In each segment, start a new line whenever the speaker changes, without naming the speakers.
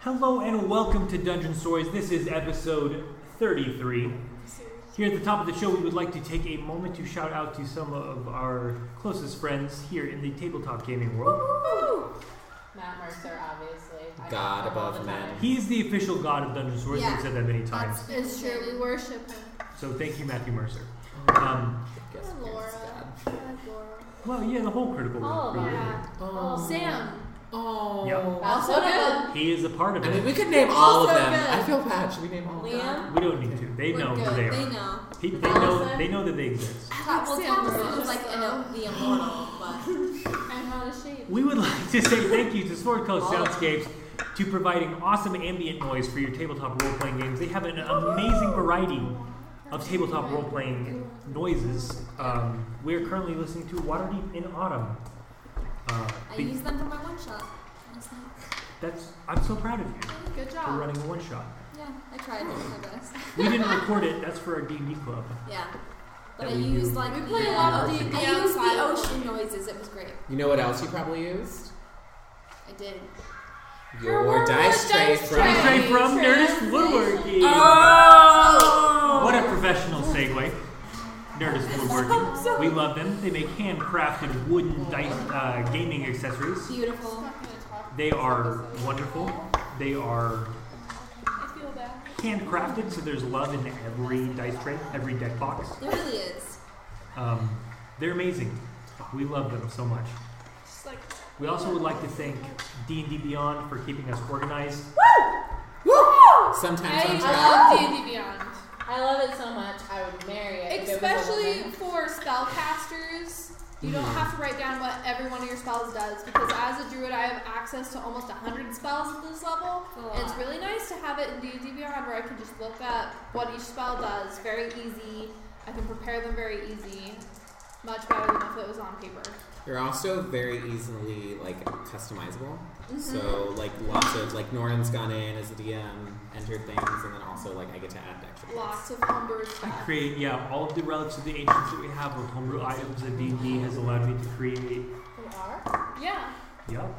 Hello and welcome to Dungeon Stories. This is episode 33. Here at the top of the show, we would like to take a moment to shout out to some of our closest friends here in the tabletop gaming world.
Matt Mercer, obviously. I
God
talk about him all
above
the
men.
time.
He is the official god of Dungeon Stories.
Yeah.
We've said that many times.
That's, it's true. We worship him.
So thank you, Matthew Mercer.
Oh,
Um,
Guess
Poor Laura. Poor Laura.
well, yeah, the whole critical
All
world.
Oh,
of
really.
Yeah.
Oh.
Sam.
Oh.
Yep.
Also
Also
good.
He is a part of
I mean,
it.
we could name all of
Also
them.
good.
I feel bad. Should we name all of them?
Liam.
We don't need to. They
We're
know
good.
who they are.
They know.
He- they know. They know that they exist.
Top
Well,
Sam
Thomas
was
is
like
just,
an,
uh,
the immortal, but I'm not ashamed.
We would like to say thank you to Sword Coast Soundscapes to providing awesome ambient noise for your tabletop role playing games. They have an amazing variety of tabletop role playing noises. Um, we are currently listening to Waterdeep in Autumn. Uh,
I
be-
use them for my one shot. That's not-
that's I'm so proud of you
Good
for
job.
running a one shot.
Yeah, I tried my best.
We didn't record it. That's for our D and D club.
Yeah. But
That
I
we
used
do.
like
We
the-
play a lot of D&D
I used the
outside.
ocean noises. It was great.
You know what else you probably used?
I did.
Your,
word
dice
was
tray
dice
from.
tray.
Straight from Nerdist
Translation.
Woodworking.
Oh!
What a professional segue. Nerdist Woodworking. We love them. They make handcrafted wooden dice uh, gaming accessories.
Beautiful.
They are wonderful. They are
I feel bad.
handcrafted, so there's love in every dice tray, every deck box.
There really is.
Um, they're amazing. We love them so much.
Just like
We also would like to thank D&D Beyond for keeping us organized.
Sometimes
I
on track.
love D&D Beyond,
I love it so much. I would marry it. if it was a
especially
woman.
for spellcasters. You don't have to write down what every one of your spells does because as a druid, I have access to almost hundred spells at this level,
It's a lot.
and it's really nice to have it in D&D Beyond where I can just look up what each spell does. Very easy. I can prepare them very easy. Much better than if it was on paper.
They're also very easily like customizable. So like lots of like Noran's gone in as a DM, entered things, and then also like I get to add extra. things.
Lots of homebrew
I
stuff.
create, yeah, all of the relics of the ancients that we have with homebrew items that D&D has allowed me to create.
You are?
Yeah.
Yep.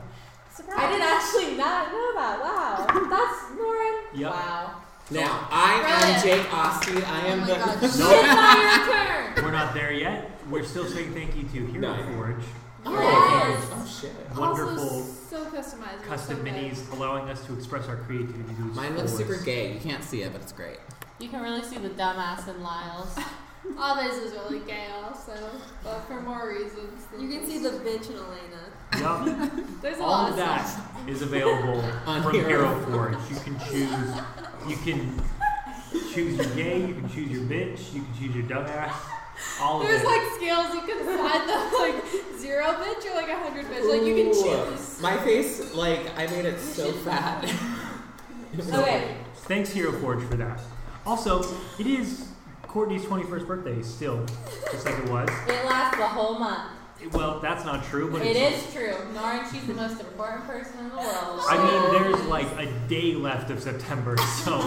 Surprise.
I did actually not know that. Wow. That's Lauren.
Yep.
Wow.
Now I
Brilliant.
am Jake Osteen. I
Oh
am
my
the.
gosh.
No.
It's not your turn.
We're not there yet. We're still saying thank you to Hero
No.
Forge.
Oh, oh shit.
Wonderful
Also so customizable.
custom
so good.
minis allowing us to express our creativity. through
Mine looks
stories.
super gay. You can't see it, but it's great.
You can really see the dumbass in Lyle's.
All this is really gay, also, but for more reasons. than
You can see
this.
the bitch in Elena.
Yup.
There's a
All
lot
of
of
that
stuff.
is available
On
from
Hero.
Hero Forge. You can choose. You can choose your gay. You can choose your bitch. You can choose your dumbass. All of
There's
it.
like scales you can slide the like zero bitch or like a hundred bitch. Like you can
Ooh.
choose.
My face, like I made it so fat.
Okay.
Thanks Hero Forge for that. Also, it is Courtney's 21st birthday still, just like it was.
It lasts the whole month.
Well, that's not true, but
It
it's,
is true. Lauren, she's the most important person in the world.
I mean, there's like a day left of September, so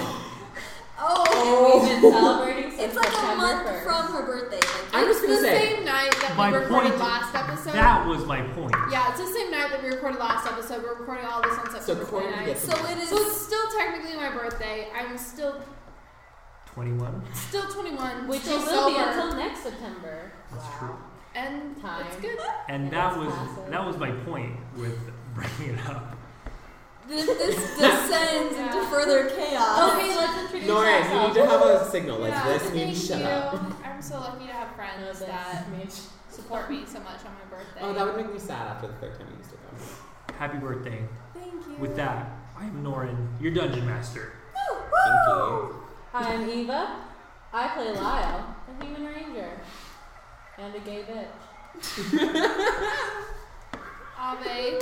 Oh,
And we've been celebrating since
it's like a
September
month
1st.
from her birthday. Like,
I was
It's
gonna
the
say
same night that
My
we recorded
point-
last episode.
that was my point.
yeah, it's the same night that we recorded last episode. We're recording all this on
so
September
Courtney
29th.
gets.
so it is.
So it's still technically my birthday. I'm still
21.
still 21,
Which
still
it will be
sober,
until next September.
That's
wow.
true.
and
Time.
it's good.
And
And
that
that's
was
passive.
that was my point with bringing it up.
This, this descends
Yeah.
into further chaos.
Okay, let's introduce
Lauren, you need
ourselves.
to have a signal like
yeah,
this. and You
thank
need to shut
you.
up.
I'm so lucky to have
I know
friends
this.
that
Mitch.
support me so much on my birthday.
Oh, that would make me sad after the third time I used it. Though.
Happy birthday.
Thank you.
With that, I'm Norin, your dungeon master.
Thank you.
Hi, I'm Eva. I play Lyle, a human ranger, and a gay bitch.
Ave,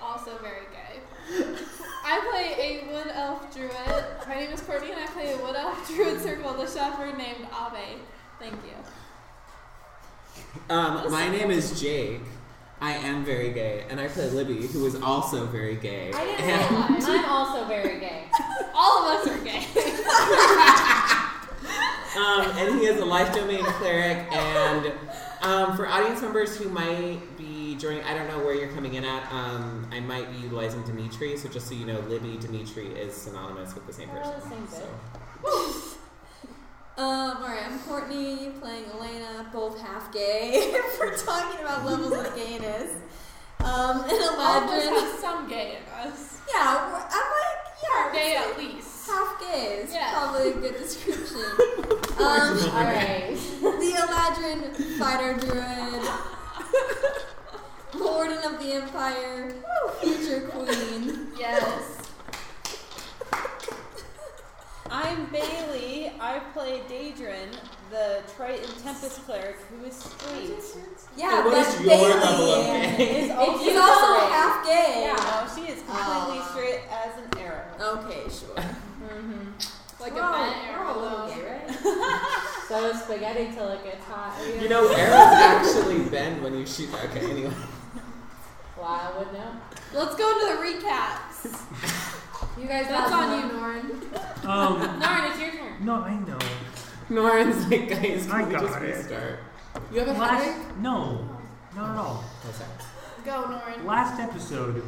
also very gay. I play a wood elf druid. My name is Courtney, and I play a wood elf druid circle the shepherd named Ave. Thank you.
Um, my name is Jake. I am very gay, and I play Libby, who is also very gay.
I didn't
and
say that. I'm also very gay.
All of us are gay.
Um, and he is a life domain cleric. And um, for audience members who might be joining. I don't know where you're coming in at. Um, I might be utilizing Dimitri, so just so you know, Libby Dimitri is synonymous with the same
They're
person.
all the same
so.
Um, alright, I'm Courtney playing Elena, both half gay. We're talking about levels of gayness. Um, and
All of us
Aladdin.
have some gay in us.
Yeah, we're- I'm like, yeah,
Gay
it's
at least.
half gay is
Yeah.
probably a good description. um,
All right.
the Eladrin fighter druid, warden of the empire, future queen.
Yes. I'm Bailey. I play Daedrin, the Triton Tempest cleric, who is straight.
Yeah,
what
but
is your
Bailey
level of gay?
Is
also
She's also
straight.
half gay.
Yeah, no, she is completely
Uh,
straight as an arrow.
Okay, sure.
Mm-hmm.
Like
We're all-
a bent arrow.
We're all a
though.
little gay, right?
So spaghetti till it gets hot.
You know, arrows actually bend when you shoot. Okay, anyway.
Wow, I would know.
Let's go into the recaps.
You guys,
That's
got
on you,
one.
Norn.
Um,
Lauren, it's your turn.
no, I know.
Noran's like, guys,
I
can we
got
just
it.
restart? You have a headache?
Last, no, not at all.
Oh, sorry.
Go, Norn.
Last episode,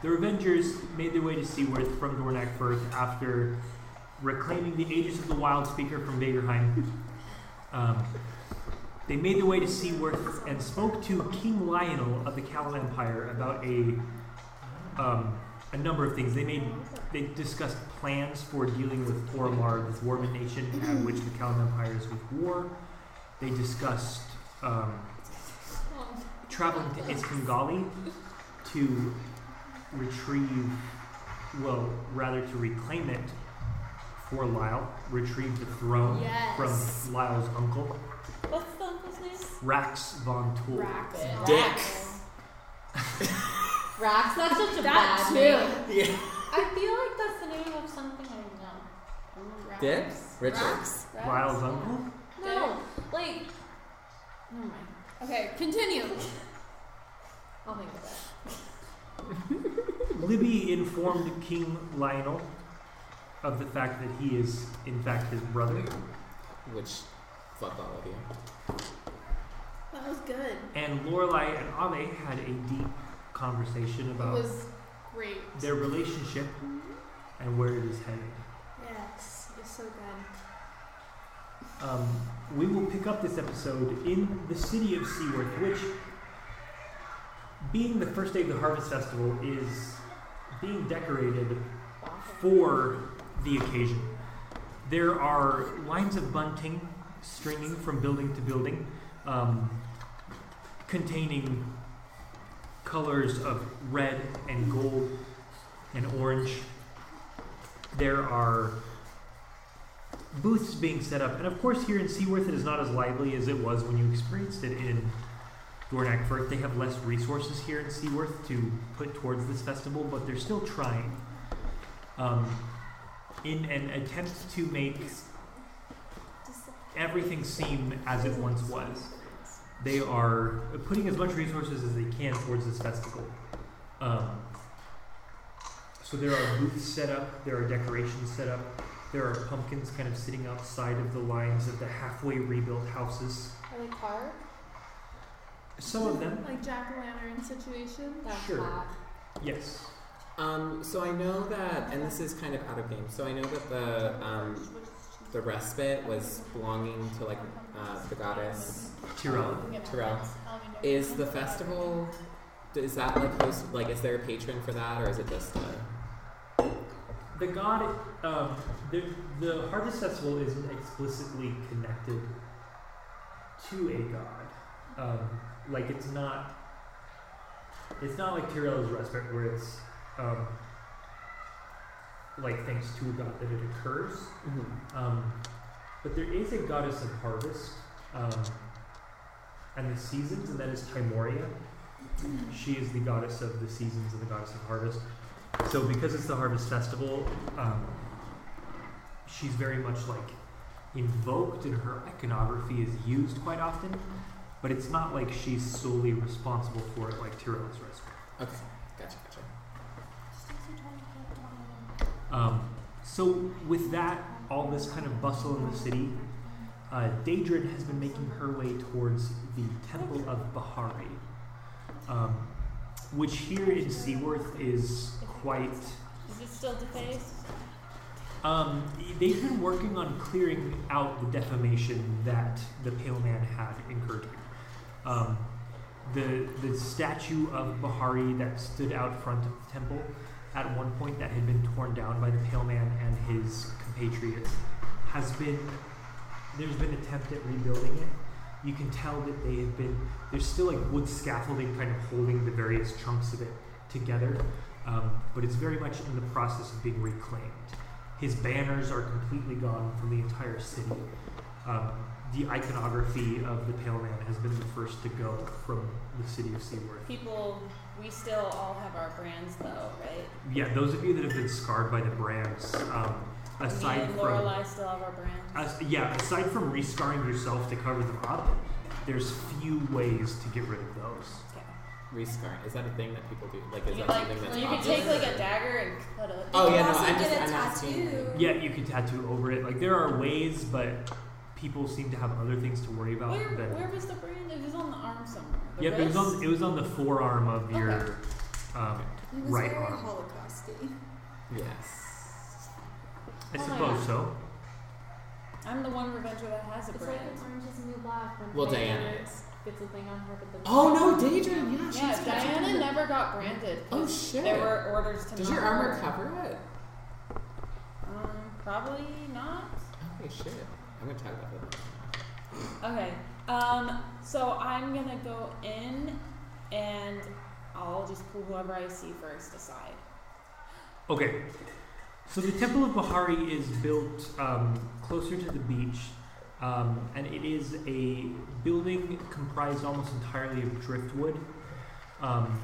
the Revengers made their way to Seaworth from Dornak Firth after reclaiming the Aegis of the Wild Speaker from Dagerheim. Um, they made their way to Seaworth and spoke to King Lionel of the Cal Empire about a um, a number of things. They made they discussed plans for dealing with Ormar, this Warman nation at which the Cal Empire is with war. They discussed um, traveling to Iskangali to retrieve, well, rather to reclaim it for Lyle, retrieve the throne
Yes.
from Lyle's uncle,
What's the uncle's name?
Rax von Tool.
Rax.
Dick.
Rax. That's such a
That
bad
too.
name.
Yeah.
I feel like that's the name of something I know.
Rax.
Dick? Richard.
Rax?
Rax.
Lyle's uncle?
No, like. Never mind.
Okay, continue.
I'll think of that.
Libby informed King Lionel of the fact that he is, in fact, his brother.
Which, fuck all of you.
That was good.
And Lorelai and Ave had a deep conversation
It
about
was great.
their relationship and where it is headed.
Yes, it's so good.
Um, we will pick up this episode in the city of Seaworth, which, being the first day of the Harvest Festival, is being decorated for the occasion. There are lines of bunting stringing from building to building, um, containing colors of red and gold and orange. There are booths being set up, and of course, here in Seaworth, it is not as lively as it was when you experienced it in Dornack Firth. They have less resources here in Seaworth to put towards this festival, but they're still trying um, in an attempt to make everything seem as it once was. They are putting as much resources as they can towards this festival. Um, so there are booths set up, there are decorations set up, there are pumpkins kind of sitting outside of the lines of the halfway rebuilt houses.
Are they carved?
Some of them,
Like jack o' lantern situation.
That's
Sure.
hot.
yes.
Um, so I know that, and this is kind of out of game. So I know that the um, the respite was belonging to like uh, the goddess
Tyrell.
Tyrell. Is the festival? Is that like host? Like, is there a patron for that, or is it just? A,
The god, um, the, the harvest festival isn't explicitly connected to a god. Um, like it's not, it's not like Tyrell's respite where it's um, like thanks to a god that it occurs. Um, but there is a goddess of harvest um, and the seasons, and that is Timoria. She is the goddess of the seasons and the goddess of harvest. So, because it's the harvest festival, um, she's very much like invoked, and her iconography is used quite often. But it's not like she's solely responsible for it, like Tyrell is responsible.
Okay, gotcha, gotcha.
Um, so with that, all this kind of bustle in the city, uh, Daedrin has been making her way towards the Temple of Bahari, um, which here in Seaworth is quite.
Is it still defaced?
Um, they've been working on clearing out the defamation that the Pale Man had incurred. Um, the the statue of Bahari that stood out front of the temple at one point that had been torn down by the Pale Man and his compatriots has been there's been attempt at rebuilding it. You can tell that they have been there's still like wood scaffolding kind of holding the various chunks of it together, um, but it's very much in the process of being reclaimed. His banners are completely gone from the entire city. Um, the iconography of the Pale Man has been the first to go from the city of Seaworth.
People, we still all have our brands though, right?
Yeah, those of you that have been scarred by the brands, um,
Me
aside
and
from
Lorelai still have our brands.
as, yeah, aside from rescarring yourself to cover them up, there's few ways to get rid of those.
Rescar. Is that a thing that people do? Like, is
You
that
like,
something that's
you could
popular?
take like a dagger and cut it.
Oh,
You
yeah,
can
no,
also
I'm
get
just-
a
I'm asking.
tattoo.
Yeah, you can tattoo over it. Like there are ways, but people seem to have other things to worry about.
Where,
than-
where was the brand? It was on the arm somewhere. The
yep, it was on
wrist?
it was on the forearm of your.
Okay.
Um,
It was
Right
very
arm.
Holocausty.
Yes.
I
Oh my
suppose
God.
so.
I'm the one revenger that has a
It's like
brand.
an Orange is the New Black. When
Well,
Taylor
Diana is.
Gets a thing on her, but then.
Oh no, Daedra. Yeah, she's
yeah,
got-
Diana never got branded.
Oh
'cause
shit.
There were orders to
Does
not
your armor
order.
cover it?
Um, probably not.
Okay, shit. I'm gonna talk about that.
Okay. Um, so I'm gonna go in, and I'll just pull whoever I see first aside.
Okay. So the Temple of Bahari is built um, closer to the beach, um, and it is a building comprised almost entirely of driftwood. Um,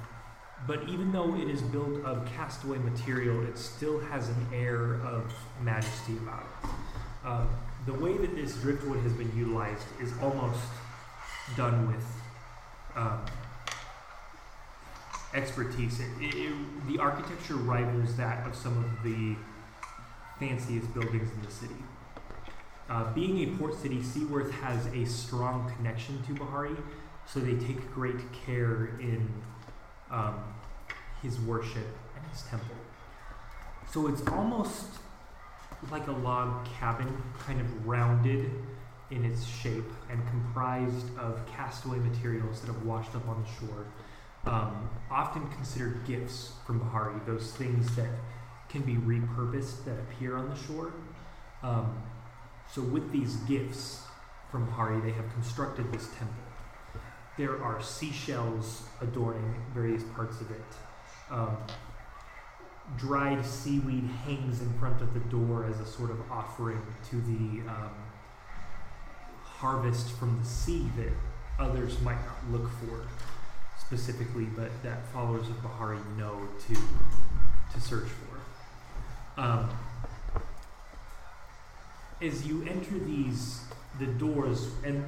but even though it is built of castaway material, it still has an air of majesty about it. Um, the way that this driftwood has been utilized is almost done with um, expertise. It, it, it, the architecture rivals that of some of the fanciest buildings in the city. Uh, being a port city, Seaworth has a strong connection to Bahari, so they take great care in um, his worship and his temple. So it's almost like a log cabin, kind of rounded in its shape and comprised of castaway materials that have washed up on the shore um, often considered gifts from Bahari, those things that can be repurposed that appear on the shore. Um, so, with these gifts from Bahari, they have constructed this temple. There are seashells adorning various parts of it. Um, dried seaweed hangs in front of the door as a sort of offering to the um, harvest from the sea that others might not look for specifically, but that followers of Bahari know to to search for. Um, as you enter these, the doors, and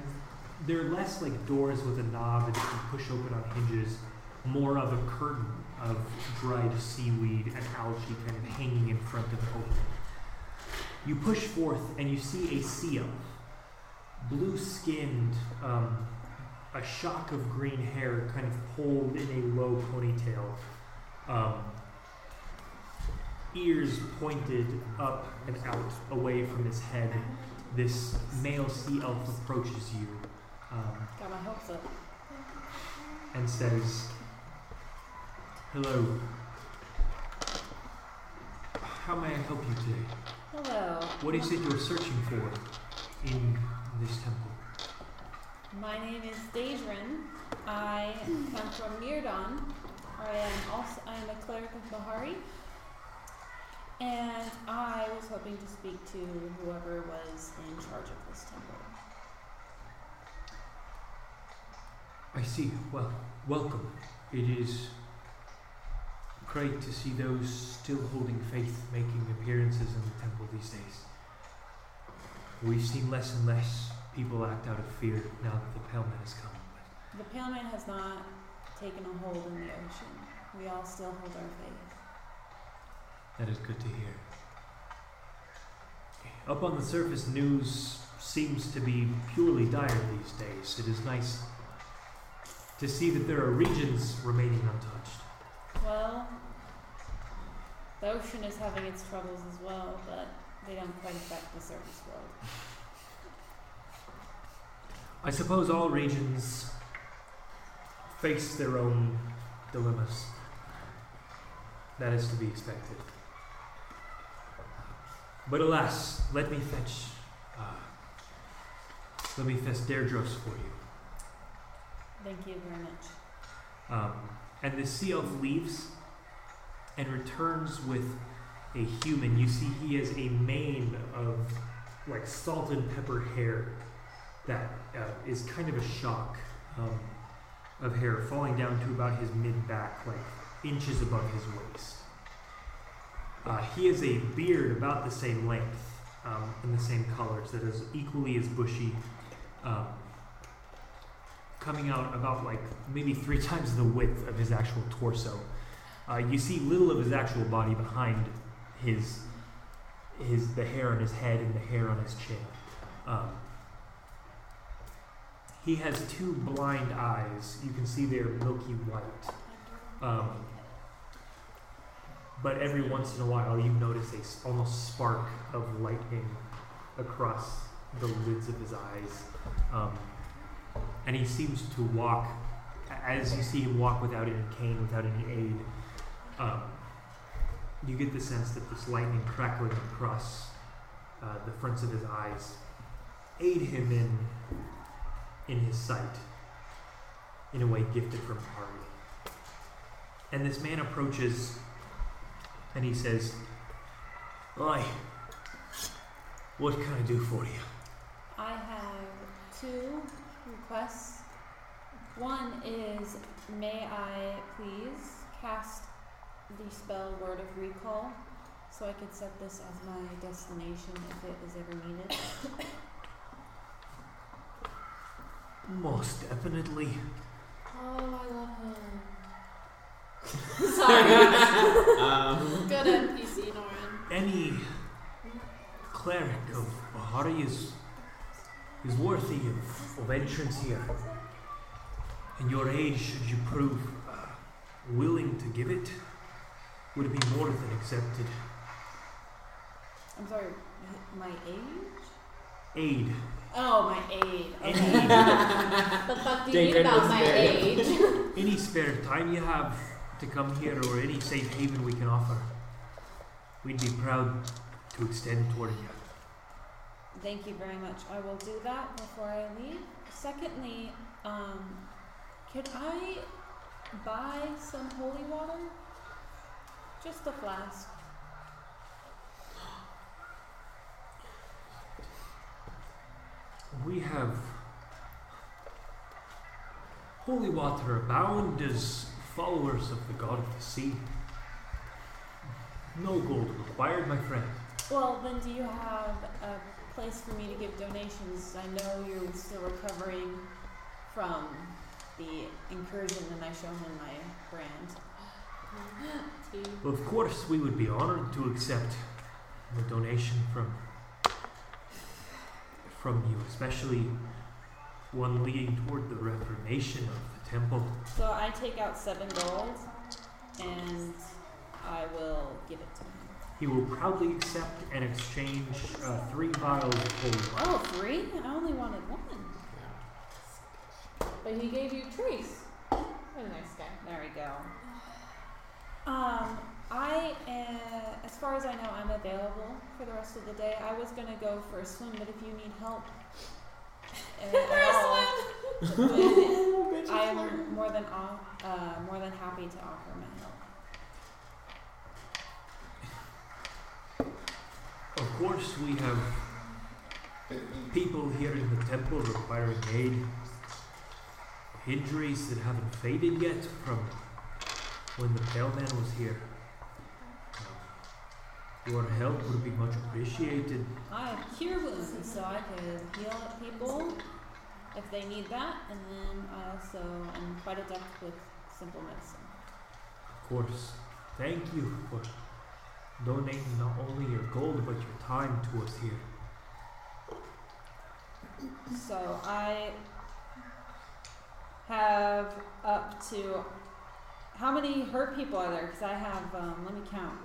they're less like doors with a knob that you can push open on hinges, more of a curtain of dried seaweed and algae kind of hanging in front of the opening. You push forth and you see a sea elf, blue skinned, um, a shock of green hair kind of pulled in a low ponytail, um, ears pointed up and out away from his head. This male sea elf approaches you um,
Got my hopes up.
and says, Hello. How may I help you today?
Hello.
What is it you're searching for in this temple?
My name is Daedrin. I come from Myrdon. I am also I am a cleric of Bahari. And I was hoping to speak to whoever was in charge of this temple.
I see. Well, welcome. It is great to see those still holding faith making appearances in the temple these days. We've seen less and less people act out of fear now that the Pale Man has come. But
The Pale Man has not taken a hold in the ocean. We all still hold our faith.
that is good to hear. Up on the surface, news seems to be purely dire these days. It is nice to see that there are regions remaining untouched.
Well, the ocean is having its troubles as well, but they don't quite affect the surface world.
I suppose all regions face their own dilemmas. That is to be expected. But alas, let me fetch. Uh, let me fetch Daedros for you.
Thank you very much.
Um, and the sea elf leaves and returns with a human. You see, he has a mane of like salt and pepper hair that uh, is kind of a shock um, of hair falling down to about his mid back, like inches above his waist. Uh, he has a beard about the same length um, and the same colors that is equally as bushy, um, coming out about like maybe three times the width of his actual torso. Uh, you see little of his actual body behind his his the hair on his head and the hair on his chin. Um, he has two blind eyes. You can see they're milky white. Um, but every once in a while, you notice a s- almost spark of lightning across the lids of his eyes, um, and he seems to walk. a- As you see him walk without any cane, without any aid, um, you get the sense that this lightning crackling across uh, the fronts of his eyes aid him in in his sight in a way gifted from Harvey. And this man approaches and he says, Oi, what can I do for you?
I have two requests. One is may I please cast the spell Word of Recall so I could set this as my destination if it is ever needed.
Most definitely.
Oh, I love him. Sorry.
um,
Good NPC, Norin.
Any cleric of Bahari is, is worthy of, of entrance here. And your aid, should you prove uh, willing to give it, would be more than accepted.
I'm sorry, my age?
Aid.
Oh, my aid. Okay.
Any,
Um,
the fuck do you
David
mean about
was
my
very-
age?
any spare time you have to come here or any safe haven we can offer, we'd be proud to extend toward you.
Thank you very much. I will do that before I leave. Secondly, um, could I buy some holy water? Just a flask.
We have holy water abound as followers of the god of the sea. No gold required, my friend.
Well, then, do you have a place for me to give donations? I know you're still recovering from the incursion, and I show him my brand.
Of course, we would be honored to accept the donation from from you, especially one leading toward the reformation of the temple.
So I take out seven gold, and I will give it to him.
He will proudly accept and exchange uh, three vials of holy water.
Oh, three? I only wanted one.
but he gave you trees. What a nice guy.
There we go. Um, I uh, as far as I know, I'm available for the rest of the day. I was gonna go for a swim, but if you need help, for a swim, I'm more than off, uh, more than happy to offer my help.
Of course, we have people here in the temple requiring aid. Injuries that haven't faded yet from when the Pale Man was here. Um, Your help would be much appreciated.
I have cure wounds, so I could heal up people if they need that, and then I also am quite adept with simple medicine.
Of course, thank you for donating not only your gold but your time to us here.
So I have up to how many her people are there? Because I have, um, let me count.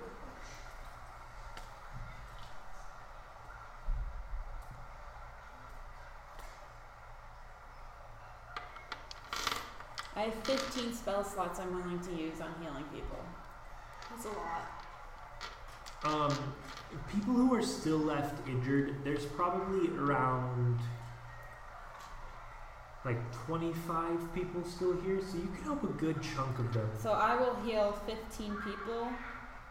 I have 15 spell slots I'm willing to use on healing people.
That's a lot.
Um, people who are still left injured, there's probably around like 25 people still here, so you can help a good chunk of them.
So I will heal 15 people.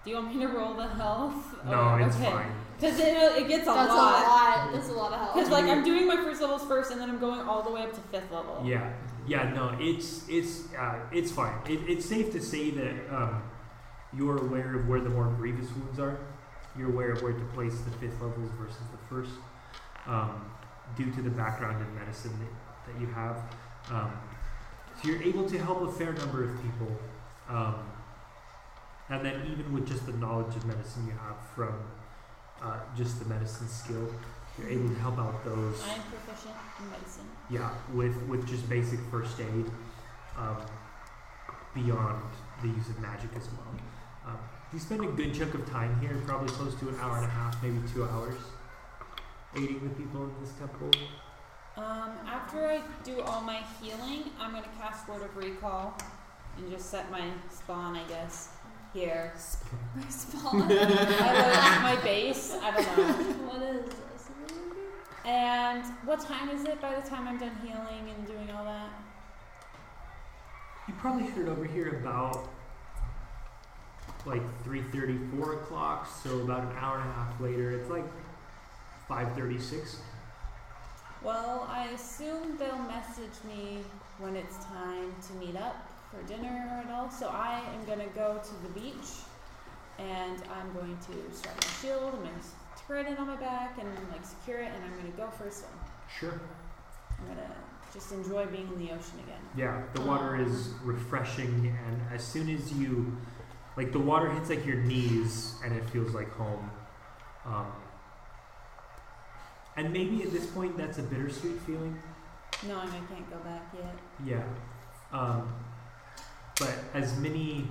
Do you want me to roll the health?
No,
Or-
it's
Oh, okay.
fine.
Because it, it gets a
That's a
lot.
lot. That's a lot of help.
Because like I'm doing my first levels first, and then I'm going all the way up to fifth level.
Yeah, yeah, no, it's it's uh, it's fine. It, it's safe to say that um, you're aware of where the more grievous wounds are. You're aware of where to place the fifth levels versus the first, um, due to the background in medicine that, that you have. Um, so you're able to help a fair number of people, um, and then even with just the knowledge of medicine you have from uh, just the medicine skill, you're able to help out those.
I am proficient in medicine.
Yeah, with with just basic first aid, um, beyond the use of magic as well. Um, you spend a good chunk of time here, probably close to an hour and a half, maybe two hours, aiding the people in this temple.
Um, after I do all my healing, I'm gonna cast Word of Recall, and just set my spawn, I guess, here.
My spawn.
I like my base. I don't know.
What is this?
And what time is it by the time I'm done healing and doing all that?
You probably heard over here about like three thirty, four o'clock, so about an hour and a half later. It's like five thirty-six.
Well, I assume they'll message me when it's time to meet up for dinner and all. So I am gonna go to the beach, and I'm going to strap my shield. I'm gonna s- spread it on my back and like secure it, and I'm gonna go for a swim.
Sure.
I'm gonna just enjoy being in the ocean again.
Yeah, the water is refreshing, and as soon as you, like, the water hits like your knees, and it feels like home. Um, and maybe at this point, that's a bittersweet feeling.
Knowing I can't go back yet.
Yeah. Um, but as many,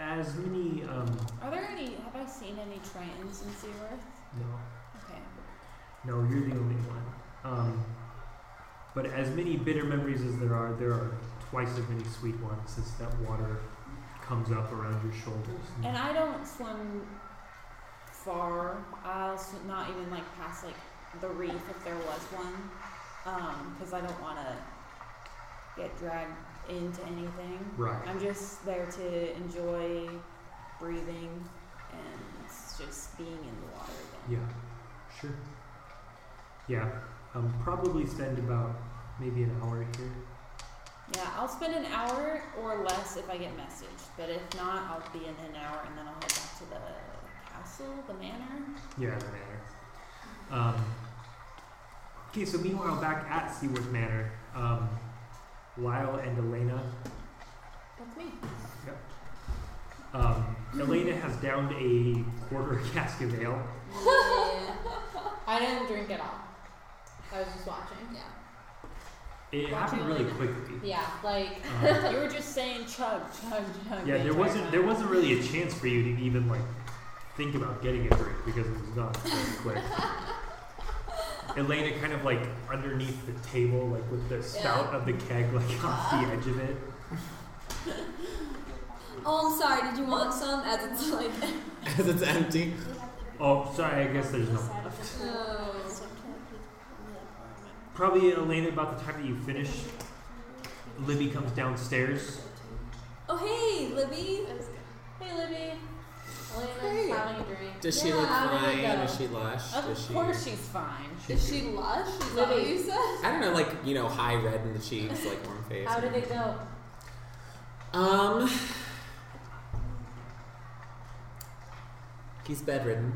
as many, um,
Are there any? Have I seen any Tritons in Seaworth?
no,
Okay.
No, you're the only one. Um, but as many bitter memories as there are, there are twice as many sweet ones as that water comes up around your shoulders.
And I don't swim far. I'll sw- not even like past like the reef if there was one, because I don't want to get dragged into anything.
right.
I'm just there to enjoy breathing and just being in the water
Yeah.
again.
Sure. Yeah. Um, probably spend about maybe an hour here.
Yeah. I'll spend an hour or less if I get messaged, but if not, I'll be in an hour and then I'll head back to the castle, the manor.
Yeah, the manor. Um, okay, so meanwhile, back at Seaworth Manor, um, Lyle and Elena
That's me.
Um, Elena has downed a quarter cask of ale.
yeah.
I didn't drink at all. I was just watching.
Yeah.
It happened really quickly.
Yeah, like
Um,
You were just saying chug, chug,
yeah,
chug. the
there
entire
wasn't
time.
there wasn't really a chance for you to even like think about getting a drink because it was gone so quick. Elena kind of like underneath the table, like with the spout of the keg, like off the edge of it.
Oh, I'm sorry. Did you want some? As it's like.
Because it's empty.
Oh, sorry, I guess there's no. left.
Oh.
Probably Elena, about the time that you finish, Libby comes downstairs.
Oh, hey, Libby.
hey Libby. Elena's
Hey.
having a drink.
Does she
Yeah,
look
I
would
fine?
go.
Is she lush?
Of
Does she?
course she's fine.
Is she lush? Is that what
Libby.
you said?
I don't know, like you know, high red in the cheeks, like warm face.
How did it go?
Um, he's bedridden.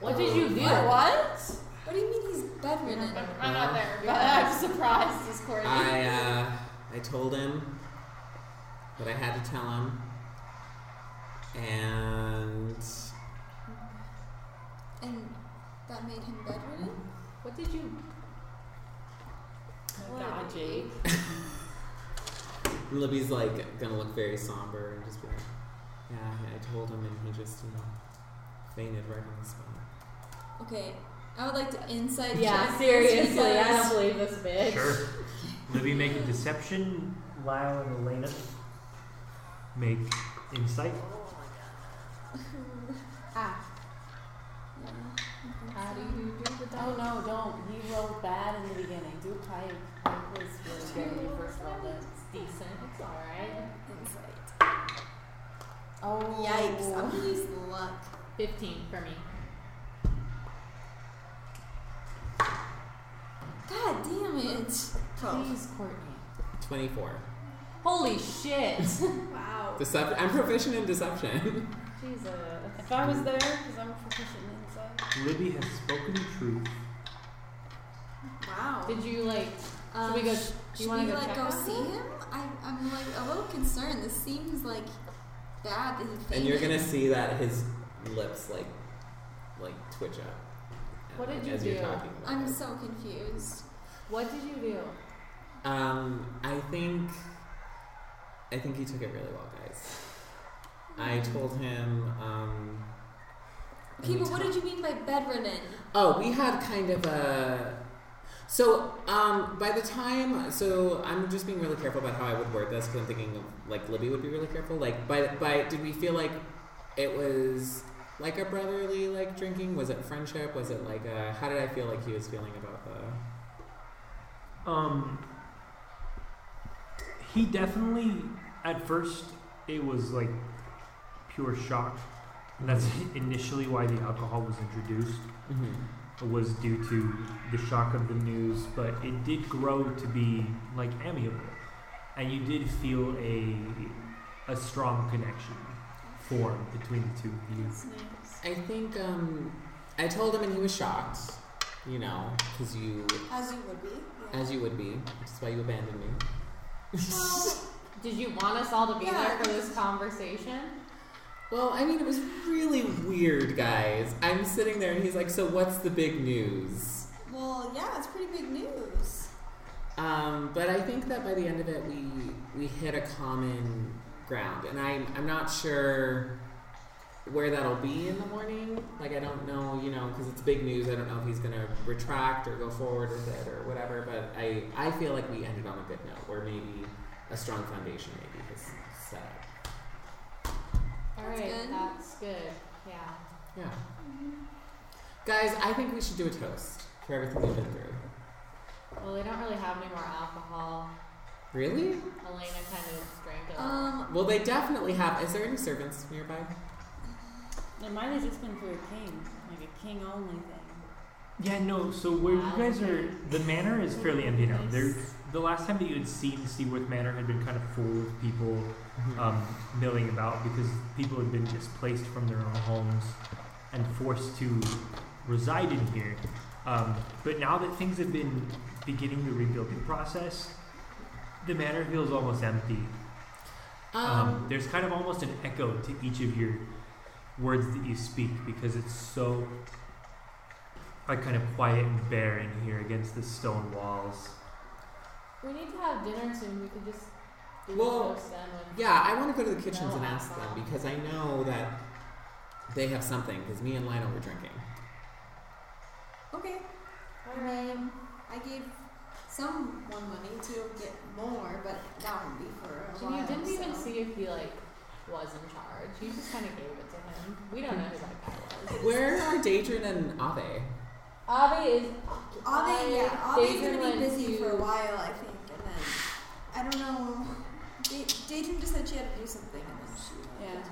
What did you do?
What? What do you mean he's bedridden?
I'm not there,
You're
but
not-
I'm surprised this Courtney.
I uh, I told him that I had to tell him, and
And that made him bedridden?
What did you Oh,
my god, Jake.
And Libby's like gonna look very somber and just be like, "Yeah, I told him, and he just you know fainted right on the spot."
Okay, I would like to insight
Yeah,
check.
seriously,
because-
I don't believe this bitch.
Sure. Libby make a deception. Lyle and Elena make insight.
Ah. Yeah.
How do you do the Oh no, don't. He rolled bad in the beginning. Do pipe. Pipe was really good when you first rolled it. It's decent. It's alright.
Insight.
Oh.
Yikes! I'm gonna use luck.
15 for me.
God damn it! Twelve.
Please, Courtney.
Twenty-four.
Holy shit.
Wow.
Deception. I'm proficient in deception.
Jesus.
If I was there, because I'm proficient in inside.
Libby has spoken the truth.
Wow.
Did you like.
Um,
we go-
sh-
do you
should
wanna
we
go
like
check
go
on
see
him?
him? I, I'm like a little concerned. This seems like bad that he fainted.
and you're gonna see that his lips like like twitch up.
What
uh,
did you
as
do?
You're talking about
I'm
it.
so confused.
What did you do?
Um, I think, I think he took it really well, guys. I told him. Um,
Okay,
and
but what
t-
did you mean by bedridden?
Oh, we had kind of a. So, um, by the time, so I'm just being really careful about how I would word this because I'm thinking of like Libby would be really careful. Like, by by, did we feel like it was like a brotherly like drinking? Was it friendship? Was it like a? How did I feel like he was feeling about the?
Um, he definitely, at first, it was like pure shock. And that's initially why the alcohol was introduced,
Mm-hmm.
was due to the shock of the news, but it did grow to be like amiable. And you did feel a, a strong connection formed between the two of you.
I think um, I told him, and he was shocked. You know, because you,
As you would be.
as you would be, which is why you abandoned me.
Did you want us all to be
Yeah.
there for this conversation?
Well, I mean, it was really weird, guys. I'm sitting there, and he's like, "So what's the big news?"
Well, yeah, it's pretty big news.
Um, but I think that by the end of it, we we hit a common ground, and I'm I'm not sure where that'll be in the morning. Like I don't know, you know, because it's big news. I don't know if he's gonna retract or go forward with it or whatever. But I I feel like we ended on a good note, or maybe a strong foundation, maybe has set up.
Alright,
good.
that's good. Yeah.
Yeah, guys, I think we should do a toast for everything we've been through.
Well, they don't really have any more alcohol.
Really?
Elena kind of drank it. all.
Um,
Well, they definitely have. Is there any servants nearby?
And mine has just been through a king, like a king only thing.
Yeah, no. So where you guys are, the manor is fairly empty now. There, the last time that you had seen Seaworth Manor had been kind of full of people um, milling about because people had been displaced from their own homes and forced to reside in here. Um, but now that things have been beginning the rebuilding process, the manor feels almost empty. Um, there's kind of almost an echo to each of your words that you speak because it's so like kind of quiet and bare in here against the stone walls.
we need to have dinner soon. We could just do
Well,
the toast then. When
Yeah, I want to go to the kitchens
No,
and
I
ask them
saw.
because I know that they have something. Because me and Lionel were drinking.
okay. Alright. I gave someone money to get more, but that won't be for a
And
while.
you didn't even
so.
see if he like was in charge. You just kind of gave it to him. We don't know who that guy was.
Where are Daedrin and Ave?
Ave is
Ave, Uh, yeah,
Daedra
Ave's gonna
went
be busy for a
to-
while, I think, and then I don't know. Da- Daedra just said she had to do something, and then she.
Yeah.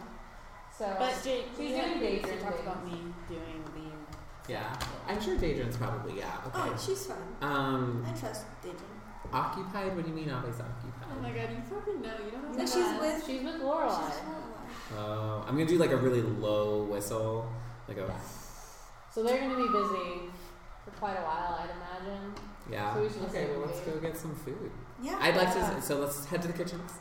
So,
But Jake,
She's
we
doing
had
dates
to
and
talk
things.
about me doing the.
Yeah, I'm sure Daedrin's probably yeah. Okay.
Oh, she's fine.
um,
I trust Daedra.
occupied? What do you mean Ave's
Oh my
occupied?
god, you fucking know. You don't have
No,
to
she's
laugh.
with-
she's with Lorelai.
She's fine.
Oh, I'm gonna do like a really low whistle, like a
So they're gonna be busy for quite a while, I'd imagine.
yeah.
So we should just
okay,
say
well let's
we-
go get some food.
Yeah.
I'd like to. So let's head to the kitchens.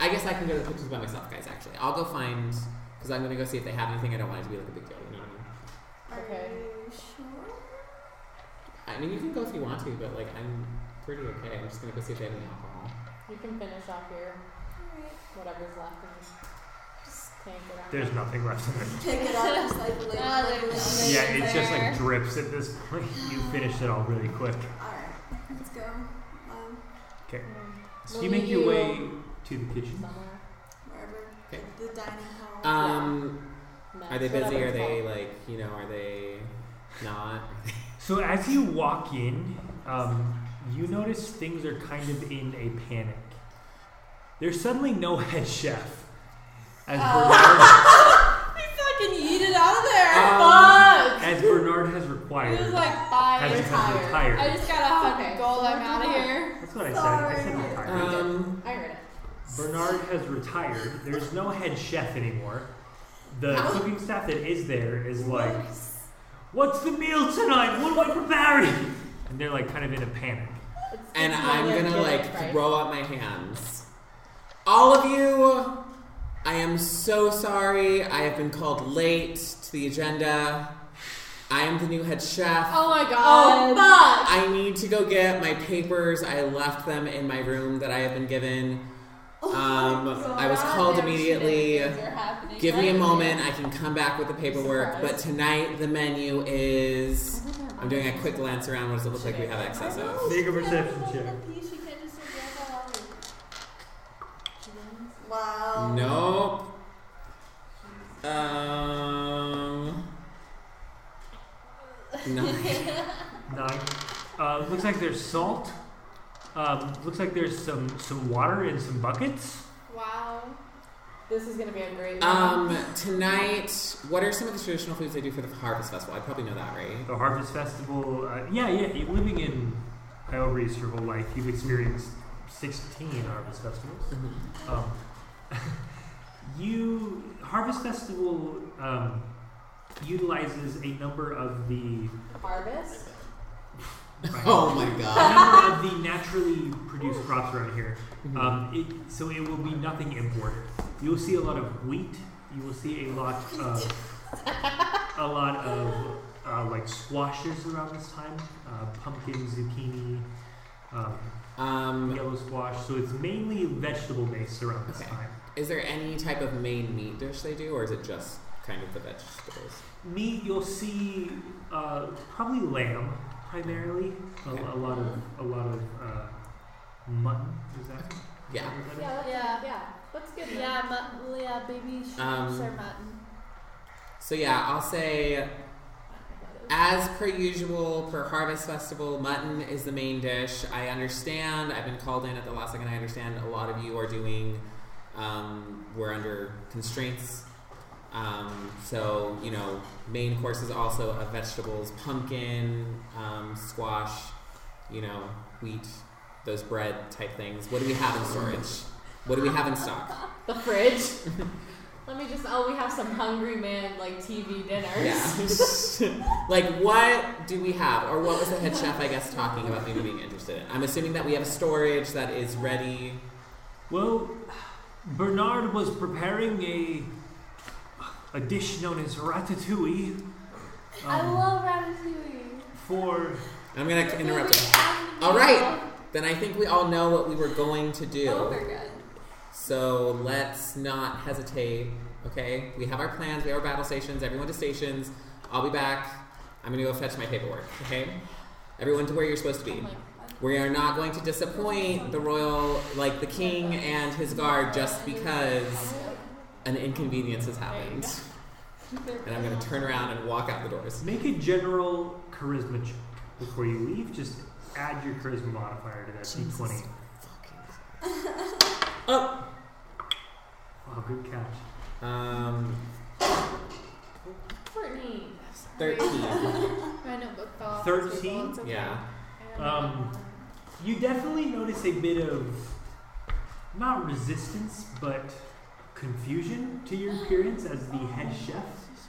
I guess I can go to the kitchens by myself, guys. Actually, I'll go find because I'm gonna go see if they have anything. I don't want it to be like a big deal. You know what I mean?
Are
Okay.
you sure?
I I mean, you can go if you want to, but like I'm pretty okay. I'm just gonna go see if they have any alcohol.
You can finish off your whatever's left in this
Just
tank. Around
There's nothing left in it.
pick it up, just like literally.
Ah, there it is.
Yeah, it's just
There.
like drips at this point. You finished it all really quick.
Alright, let's go. Um,
Okay.
Mm,
So
Will
you make your
you-
way to the kitchen.
somewhere.
wherever.
Okay.
The dining hall.
Um,
Mess,
are they busy?
whatever
Are
it's
they
called.
like you know? Are they not?
So as you walk in, um, you notice things are kind of in a panic. There's suddenly no head chef. As Bernard,
Fucking eat it out of there!
Um,
Fuck!
as Bernard has
It was
required.
like, bye,
Has
you're
become
tired.
retired.
I just gotta fucking
Okay.
go, I'm out of here.
That's what I said. I said retired.
Um,
I heard it.
Bernard has retired. There's no head chef anymore. The
How-
cooking staff that is there is like, "What's the meal tonight? What am I preparing?" And they're like kind of in a panic.
It's-
and
it's
I'm
nowhere
gonna
near
like
it, right?
throw up my hands. All of you, I am so sorry. I have been called late to the agenda. I am the new head chef.
Oh my
Oh
god.
fuck!
I need to go get my papers. I left them in my room that I have been given. Um, I was called
Goddamn shit,
immediately.
things are happening
Give me a
right
moment. I can come back with the paperwork. But tonight, the menu is. I'm doing a quick glance around. What does it look like we have access of?
Make a perception check.
Wow.
Nope. Um. Nine.
Nine. Uh, looks like there's salt. Um, looks like there's some some water in some buckets.
Wow.
This is gonna be a great
Um, tonight, what are some of the traditional foods they do for the Harvest Festival? I probably know that, right?
The harvest festival. Uh, yeah, yeah. you- Living in however is your whole life, you've experienced 16 harvest festivals. Um, you harvest festival um, utilizes a number of the
harvest.
Oh my
a
god.
number of the naturally produced crops around here. Um, it, so it will be nothing imported. You will see a lot of wheat. You will see a lot of a lot of uh, like squashes around this time. Uh, pumpkin, zucchini, um,
Um,
yellow squash. So it's mainly vegetable based around this
Okay.
time.
Is there any type of main meat dish they do, or is it just kind of the vegetables?
Meat, you'll see uh, probably lamb primarily. A, a lot of a lot of uh, mutton. Is that? is
Yeah.
that what that is?
Yeah, that's
Yeah.
yeah. That's good.
Yeah, mutton, yeah, baby sh-
Um,
sure mutton.
So yeah, I'll say, as per usual, per Harvest Festival, mutton is the main dish. I understand. I've been called in at the last second. I understand a lot of you are doing. Um, we're under constraints. Um, so you know, main course is also of vegetables, pumpkin, um, squash, you know, wheat, those bread type things. What do we have in storage? What do we have in stock?
The fridge. Let me just. Oh, we have some hungry man like TV dinners.
Yeah. like, what do we have? Or what was the head chef, I guess, talking about maybe being interested in? I'm assuming that we have a storage that is ready.
Well, Bernard was preparing a a dish known as ratatouille
I
um,
love ratatouille.
for
I'm going to interrupt
Moving
him.
on to
All
the
right. Then I think we all know what we were going to do.
Oh, we're good.
So let's not hesitate, okay? We have our plans, we have our battle stations, everyone to stations. I'll be back. I'm gonna go fetch my paperwork, okay? Everyone to where you're supposed to be. We are not going to disappoint the royal, like the king and his guard, just because an inconvenience has happened. And I'm gonna turn around and walk out the doors.
make a general charisma check before you leave. Just add your charisma modifier to that d20.
Oh!
Wow, Oh, good catch.
Um,
Courtney.
13.
My notebook fell off.
Thirteen?
It's okay.
Yeah.
Um, you definitely notice a bit of not resistance, but confusion to your appearance as the head chef.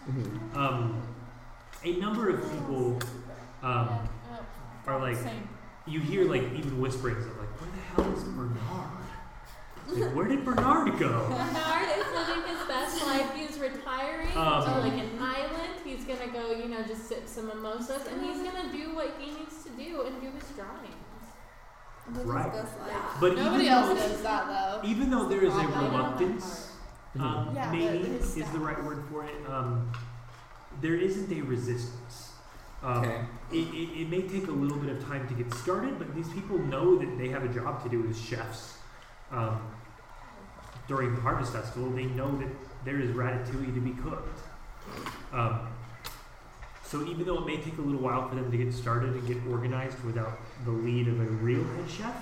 Mhm.
Um, a number of people
Oh,
um, are like
Same.
you hear like even whisperings of like, where the hell is Bernard? Like, where did Bernard go?
Bernard is living his best life. He's retiring
Um,
to like an island. He's gonna
gonna go, you know, just sip some mimosas, and he's gonna do what he needs to do and do his drawings.
Live
Right.
his best life.
But
Nobody
even
else
though,
does that though.
even though there is a
Probably not.
reluctance,
Mm-hmm.
um,
Yeah, but
maybe
his
is the right word for it. Um, there isn't a resistance. Um,
Mm-hmm. Okay.
It, it, it may take a little bit of time to get started, but these people know that they have a job to do as chefs. Um, during the harvest festival, they know that there is ratatouille to be cooked. Um, so even though it may take a little while for them to get started and get organized without the lead of a real head chef,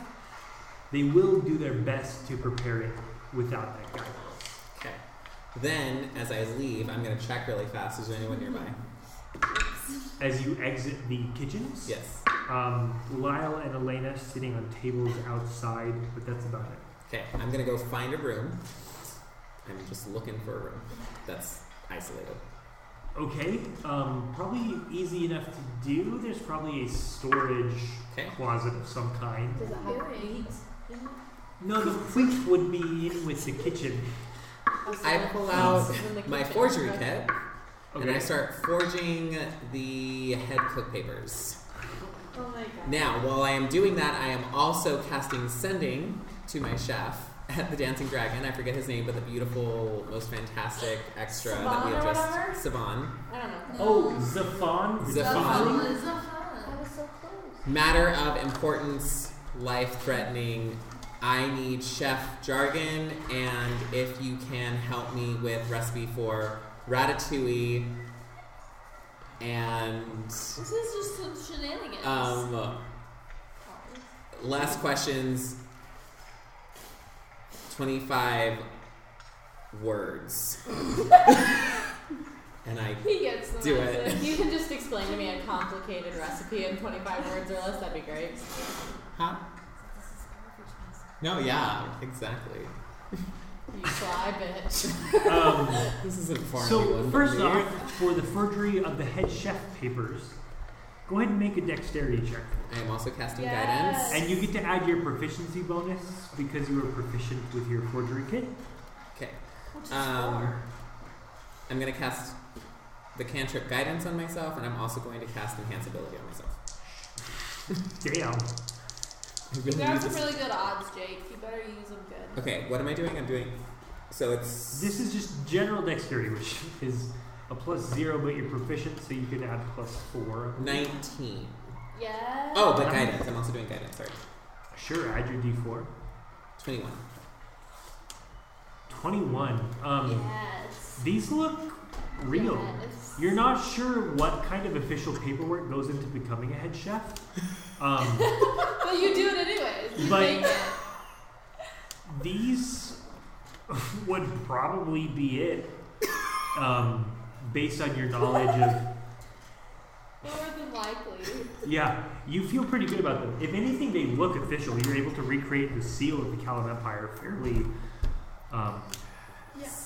they will do their best to prepare it without that guidance.
Okay. Then, as I leave, I'm gonna check really fast. Is there anyone nearby?
As you exit the kitchens,
Yes.
um, Lyle and Elena sitting on tables outside, but that's about it.
Okay. I'm gonna go find a room. I'm just looking for a room that's isolated.
Okay, um, probably easy enough to do. There's probably a storage
Okay.
closet of some kind.
Does it have
Doing.
meat? in it?
No, the wheat would be in with the kitchen.
I pull out
It's in the
my
kitchen.
forgery
Okay.
kit and I start forging the head cook papers.
Oh my god.
Now, while I am doing that, I am also casting sending to my chef at the Dancing Dragon. I forget his name, but the beautiful, most fantastic extra that we
Siobhan
have
or whatever?
just Savan.
I don't know.
Oh, Zafon.
Zafon.
Zafon.
It's not fun.
I was so close.
Matter of importance, life threatening. I need chef jargon, and if you can help me with recipe for ratatouille and
This is just some shenanigans.
um, last questions. Twenty-five words, and I
he gets the
do
message.
it.
If you can just explain to me a complicated recipe in 25 words or less, that'd be great.
Huh? No, yeah, exactly.
You sly bitch.
Um,
This is important.
so, first off, for the forgery of the head chef papers, go ahead and make a dexterity check.
I am also casting
Yes.
guidance.
And you get to add your proficiency bonus because you were proficient with your forgery kit.
Okay. Um, I'm gonna cast the cantrip guidance on myself, and I'm also going to cast enhance ability on myself.
Damn.
I
You
really need
got some
this-
really good odds, Jake. You better use them good.
Okay, what am I doing? I'm doing. So it's
This is just general dexterity, which is a plus zero, but you're proficient, so you can add plus four.
19.
Yeah.
Oh, but guidance. I'm also doing guidance. Sorry.
Sure, add your d4.
21.
21. Um,
Yes.
These look real.
Yes.
You're not sure what kind of official paperwork goes into becoming a head chef. Um,
But you do it anyways. You
But-
make it.
these would probably be it, um, based on your knowledge of
More than likely.
Yeah, you feel pretty good about them. If anything, they look official. You're able to recreate the seal of the Kalam Empire fairly um,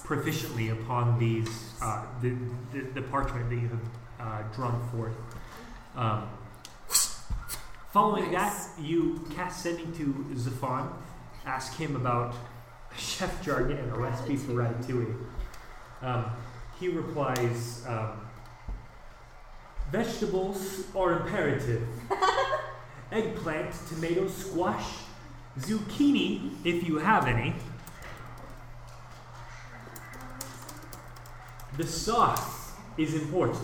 proficiently upon these uh, the, the, the parchment that you have uh, drawn forth. Um, following that, you cast sending to Zafon, ask him about chef jargon and a recipe for ratatouille. Um, he replies. Um, Vegetables are imperative. Eggplant, tomato, squash, zucchini, if you have any. The sauce is important.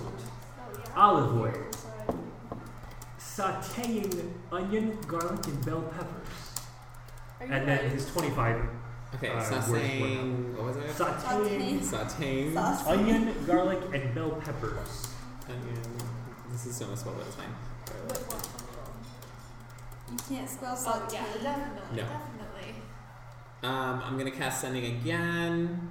Olive oil. Sauteing onion, garlic, and bell peppers.
Are you
And
ready?
then his 25.
Okay,
Uh,
so
word-
saying. What was it?
Sauteing
Sauteing.
Sauce.
onion, garlic, and bell peppers.
Onion. Um, This is so much but it's fine.
You can't spell
Oh,
sauce.
yeah, definitely.
No.
Definitely.
Um, I'm gonna cast sending again.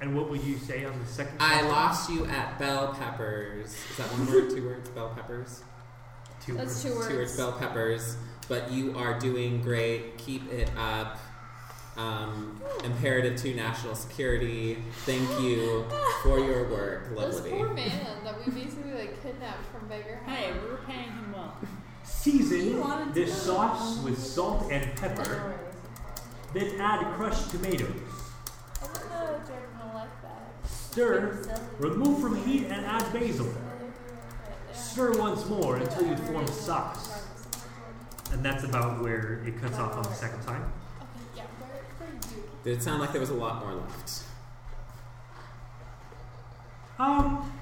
And what would you say on the second?
I
question?
lost you at bell peppers. Is that one word? Two words? Bell peppers.
Two
That's
words.
two
Two words.
words.
Bell peppers. But you are doing great. Keep it up. Um, imperative to national security. Thank you for your work,
This
lovely.
poor man that we basically like kidnapped from Beggar House.
Hey, we were paying him well.
He
Season
wanted
the
to-
sauce with salt and
Don't
pepper.
worry, this is fine.
Then add crushed tomatoes. Stir, remove from heat and add basil. Stir once more until you form sauce. And that's about where it cuts off on the second time.
Okay, yeah, where, where you?
Did it sound like there was a lot more left?
Um,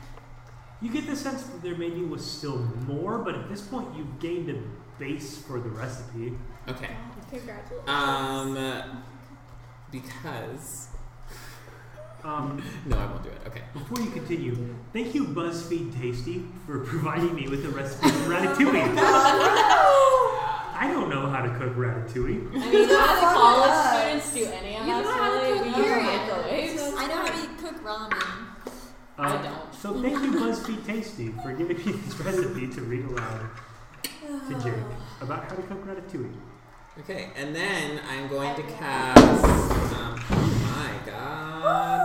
you get the sense that their menu was still more, but at this point you've gained a base for the recipe.
Okay.
Congratulations.
Um, because
Um,
no, I won't do it. Okay.
Before you continue, thank you BuzzFeed Tasty for providing me with a recipe for ratatouille. I don't know how to cook ratatouille.
I mean, as college
Fuck us.
students, do any of
You
us
know how to
really?
cook
We use
period.
microwaves.
So-
I know how to cook ramen.
I
Uh,
don't.
So thank you BuzzFeed Tasty for giving me this recipe to read aloud to Jake about how to cook ratatouille.
Okay, and then I'm going to cast. Um, oh my god.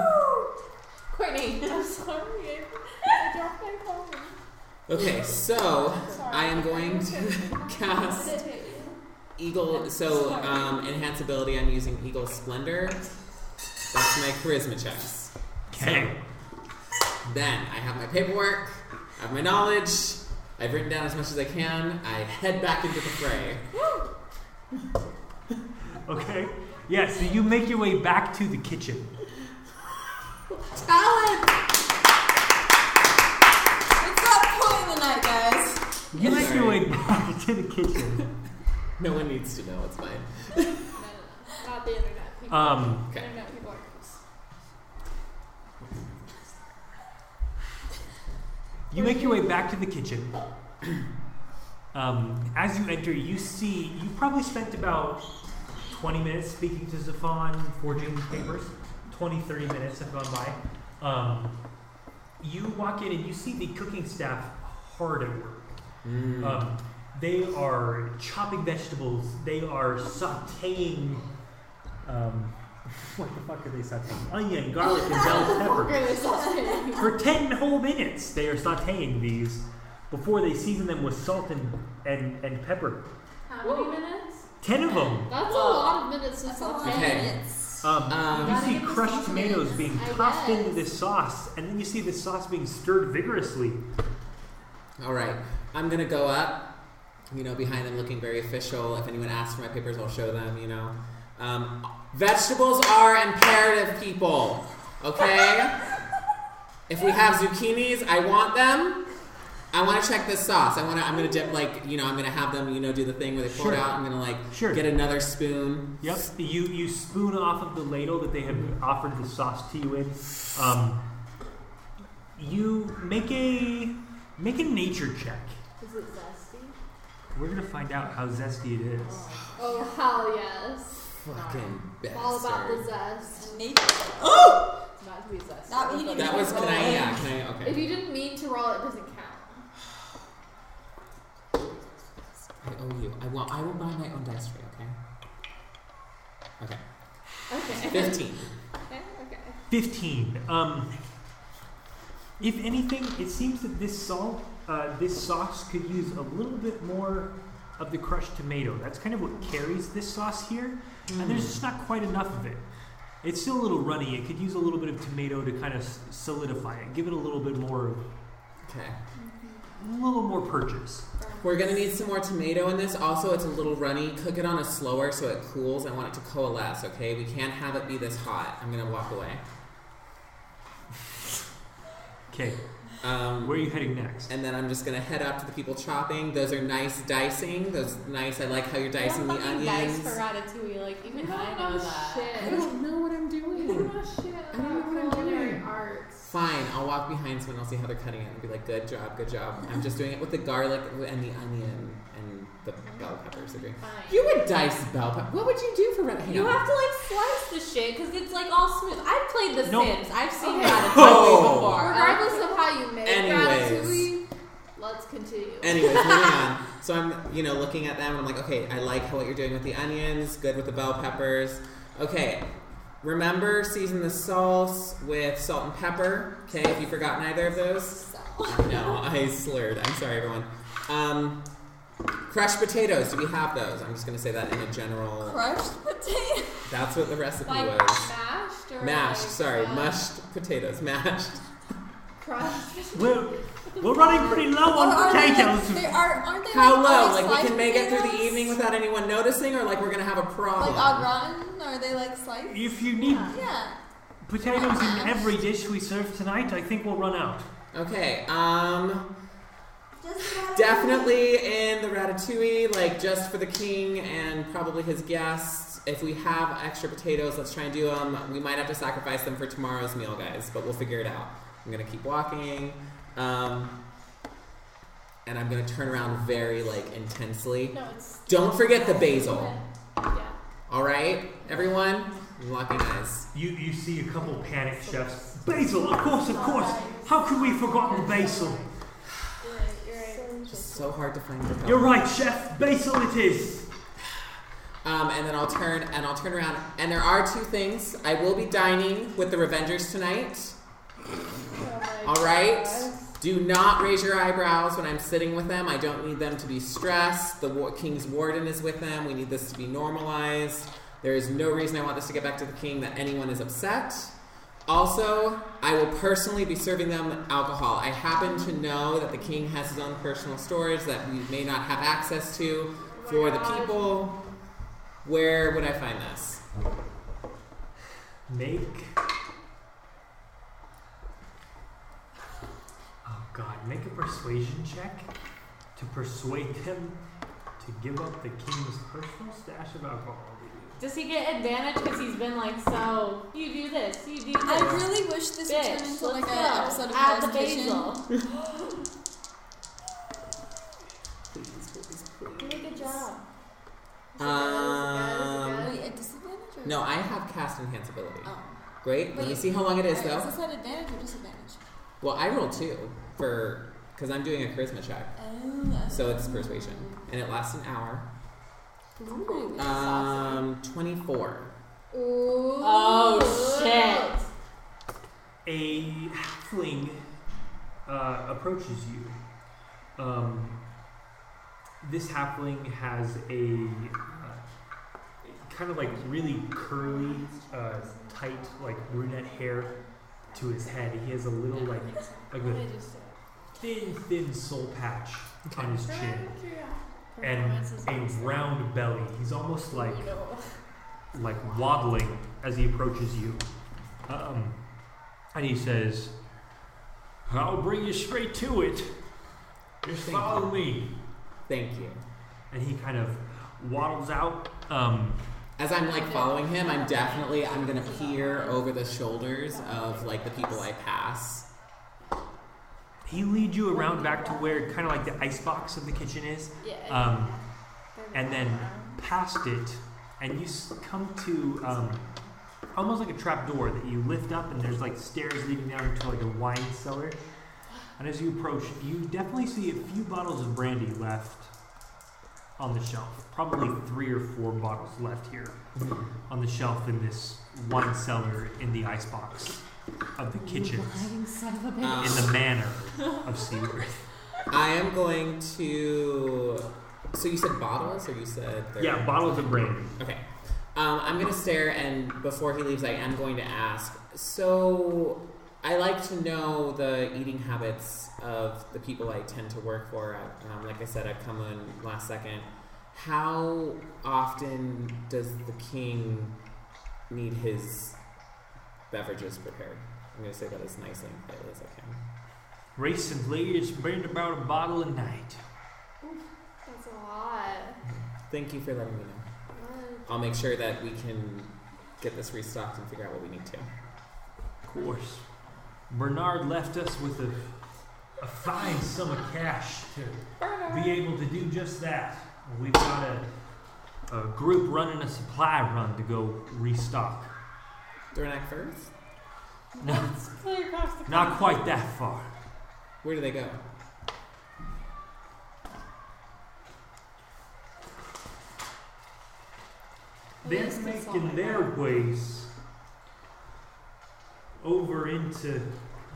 Courtney,
I'm sorry. I dropped my phone.
Okay, so
Sorry.
I am going to cast
Did hit you.
Eagle. So um, enhance ability. I'm using Eagle Splendor. That's my charisma checks.
Okay.
Then I have my paperwork. I have my knowledge. I've written down as much as I can. I head back into the fray.
Okay. Yeah, so you make your way back to the kitchen.
Talent! It's that point in the night, guys.
You make your
Sorry.
way back to the kitchen.
No one needs to know. It's fine.
No, no, no. Not the internet people.
Um,
Okay.
Internet people are gross.
You make your way back to the kitchen. Um, as you enter, you see you probably spent about 20 minutes speaking to Zafon, forging these papers. 20, 30 minutes have gone by. Um, you walk in and you see the cooking staff hard at work.
Mm.
Um, they are chopping vegetables. They are sautéing. Um, what the fuck are they sautéing? Onion, garlic, and bell pepper. For 10 whole minutes, they are sauteing these before they season them with salt and, and, and pepper.
How many minutes?
10 of them.
That's
Whoa.
a lot of minutes.
That's
That's
a lot
Okay.
of minutes.
Um,
Um,
you
Gotta
see
get the
crushed
sauce in
tomatoes
there.
being
I
tossed
guess.
into this sauce, and then you see this sauce being stirred vigorously.
All right, I'm gonna go up, you know, behind them looking very official. If anyone asks for my papers, I'll show them, you know. Um, vegetables are imperative, people, okay? if we have zucchinis, I want them. I want to check this sauce. I want to. I'm gonna dip like you know. I'm gonna have them you know do the thing where they pour it
Sure.
out. I'm gonna like
Sure.
get another spoon.
Yep. You, you spoon off of the ladle that they have offered the sauce to you in. Um, you make a make a nature check.
is it zesty?
We're gonna find out how zesty it is.
Oh hell yes!
Fucking
All about the
bastard.
zest.
Maybe
It's not to be zesty.
Not eating
That was can I? Yeah, can I?
If
Okay.
you didn't mean to roll, it doesn't count.
I owe you. I will. I will buy my own dice for you. Okay.
Okay.
Okay. Fifteen.
Okay. Okay.
15. Um, if anything, it seems that this salt, uh, this sauce could use a little bit more of the crushed tomato. That's kind of what carries this sauce here, and there's just not quite enough of it. It's still a little runny. It could use a little bit of tomato to kind of s- solidify it, give it a little bit more,
Okay.
a little more purchase.
We're gonna need some more tomato in this. Also, it's a little runny. Cook it on a slower so it cools. I want it to coalesce. Okay, we can't have it be this hot. I'm gonna walk away.
Okay, where
Um,
are you heading next?
and then I'm just gonna head up to the people chopping. Those are nice dicing. Those nice. I like how you're dicing the
fucking dice
onions.
for ratatouille. Like even
I
I
don't
know
know
that.
I
shit.
don't know what I'm
I don't
doing.
know shit
I don't know what I'm
about culinary
doing.
arts.
Fine, I'll walk behind someone. I'll see how they're cutting it and be like, "Good job, good job." I'm just doing it with the garlic and the onion and the bell peppers. Agree.
Fine.
You would dice bell pepper. What would you do for red?
You have to like slice the shit because it's like all smooth. I've played The
No.
Sims. I've seen
Okay.
that
Oh.
before.
Regardless of how you make
Anyways.
ratatouille, let's continue.
Anyways, moving on. So I'm, you know, looking at them and I'm like, okay, I like how what you're doing with the onions, good with the bell peppers. Okay, remember season the sauce with salt and pepper. Okay, have you forgotten either of those? No, I slurred. I'm sorry, everyone. Um, crushed potatoes. Do we have those? I'm just gonna say that in a general.
crushed potato.
That's what the recipe
Like
was.
mashed mashed or
Mashed,
like,
sorry,
uh,
mashed potatoes, mashed.
crushed?
We're, we're running pretty
Oh,
low
Or
on
are they, like,
potatoes.
they are, aren't they
How
like,
low?
Like,
Like we
sliced
can make it through the
potatoes?
evening without anyone noticing, or like we're gonna have a problem.
Like on rotten? Are they like sliced?
If you need
Yeah.
potatoes in every dish we serve tonight, I think we'll run out.
okay, um,
Just have-
definitely in the ratatouille, like just for the king and probably his guests. If we have extra potatoes, let's try and do them. We might have to sacrifice them for tomorrow's meal, guys, but we'll figure it out. I'm gonna keep walking, um, and I'm gonna turn around very like intensely.
No, it's
Don't forget the basil.
yeah.
All right, everyone, locking eyes.
You you see a couple panic chefs. Basil, of course, of course. How could we have forgotten basil?
You're right. You're right.
Just so hard to find your.
You're right, chef. Basil it is.
Um, and then I'll turn and I'll turn around. And there are two things. I will be dining with the Revengers tonight. All right. Do not raise your eyebrows when I'm sitting with them. I don't need them to be stressed. The war- king's warden is with them. We need this to be normalized. There is no reason I want this to get back to the king that anyone is upset. Also, I will personally be serving them alcohol. I happen to know that the king has his own personal storage that we may not have access to for the people. Where would I find this?
Make. Oh God! Make a persuasion check to persuade them to give up the king's personal stash of alcohol. to you.
Does he get advantage because he's been like, so you do this, you do this.
I really wish this would turn
Bitch,
into like
let's
an
go.
episode of
Add the
Hell's Kitchen.
basil.
Please, please, please.
Did a good job.
Um,
Wait, at disadvantage or?
no, I have cast enhance ability.
Oh.
Great. Let me
Wait.
see how long it is
Alright,
though.
Is this at advantage or disadvantage?
Well, I roll two for because I'm doing a charisma check,
Oh.
so it's persuasion, and it lasts an hour.
Ooh.
Um, twenty-four.
Oh shit.
A halfling uh, approaches you. Um, this halfling has a uh, kind of like really curly, uh, tight, like brunette hair to his head. He has a little like like a thin, thin soul patch on his chin and a round belly. He's almost like like waddling as he approaches you. Um, and he says, I'll bring you straight to it. Just
Thank
follow
you.
me.
Thank you.
And he kind of waddles out. Um,
As I'm like following him, I'm definitely I'm gonna peer over the shoulders of like the people I pass.
he leads you around back to where kind of like the icebox of the kitchen is.
Yeah.
Um, and then past it, and you s- come to um, almost like a trap door that you lift up, and there's like stairs leading down into like a wine cellar. And as you approach, you definitely see a few bottles of brandy left on the shelf. Probably three or four bottles left here on the shelf in this wine cellar in the icebox of the kitchen
Um,
in the manor of Seaworth.
I am going to. So you said bottles, or you said they're-
Yeah, bottles of brandy.
Okay. Um, I'm gonna stare, and before he leaves, I am going to ask. So, I like to know the eating habits of the people I tend to work for. I, um, like I said, I've come in last second. How often does the king need his beverages prepared? I'm gonna say that as nicely and politely as I can.
Recently, it's been about a bottle a night.
That's a lot.
Thank you for letting me know. I'll make sure that we can get this restocked and figure out what we need to.
Of course. Bernard left us with a, a fine sum of cash to be able to do just that. We've got a, a group running a supply run to go restock.
Dornak first.
No, not quite that far.
Where do they go?
They're making their ways over into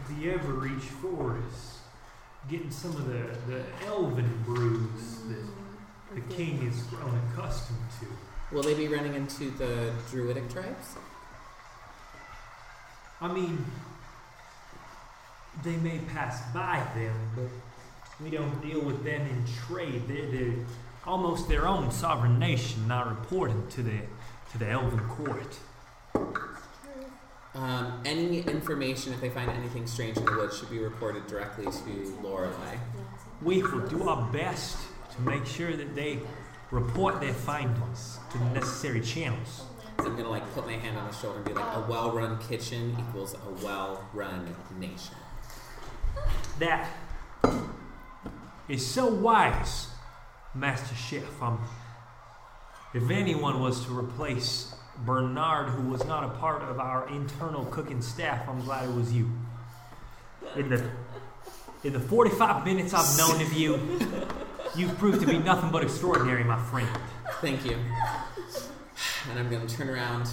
the Everreach Forest, getting some of the, the elven brews
Mm,
that the king is grown accustomed to.
Will they be running into the druidic tribes?
I mean, they may pass by them, but we don't deal with them in trade. They're, they're almost their own sovereign nation, not reporting to the to the Elven court.
Um, any information, if they find anything strange in the woods, should be reported directly to Lorelei.
We will do our best to make sure that they report their findings to the necessary channels.
So I'm gonna like put my hand on his shoulder and be like, a well-run kitchen equals a well-run nation.
That is so wise, Master Chef. Um, if anyone was to replace Bernard, who was not a part of our internal cooking staff, I'm glad it was you. In the in the 45 minutes I've known of you, you've proved to be nothing but extraordinary, my friend.
Thank you. And I'm gonna turn around.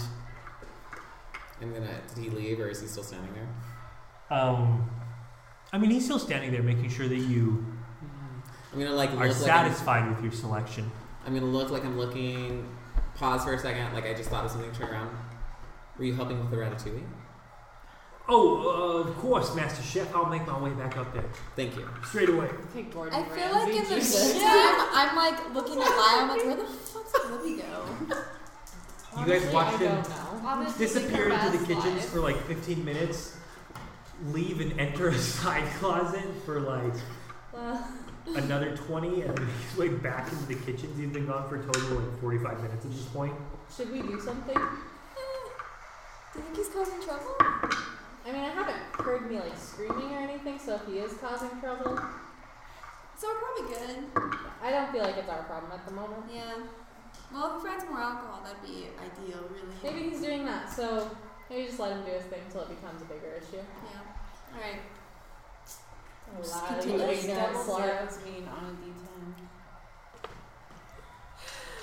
I'm gonna. Did he leave, or is he still standing there?
Um, I mean, he's still standing there, making sure that you
I'm gonna like
are
look like I'm,
satisfied with your selection.
I'm gonna look like I'm looking. Pause for a second, like I just thought of something. Turn around. Were you helping with the ratatouille?
Oh, uh, of course, Master Chef. I'll make my way back up there
Thank you.
straight away.
Take Gordon
I feel like in the meantime, I'm like looking at Lyle. I'm like, where the fuck's Libby go?
You guys watch
I
him
don't know.
Obviously,
disappear
like,
into the
harassed
kitchens
life.
for like 15 minutes, leave and enter a side closet for like another 20, and then make his way back into the kitchens. He's been gone for a total of like 45 minutes at this point.
Should we do something?
Do you think he's causing trouble?
I mean, I haven't heard me like screaming or anything, so if he is causing trouble,
So we're probably good.
I don't feel like it's our problem at the moment.
Yeah. Well, if we find some more alcohol, that'd be ideal, really.
Maybe he's doing that, so maybe just let him do his thing until it becomes a bigger issue.
Yeah. All right.
A
Just
lot of
continue
living
to
down
double
slut.
mean on a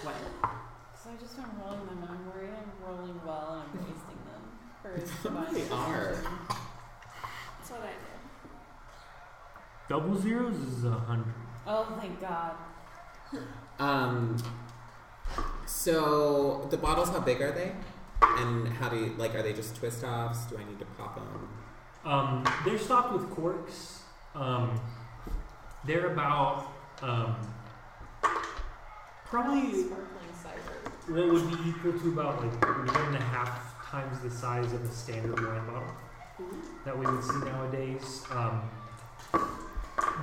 What?
d10. Because I just am rolling my memory. I'm rolling well and I'm wasting them. For
They are.
That's what I did.
Double zeros is a hundred.
Oh, thank God.
Um. So the bottles, how big are they? And how do you like? Are they just twist offs? Do I need to pop them?
Um, they're stocked with corks. Um, they're about um, probably
Sparkling cider.
what would be equal to about like one and a half times the size of a standard wine bottle that we would see nowadays. Um,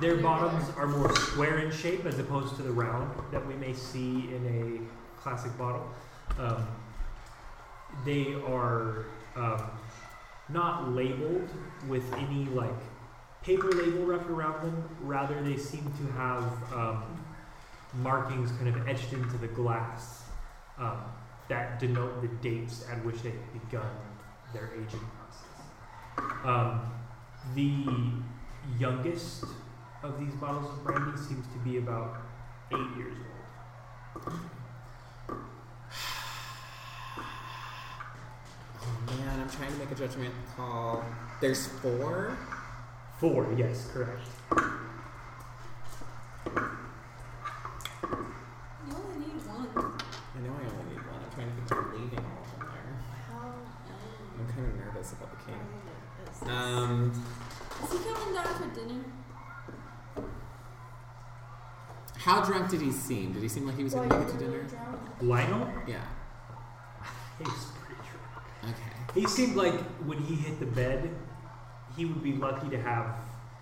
their bottoms are more square in shape as opposed to the round that we may see in a classic bottle. Um, they are um, not labeled with any like paper label wrapped around them. Rather, they seem to have um, markings kind of etched into the glass um, that denote the dates at which they have begun their aging process. Um, the youngest of these bottles of brandy seems to be about eight years old.
Oh man, I'm trying to make a judgment call. There's four.
Four, yes, correct.
You only need one.
I know I only need one. I'm trying to picture leaving all of them there.
How?
I'm kind of nervous about the king. Um,
Is he coming down for dinner?
how drunk did he seem? Did he seem like he was going to make it to dinner?
Lionel,
Yeah.
he's pretty drunk.
Okay.
He seemed like when he hit the bed, he would be lucky to have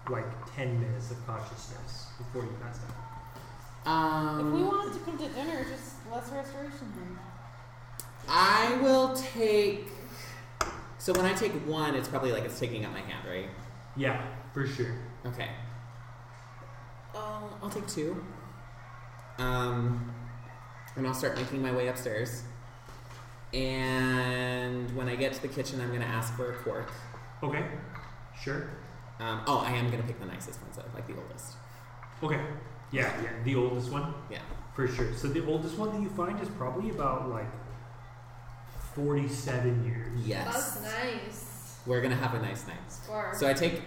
like ten minutes of consciousness before he passed out.
If we
Um,
wanted to come to dinner, just let's restoration him.
I will take. So when I take one, it's probably like it's taking out my hand, right?
Yeah, for sure.
Okay. Uh, I'll take two. Um, and I'll start making my way upstairs. And when I get to the kitchen, I'm gonna ask for a cork.
Okay, sure.
Um, oh, I am gonna pick the nicest ones though, like the oldest.
Okay. Yeah, yeah, the oldest one.
Yeah.
For sure. So the oldest one that you find is probably about like 47 years.
Yes.
That's nice.
We're gonna have a nice night.
Spark.
So I take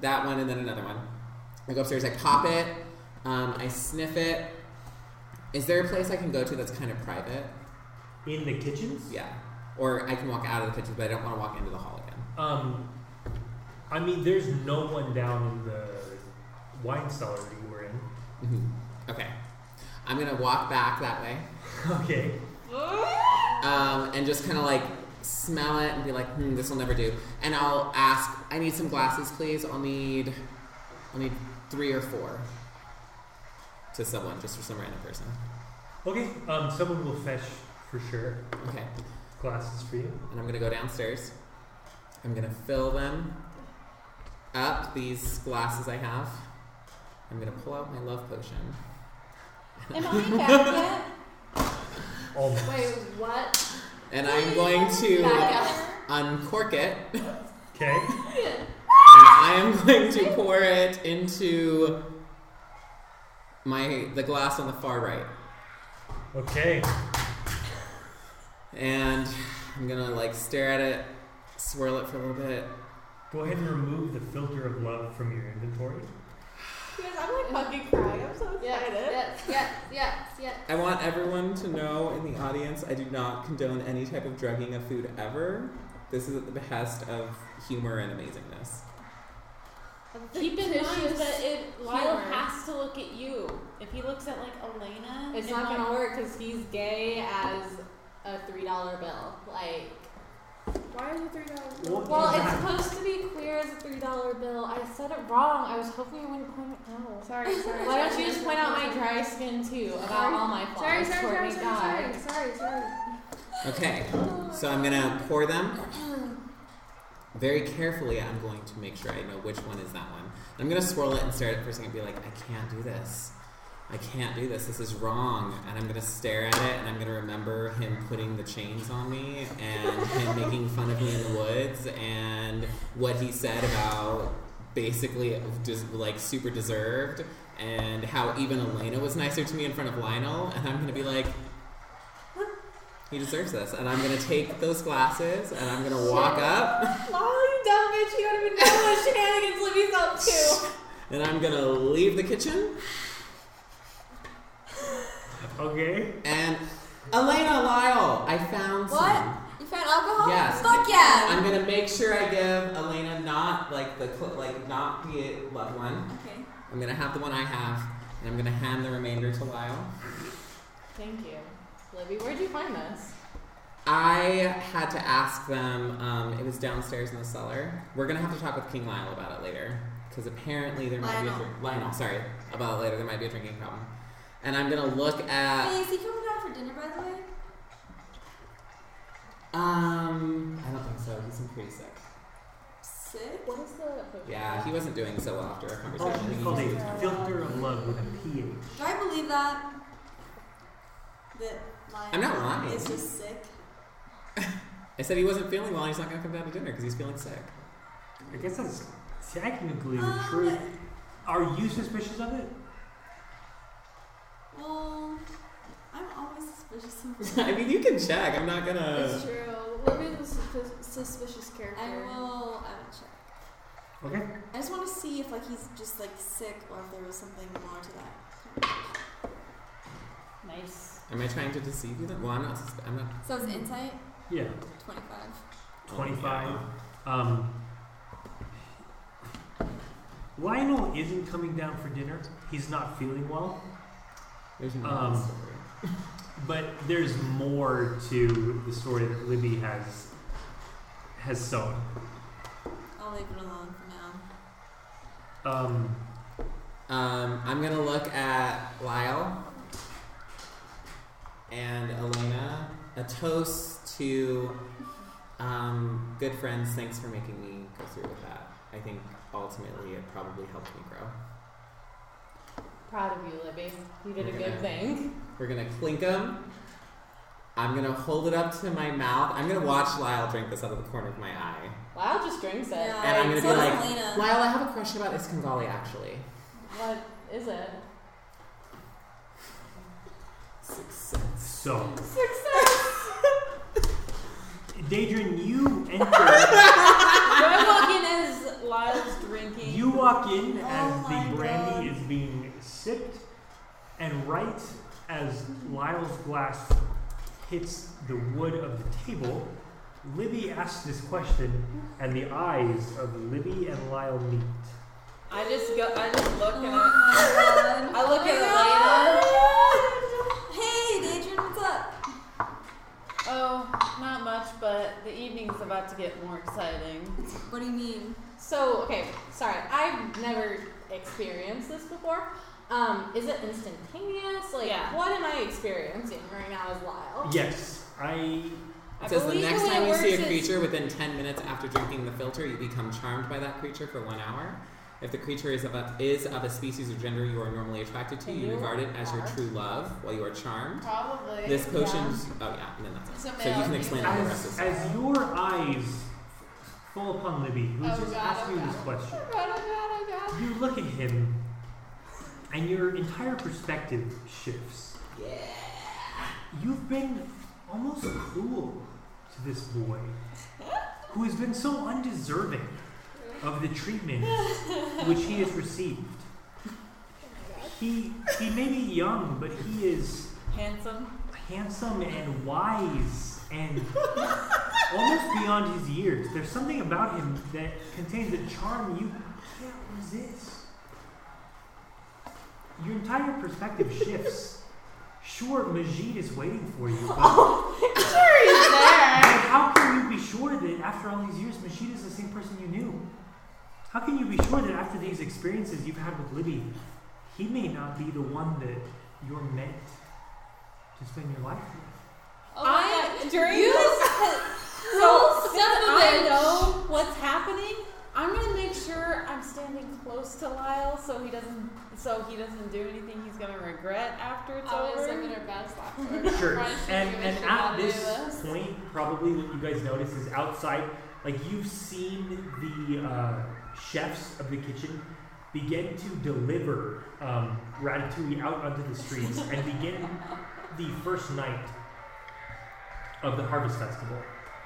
that one and then another one. I go upstairs, I pop it, um, I sniff it. Is there a place I can go to that's kind of private?
In the kitchens?
Yeah. Or I can walk out of the kitchen, but I don't want to walk into the hall again.
Um, I mean, there's no one down in the wine cellar that you were in.
Mhm. Okay. I'm gonna walk back that way
Okay.
um, and just kind of like smell it and be like, hmm, this will never do. And I'll ask, I need some glasses, please. I'll need, I'll need three or four to someone, just for some random person.
Okay. Um, someone will fetch for sure
Okay.
glasses for you.
And I'm gonna go downstairs. I'm gonna fill them up these glasses I have. I'm gonna pull out my love potion.
Am I back yet?
Almost.
Wait, what?
And I'm going to
Back up.
uncork it
Okay.
and I am going to pour it into my the glass on the far right.
Okay.
And I'm gonna like stare at it, swirl it for a little bit.
Go ahead and remove the filter of love from your inventory.
Yes, I'm like fucking crying. I'm so
Yes,
excited.
yes, yes, yes, yes.
I want everyone to know in the audience I do not condone any type of drugging of food ever. This is at the behest of humor and amazingness.
Keep in mind
Fictitious
that it, Lyle
humor.
has to look at you. If he looks at like Elena,
It's
and,
not
like,
gonna work because he's gay as a three dollar bill. Like,
Why is it three dollars?
What
well,
is that?
it's supposed to be queer as a three dollar bill. I said it wrong. I was hoping you wouldn't point it out.
Sorry, sorry.
Why don't
sorry.
you just point out my dry skin too about
Sorry.
all my flaws?
Sorry, sorry, sorry,
Courtney God.
sorry, sorry, sorry, sorry.
Okay, so I'm gonna pour them. Very carefully, I'm going to make sure I know which one is that one. I'm gonna swirl it and stare at it for a second and be like, I can't do this. I can't do this. This is wrong. And I'm gonna stare at it and I'm gonna remember him putting the chains on me and him making fun of me in the woods and what he said about basically it was just like super deserved and how even Elena was nicer to me in front of Lionel. And I'm gonna be like, he deserves this. And I'm gonna take those glasses and I'm gonna walk up
Lol, you dumb bitch. You don't even know what shenanigans Libby's up to.
and I'm gonna leave the kitchen.
Okay.
And Elena Lyle, I found
What?
some.
You found alcohol?
Yes.
Fuck yeah.
I'm gonna make sure I give Elena not like the cl- like not the loved one.
okay.
I'm gonna have the one I have, and I'm gonna hand the remainder to Lyle.
Thank you, Libby. Where'd you find this?
I had to ask them. Um, it was downstairs in the cellar. We're gonna have to talk with King Lyle about it later, because apparently there might be
Lionel.
a drink- Lionel. Sorry about it later. There might be a drinking problem, and I'm gonna look at.
Hey, is he coming down for dinner, by the way?
Um, I don't think so. He's been pretty sick.
Sick.
What is the?
Yeah, he wasn't doing so well after our conversation.
Oh, it's
He
called
usually-
a filter of love with a pH.
Do I believe that? That Lionel
I'm not lying.
is just sick.
I said he wasn't feeling well. and He's not gonna come down to dinner because he's feeling sick.
I guess that's technically the
Um,
truth. Are you suspicious of it?
Well, I'm always suspicious of
I mean, you can check. I'm not
It's
gonna.
true. Libby's a sus- suspicious character.
I will. I will check.
Okay.
I just want to see if like he's just like sick or if there was something more to that.
Nice.
Am I trying to deceive you? Then? Well, I'm not. sus- I'm not.
So it's insight
Yeah.
twenty five.
oh,
25.
yeah.
Um, Lionel isn't coming down for dinner. He's not feeling well.
There's no
Um,
story.
But there's more to the story that Libby has has sown.
I'll leave it alone for now.
Um,
Um, I'm gonna look at Lyle and Elena. A toast to um, good friends. Thanks for making me go through with that. I think ultimately it probably helped me grow.
Proud of you, Libby. You did a
Yeah.
good thing.
We're gonna clink them. I'm gonna hold it up to my mouth. I'm gonna watch Lyle drink this out of the corner of my eye.
Lyle just drinks it.
Yeah.
And I'm gonna be
so does
like,
Elena.
Lyle, I have a question about Iskandali actually.
What is it?
Success.
so,
Success.
Daedrin, you enter.
Where walking is Lyle's drinking.
you walk in
Oh
as
my
the brandy
God.
is being sipped, and right as Lyle's glass hits the wood of the table, Libby asks this question, and the eyes of Libby and Lyle meet.
I just go. I just look at it.
Oh my
I
God.
look at it later.
Hey, Deidre, what's up?
Oh, not much, but the evening's about to get more exciting.
What do you mean?
So, okay, sorry, I've never experienced this before. Um, is it instantaneous? Like,
Yeah.
what am I experiencing right now as Lyle?
Yes, I.
I
It says the
believe
next
the way
time
it
you see a
works is-
creature within 10 minutes after drinking the filter, you become charmed by that creature for one hour. If the creature is of a, is of a species or gender you are normally attracted to, you
You
regard it as your
are.
true love while you are charmed.
Probably.
This potion. Oh, yeah, and then that's it.
It's a
So you
male.
can explain
Oh
the rest
As,
of the
as your eyes fall upon Libby, who's
Oh,
just
God,
asking
oh,
you this
God.
question,
Oh god, oh god, oh
you look at him, and your entire perspective shifts. You've been almost cruel to this boy who has been so undeserving of the treatment which he has received. He he may be young, but he is
Handsome.
handsome and wise and almost beyond his years. There's something about him that contains a charm you can't resist. Your entire perspective shifts. Sure, Majid is waiting for you, but
god.
but how can you be sure that after all these years, Majid is the same person you knew? How can you be sure that after these experiences you've had with Libby, he may not be the one that you're meant to spend your life with?
Oh my god.
during
you
so
son
since
of a
I
bitch.
know what's happening, I'm gonna make sure I'm standing close to Lyle so he doesn't so he doesn't do anything he's gonna regret after it's
always
over.
looking her best awkward.
Sure.
Probably shouldn't
And
even
and
should
at
not do
this point, probably what you guys notice is outside, like you've seen the uh, chefs of the kitchen begin to deliver um, ratatouille out onto the streets and begin the first night of the harvest festival.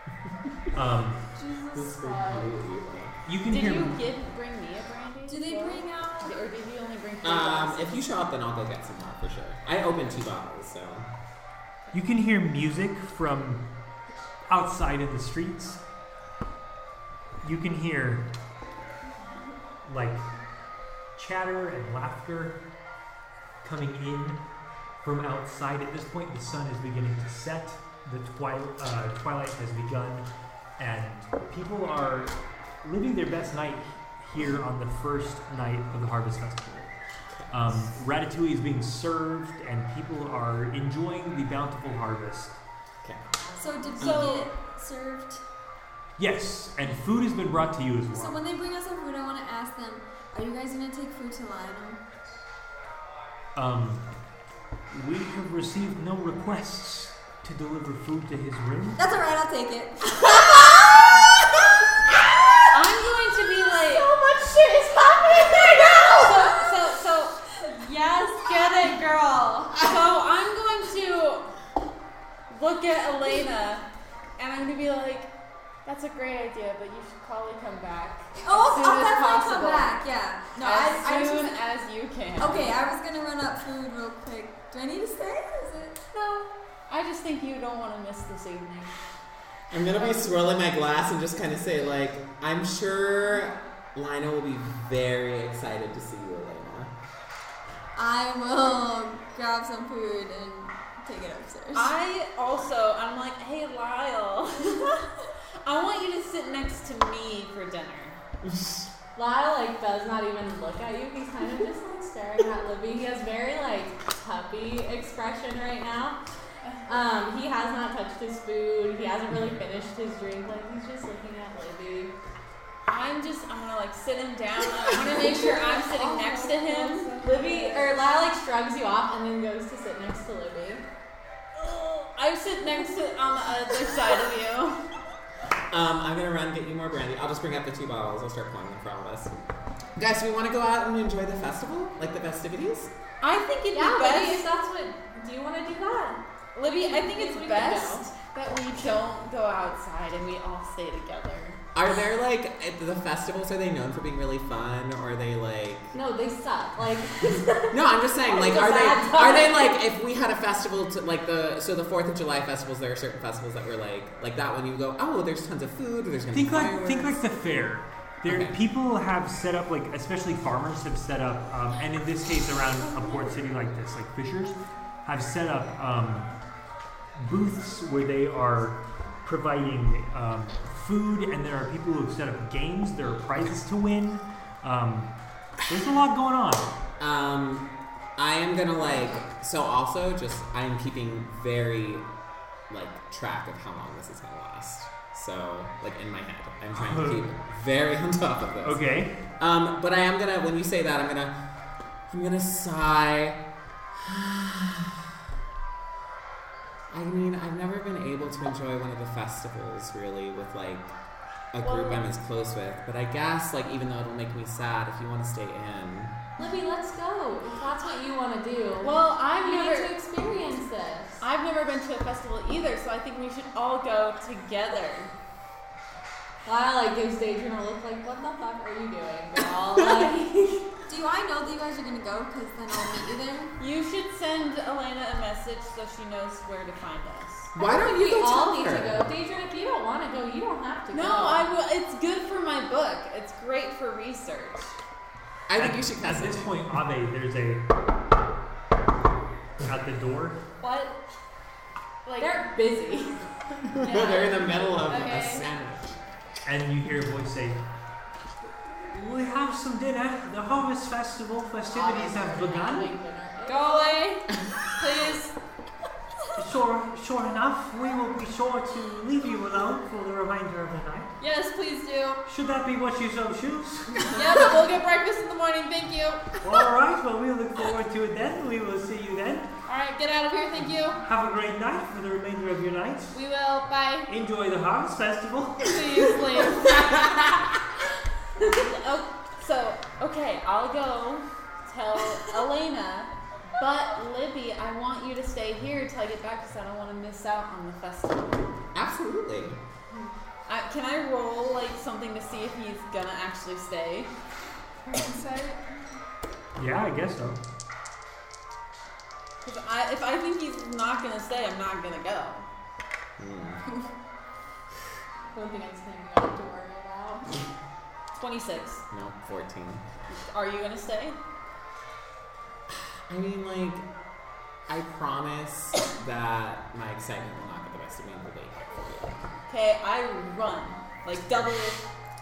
um,
Jesus Christ.
rest.
you can
Did
hear
you give bring me a brandy?
Do they
Or-
bring out?
or did you only bring three
Um,
glasses?
if you show up, then I'll go get some more for sure. I opened two bottles, so.
You can hear music from outside in the streets. You can hear like chatter and laughter coming in from outside. At this point, the sun is beginning to set. The twi- uh, twilight has begun, and people are living their best night here on the first night of the Harvest Festival. Um, ratatouille is being served, and people are enjoying the bountiful harvest.
Okay.
So did we
So-
get served?
Yes, and food has been brought to you as well.
So when they bring us our food, I want to ask them, are you guys gonna take food to Lionel?
Um, we have received no requests to deliver food to his room.
That's alright, I'll take it.
I'm going to be like
So much shit is happening right now!
so so so yes, get it,
Oh,
girl. So I'm going to look at Elena and I'm gonna be like, that's a great idea, but you should probably come back
Oh,
soon
I'll
as
definitely come
possible.
back. Yeah. No,
as
I, I was
soon
just,
as you can.
okay. I was gonna run up food real quick. Do I need to stay? Is it?
No, I just think you don't want to miss this evening.
I'm gonna be swirling my glass and just kind of say like, I'm sure Lina will be very excited to see you, Elena.
I will grab some food and take it upstairs.
I also, I'm like, hey Lyle, I want you to sit next to me for dinner.
Lyle, like, does not even look at you. He's kind of just, like, staring at Libby. He has very, like, puppy expression right now. Um, he has not touched his food. He hasn't really finished his drink. Like, he's just looking at Libby.
I'm just, I'm gonna like sit him down. I want to make sure I'm sitting next to him.
Libby, or Lyle, like, shrugs you off and then goes to sit next to Libby.
I sit next to on the other side of you.
Um, I'm gonna run get you more brandy. I'll just bring up the two bottles. I'll start pouring them for all of us. Guys, do we want to go out and enjoy the festival, like the festivities?
I think it'd
Yeah,
be
Libby, if
best,
that's what, do you want to do that?
Libby. I think it's
We can
best that we don't go outside and we all stay together.
Are there like at the festivals? Are they known for being really fun, or are they like?
No, they suck. Like,
No, I'm just saying. Like,
It's a
are they
bad
are
time.
they like if we had a festival to like the so the Fourth of July festivals? There are certain festivals that were like like that one. You go, oh, there's tons of food. There's gonna
Think
be
like think
fireworks."
like the fair. There,
Okay.
people have set up like, especially farmers have set up, um, and in this case, around a port city like this, like fishers, have set up um, booths where they are providing um, food, and there are people who have set up games. There are prizes to win. Um, there's a lot going on.
Um, I am gonna like so. Also, just I am keeping very like track of how long this is gonna last. So like in my head, I'm trying to keep very on top of this.
Okay.
Um, but I am gonna when you say that, I'm gonna I'm gonna sigh. I mean, I've never been able to enjoy one of the festivals really with like a group I'm as close with. But I guess like even though it'll make me sad, if you want to stay in,
Libby, let's go. If that's what you want to do.
Well, I've
you need
never,
to experience this.
I've never been to a festival either, so I think we should all go together.
Lyle like gives Daedrin a look like, what the fuck are you doing, girl? Like,
Do I know that you guys are gonna go? Cause then I'll meet you there.
You should send Elena a message so she knows where to find us.
why don't you
we
go
all
tell
need
her?
to go. Daedrin, if you don't want to go, you don't have to
No,
go.
I will. It's good for my book. It's great for research.
I think you should
At
message
this
her.
point, Abe, there's a at the door.
What? Like,
They're busy.
Well, they're in the middle of a
Okay.
sandwich.
and you hear a voice say, "We have some dinner. The harvest festival festivities have begun.
Go.
Go away, please.
Sure, sure enough, we will be sure to leave you alone for the remainder of the night.
Yes, please do.
Should that be what you so choose?
Yeah, but we'll get breakfast in the morning. Thank you.
All right. Well, we look forward to it then. We will see you then.
All right, get out of here. Thank you.
Have a great night for the remainder of your night.
We will. Bye.
Enjoy the harvest festival.
Please leave.
Oh, so okay, I'll go tell Elena. But Libby, I want you to stay here till I get back because I don't want to miss out on the festival.
Absolutely.
I, can I roll like something to see if he's gonna actually stay?
Yeah, I guess so.
'Cause I, if I think he's not gonna stay, I'm not gonna go.
Hmm.
One thing I was thinking I have to worry about.
26.
No, 14.
Are you gonna stay?
I mean, like, I promise that my excitement will not get the best of me and will wait for you.
Okay, I run like double.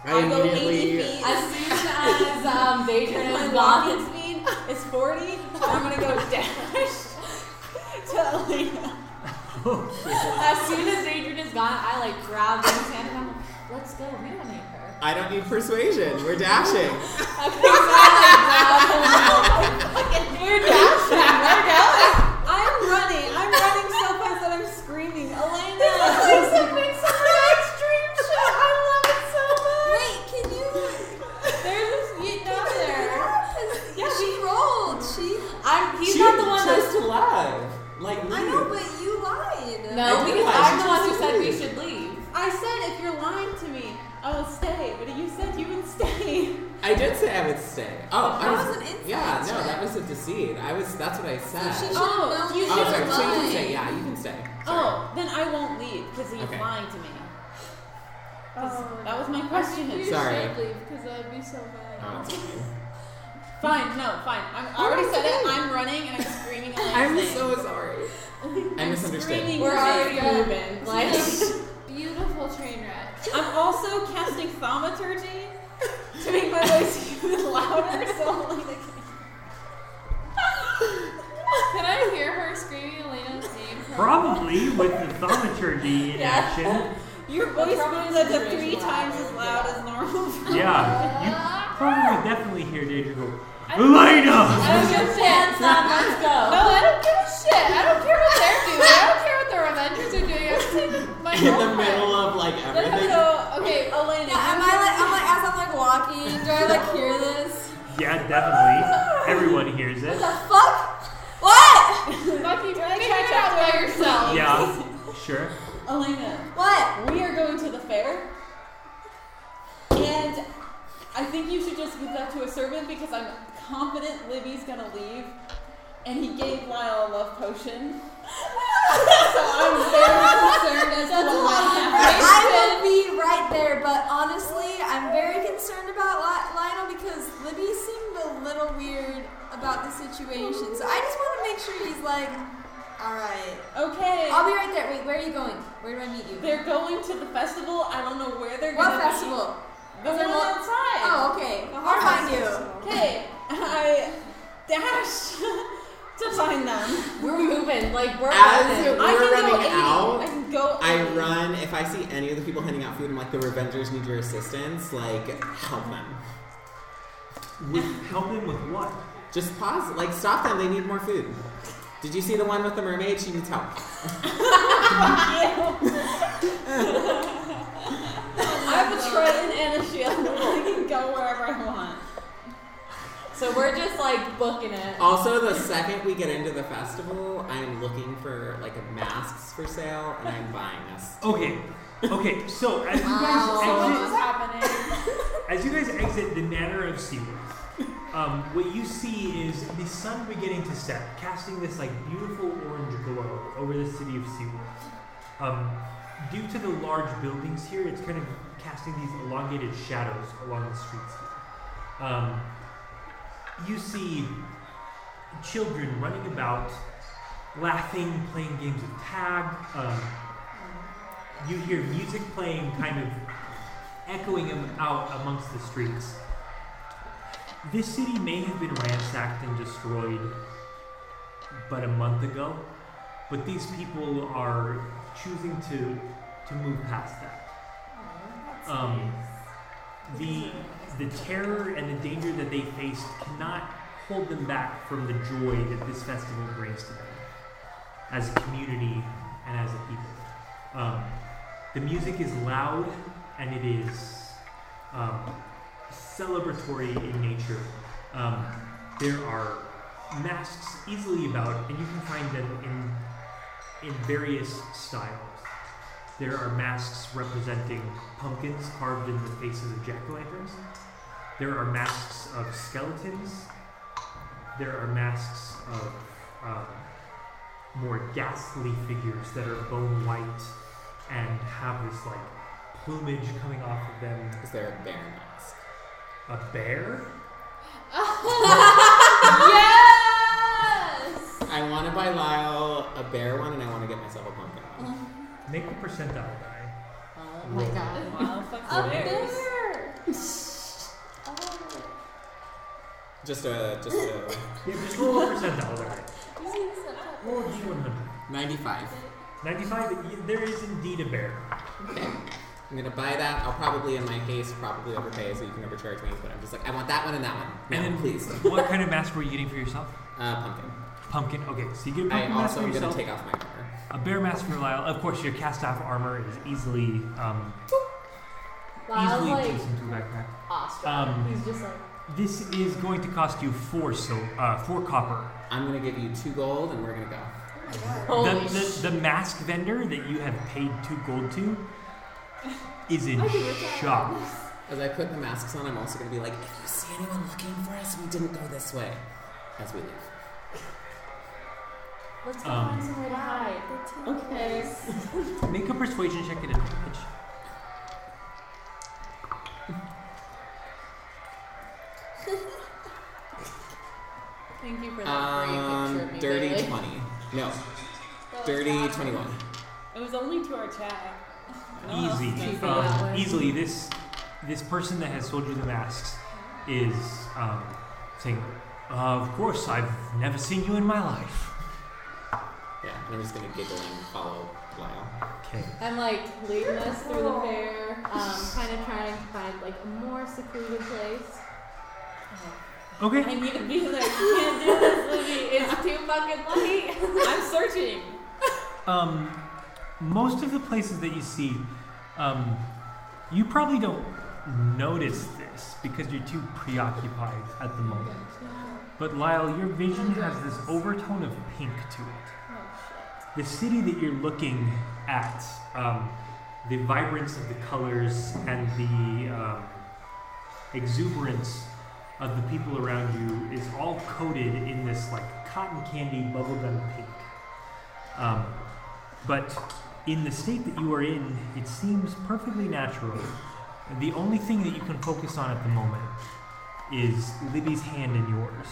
I
I go 80
immediately-
feet.
As soon as um, Daedrin
My
is
walking
gone,
speed is 40. and I'm gonna go dash to Elena.
as soon as Daedrin is gone, I like grab his hand and I'm like, let's go. We don't need her.
I don't need persuasion. We're dashing.
Okay, so I like grab him.
We're dashing. We're going. I'm running. I'm running so fast that I'm screaming, Elena.
Like something so extreme show. I love it so much. Wait, can you?
There's this yeet down there.
Yes. Yeah, she rolled. She.
I'm, he's
she
not the one that's
chose to love. Like,
I
leave.
know, but you lied.
No,
I
because
realize
I'm
you
the one who
just
said we
leave.
should leave.
I said if you're lying to me, I will stay. But you said you would stay.
I did say I would stay. Oh, I
That
was,
was an inside
Yeah, no,
check.
that was a deceit. I was. That's what I said.
She should
Oh,
have known.
you
that
oh, sorry.
should've
was
So you can
lying.
stay. Yeah, you can stay. Sorry.
Oh, then I won't leave because he's
Okay.
lying to me. 'Cause
Oh,
That was my question.
You
Sorry.
should leave because that would be so bad.
it's okay.
Fine, no, fine. I'm, I already said it. I'm running and I'm screaming. Elena's
I'm
name.
so sorry. I misunderstood.
Screaming
We're
her
already
name.
moving. Like,
Beautiful train wreck.
I'm also casting thaumaturgy to make my voice even louder. So only they can-
Can I hear her screaming Elena's name?
Probably with the thaumaturgy in
Yeah.
action.
your voice
probably
moves up to
situation
three
where
times
I
as
would
loud
do
as normal.
Yeah, you probably would definitely hear Daedra go,
I don't-
Elena!
I was gonna say, "Hands up, let's
Oh,
No,
go.
I don't give a shit. I don't care what they're doing. I don't care what the Revengers are doing. I'm taking my
In the
girlfriend.
middle of like
No, no,
everything.
no. Okay,
Elena,
Yeah, am I like? I'm like as I'm like walking. Do I like hear this?
Yeah, definitely. Everyone hears it.
The fuck? What?
Bucky, you
I
figure
catch up
it out
to
by yourself.
Yeah, sure.
Elena,
What?
we are going to the fair.
And I think you should just give that to a servant because I'm confident Libby's gonna leave. And he gave Lyle a love potion. so I'm very concerned as to what might happen.
I will be right there, but honestly, I'm very concerned about Li- Lionel because Libby seemed a little weird about the situation. So I just want to make sure he's like, all right.
Okay.
I'll be right there. Wait, where are you going? Where do I meet you?
They're going to the festival. I don't know where they're
What
gonna be.
festival? Is
The one
there mul-
outside.
Oh, okay. I'll find you.
Okay, I dashed to find them.
We're moving. Like we're
As
moving.
We're
I can go
running
80.
out.
I can go.
I
80.
run if I see any of the people handing out food. I'm like, the Revengers need your assistance. Like, help them.
With helping with what?
Just pause. Like, stop them. They need more food. Did you see the one with the mermaid? She needs help.
I have a Triton and a shield. I can go wherever I want.
So we're just like booking it.
Also, the second we get into the festival, I'm looking for like masks for sale, and I'm buying us.
Okay. Okay, so as you
So
guys
much
exit,
is happening.
As you guys exit the manor of Seaworth, um, what you see is the sun beginning to set, casting this like beautiful orange glow over the city of Seaworth. Um, due to the large buildings here, it's kind of casting these elongated shadows along the streets. Here. Um, you see children running about, laughing, playing games of tag. Um, you hear music playing, kind of echoing him out amongst the streets. This city may have been ransacked and destroyed but a month ago, but these people are choosing to to move past that. Um, the the terror and the danger that they faced cannot hold them back from the joy that this festival brings to them as a community and as a people. Um, the music is loud and it is um, celebratory in nature. Um, there are masks easily about, and you can find them in in various styles. There are masks representing pumpkins carved in the faces of jack o' lanterns. There are masks of skeletons. There are masks of um, more ghastly figures that are bone white and have this like plumage coming off of them.
Is there a bear mask?
A bear?
yes.
I want to buy Lyle a bear one, and I want to get myself a pumpkin one.
Make a percentile die.
Oh
my
god!
Wow, fuck
Up
bears.
there. Oh,
Just a just a
Yeah, just roll a percentile die.
You see this up top?
Roll a d100.
ninety-five.
95, y- there is indeed a bear.
I'm gonna buy that. I'll probably, in my haste, probably overpay so you can overcharge me. But I'm just like, I want that one and that one. No,
and then,
please,
what kind of mask were you getting for yourself?
uh, pumpkin.
Pumpkin. Okay, so you get a
I
pumpkin mask
also
for
am gonna
yourself.
take off my armor.
a bear mask for Lyle. Of course, your cast off armor is easily um,
Lyle's
easily
like
placed into a backpack.
awestruck.
Um,
He's just like,
This is going to cost you four so uh, four copper.
I'm gonna give you two gold, and we're gonna go.
Oh my god.
The,
holy sh-
the, the mask vendor that you have paid two gold to is in
I can work out.
shock.
As I put the masks on, I'm also gonna be like, if you see anyone looking for us, we didn't go this way. As we leave.
Let's go
Um,
find somewhere to hide.
Okay.
Make a persuasion check at advantage.
Thank you for that great picture
Um,
of me.
dirty
Bailey.
twenty. No,
That was
dirty
awesome.
twenty-one.
It was only to our chat.
Easy,
Keep it that
um,
way.
easily. This this person that has sold you the masks is um, saying, uh, "Of course, I've never seen you in my life."
Yeah, and I'm just gonna giggle and follow Lyle.
Okay.
I'm like leading us through the fair, um, kind of trying to find like a more secluded place.
Okay.
I need to be like, you can't do this, Libby. It's too fucking late.
I'm searching.
Um, most of the places that you see, um, you probably don't notice this because you're too preoccupied at the moment. But Lyle, your vision has this overtone of pink to it.
Oh shit.
the city that you're looking at, um, the vibrance of the colors and the um, exuberance of the people around you is all coated in this like cotton candy bubblegum pink. Um, but in the state that you are in, it seems perfectly natural. The only thing that you can focus on at the moment is Libby's hand in yours.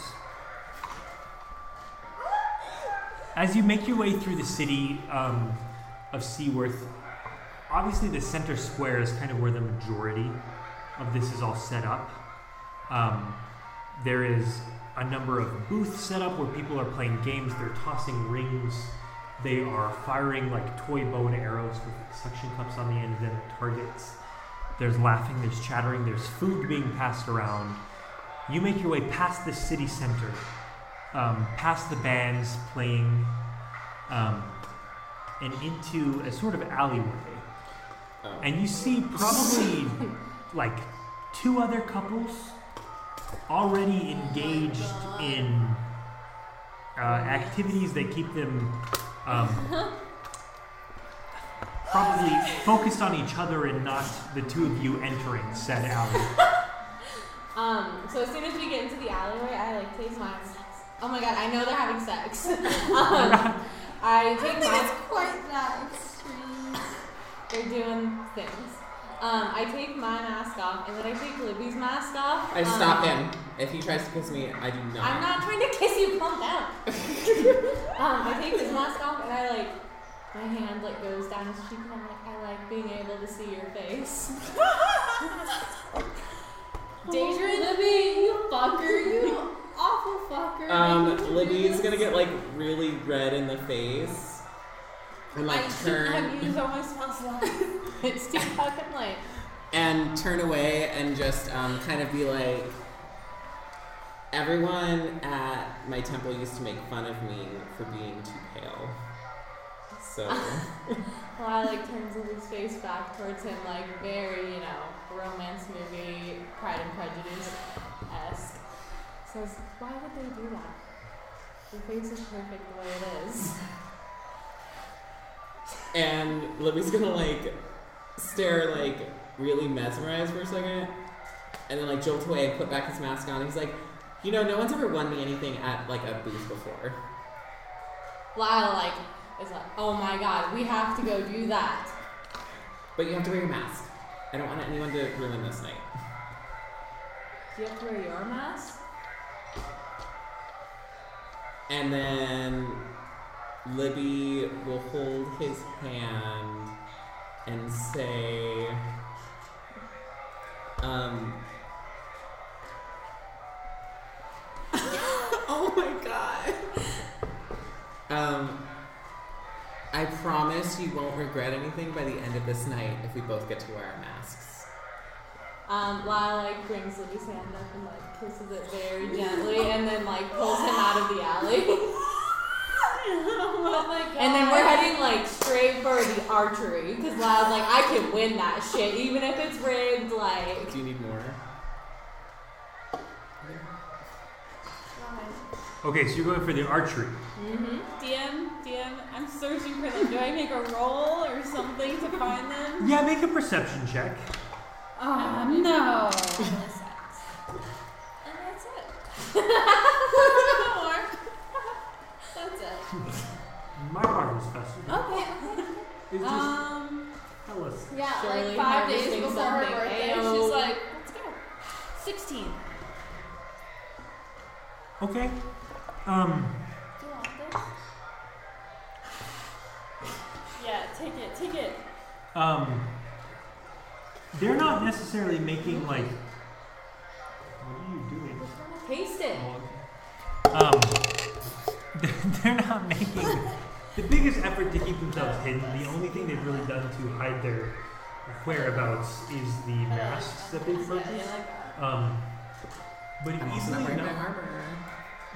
As you make your way through the city um, of Seaworth, obviously the center square is kind of where the majority of this is all set up. Um, there is a number of booths set up where people are playing games. They're tossing rings. They are firing like toy bow and arrows with like, suction cups on the end of them at targets. There's laughing, there's chattering, there's food being passed around. You make your way past the city center, um, past the bands playing, um, and into a sort of alleyway.
Oh.
And you see probably like two other couples already engaged in uh, activities that keep them um, probably focused on each other and not the two of you entering said alley.
Um, so as soon as we get into the alleyway, I like take my. Oh my god, I know they're having sex. um, I
I
take
don't think
my.
it's quite that extreme.
They're doing things. Um, I take my mask off, and then I take Libby's mask off.
I
um,
stop him. If he tries to kiss me, I do not.
I'm not trying to kiss you. Calm down. um, I take his mask off, and I like my hand like goes down his cheek, and I'm like, I like being able to see your face. Danger, Libby, you fucker, you awful fucker.
Um, Libby's gonna get like really red in the face and like
I
turn
have used all my spells left.
It's too fucking late.
and turn away and just um, kind of be like, everyone at my temple used to make fun of me for being too pale. So
Well, I like turns Libby's face back towards him, like very, you know, romance movie, Pride and Prejudice esque. Says, why would they do that? Your face is perfect the way it is.
and Libby's gonna like stare like really mesmerized for a second, and then like jolt away and put back his mask on. He's like, you know, no one's ever won me anything at like a booth before.
Lyle like is like, oh my god, we have to go do that.
But you have to wear your mask. I don't want anyone to ruin this night.
Do you have to wear your mask?
And then Libby will hold his hand and say, um, oh my god. Um, I promise you won't regret anything by the end of this night if we both get to wear our masks.
Um, Lyle like brings Libby's hand up and like kisses it very gently, and then like pulls him out of the alley.
oh my god.
and then we're heading like straight for the archery because Lyle's like, I can win that shit even if it's rigged. Like,
Do you need more?
Okay, so you're going for the archery.
DM, DM, I'm searching for them. Do I make a roll or something to find them?
Yeah, make a perception check.
Oh no.
And that's it.
that's it.
My arm is faster.
Okay.
It's just
Um.
tell us.
Yeah,
Surely
like five days
harvesting
before her
something.
birthday,
Ayo.
she's like, let's go. 16.
Okay. Um,
Yeah. Take it. Take it.
um, they're not necessarily making like. What are you doing?
Taste it.
Um, they're, Um, they're not making the biggest effort to keep themselves hidden. The only thing they've really done to hide their whereabouts is the masks that they purchased. Um, but
I'm also
easily
not wearing my
enough.
armor.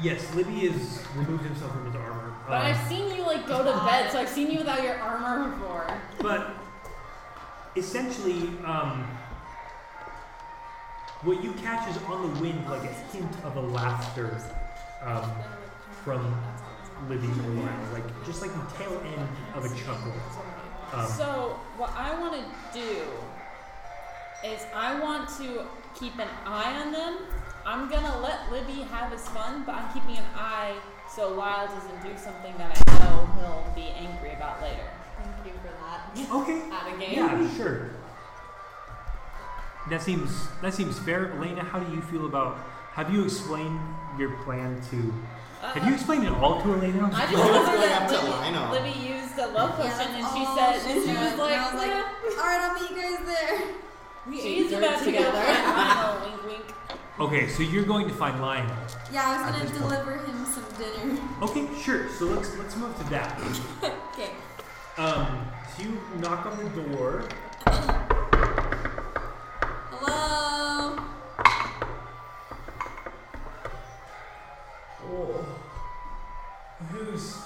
Yes, Libby has removed himself from his armor.
But
Um,
I've seen you like go to bed, so I've seen you without your armor before.
But essentially, um, what you catch is on the wind like a hint of a laughter um, from Libby or Lyle, like just like the tail end of a chuckle. Um,
So what I want to do is I want to keep an eye on them. I'm gonna let Libby have his fun, but I'm keeping an eye so Lyle doesn't do something that I know he'll be angry about later.
Thank you for
Okay.
that. Out of game.
Yeah, sure. That seems that seems fair. Elena, how do you feel about have you explained your plan to have you explained it all to Elena?
I just
Well,
remember
it's going
that
up to Lino.
Libby, Libby used a love
Yeah,
potion and
that's
she
all
said
she
and she was
said.
like,
And I was like,
"Nah,
All right, I'll meet you guys there.
We ate
she's
dirt
about to go
together.
find Lionel, wink wink.
Okay, so you're going to find Lionel.
Yeah, I
At
was gonna
this point.
deliver him some dinner.
Okay, sure. So let's let's move to that.
Okay.
Um, so you knock on the door.
Hello.
Oh. Who's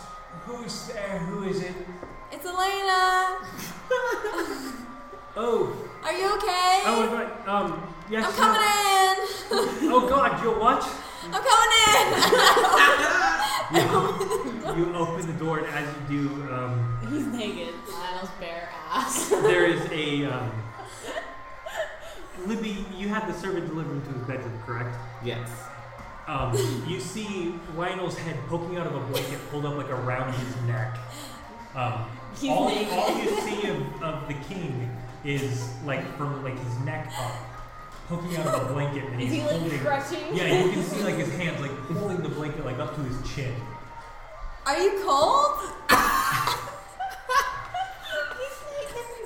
who's there? Who is it?
It's Elena.
Oh,
Are you okay?
oh, right. Um, yes.
I'm coming in.
in. Oh God, you're what?
I'm coming in.
You open the door, and as you do, um,
He's naked.
Lionel's bare ass.
there is a um, Libby. You had the servant deliver him to his bedroom, correct?
Yes.
Um, you see Lionel's head poking out of a blanket pulled up like around his neck. Um,
He's
all,
naked.
all you see of, of the king is like from like his neck up, poking out of a blanket, and
Is
he's
he like
holding.
stretching?
yeah, you can see like his hands like pulling the blanket like up to his chin.
Are you cold?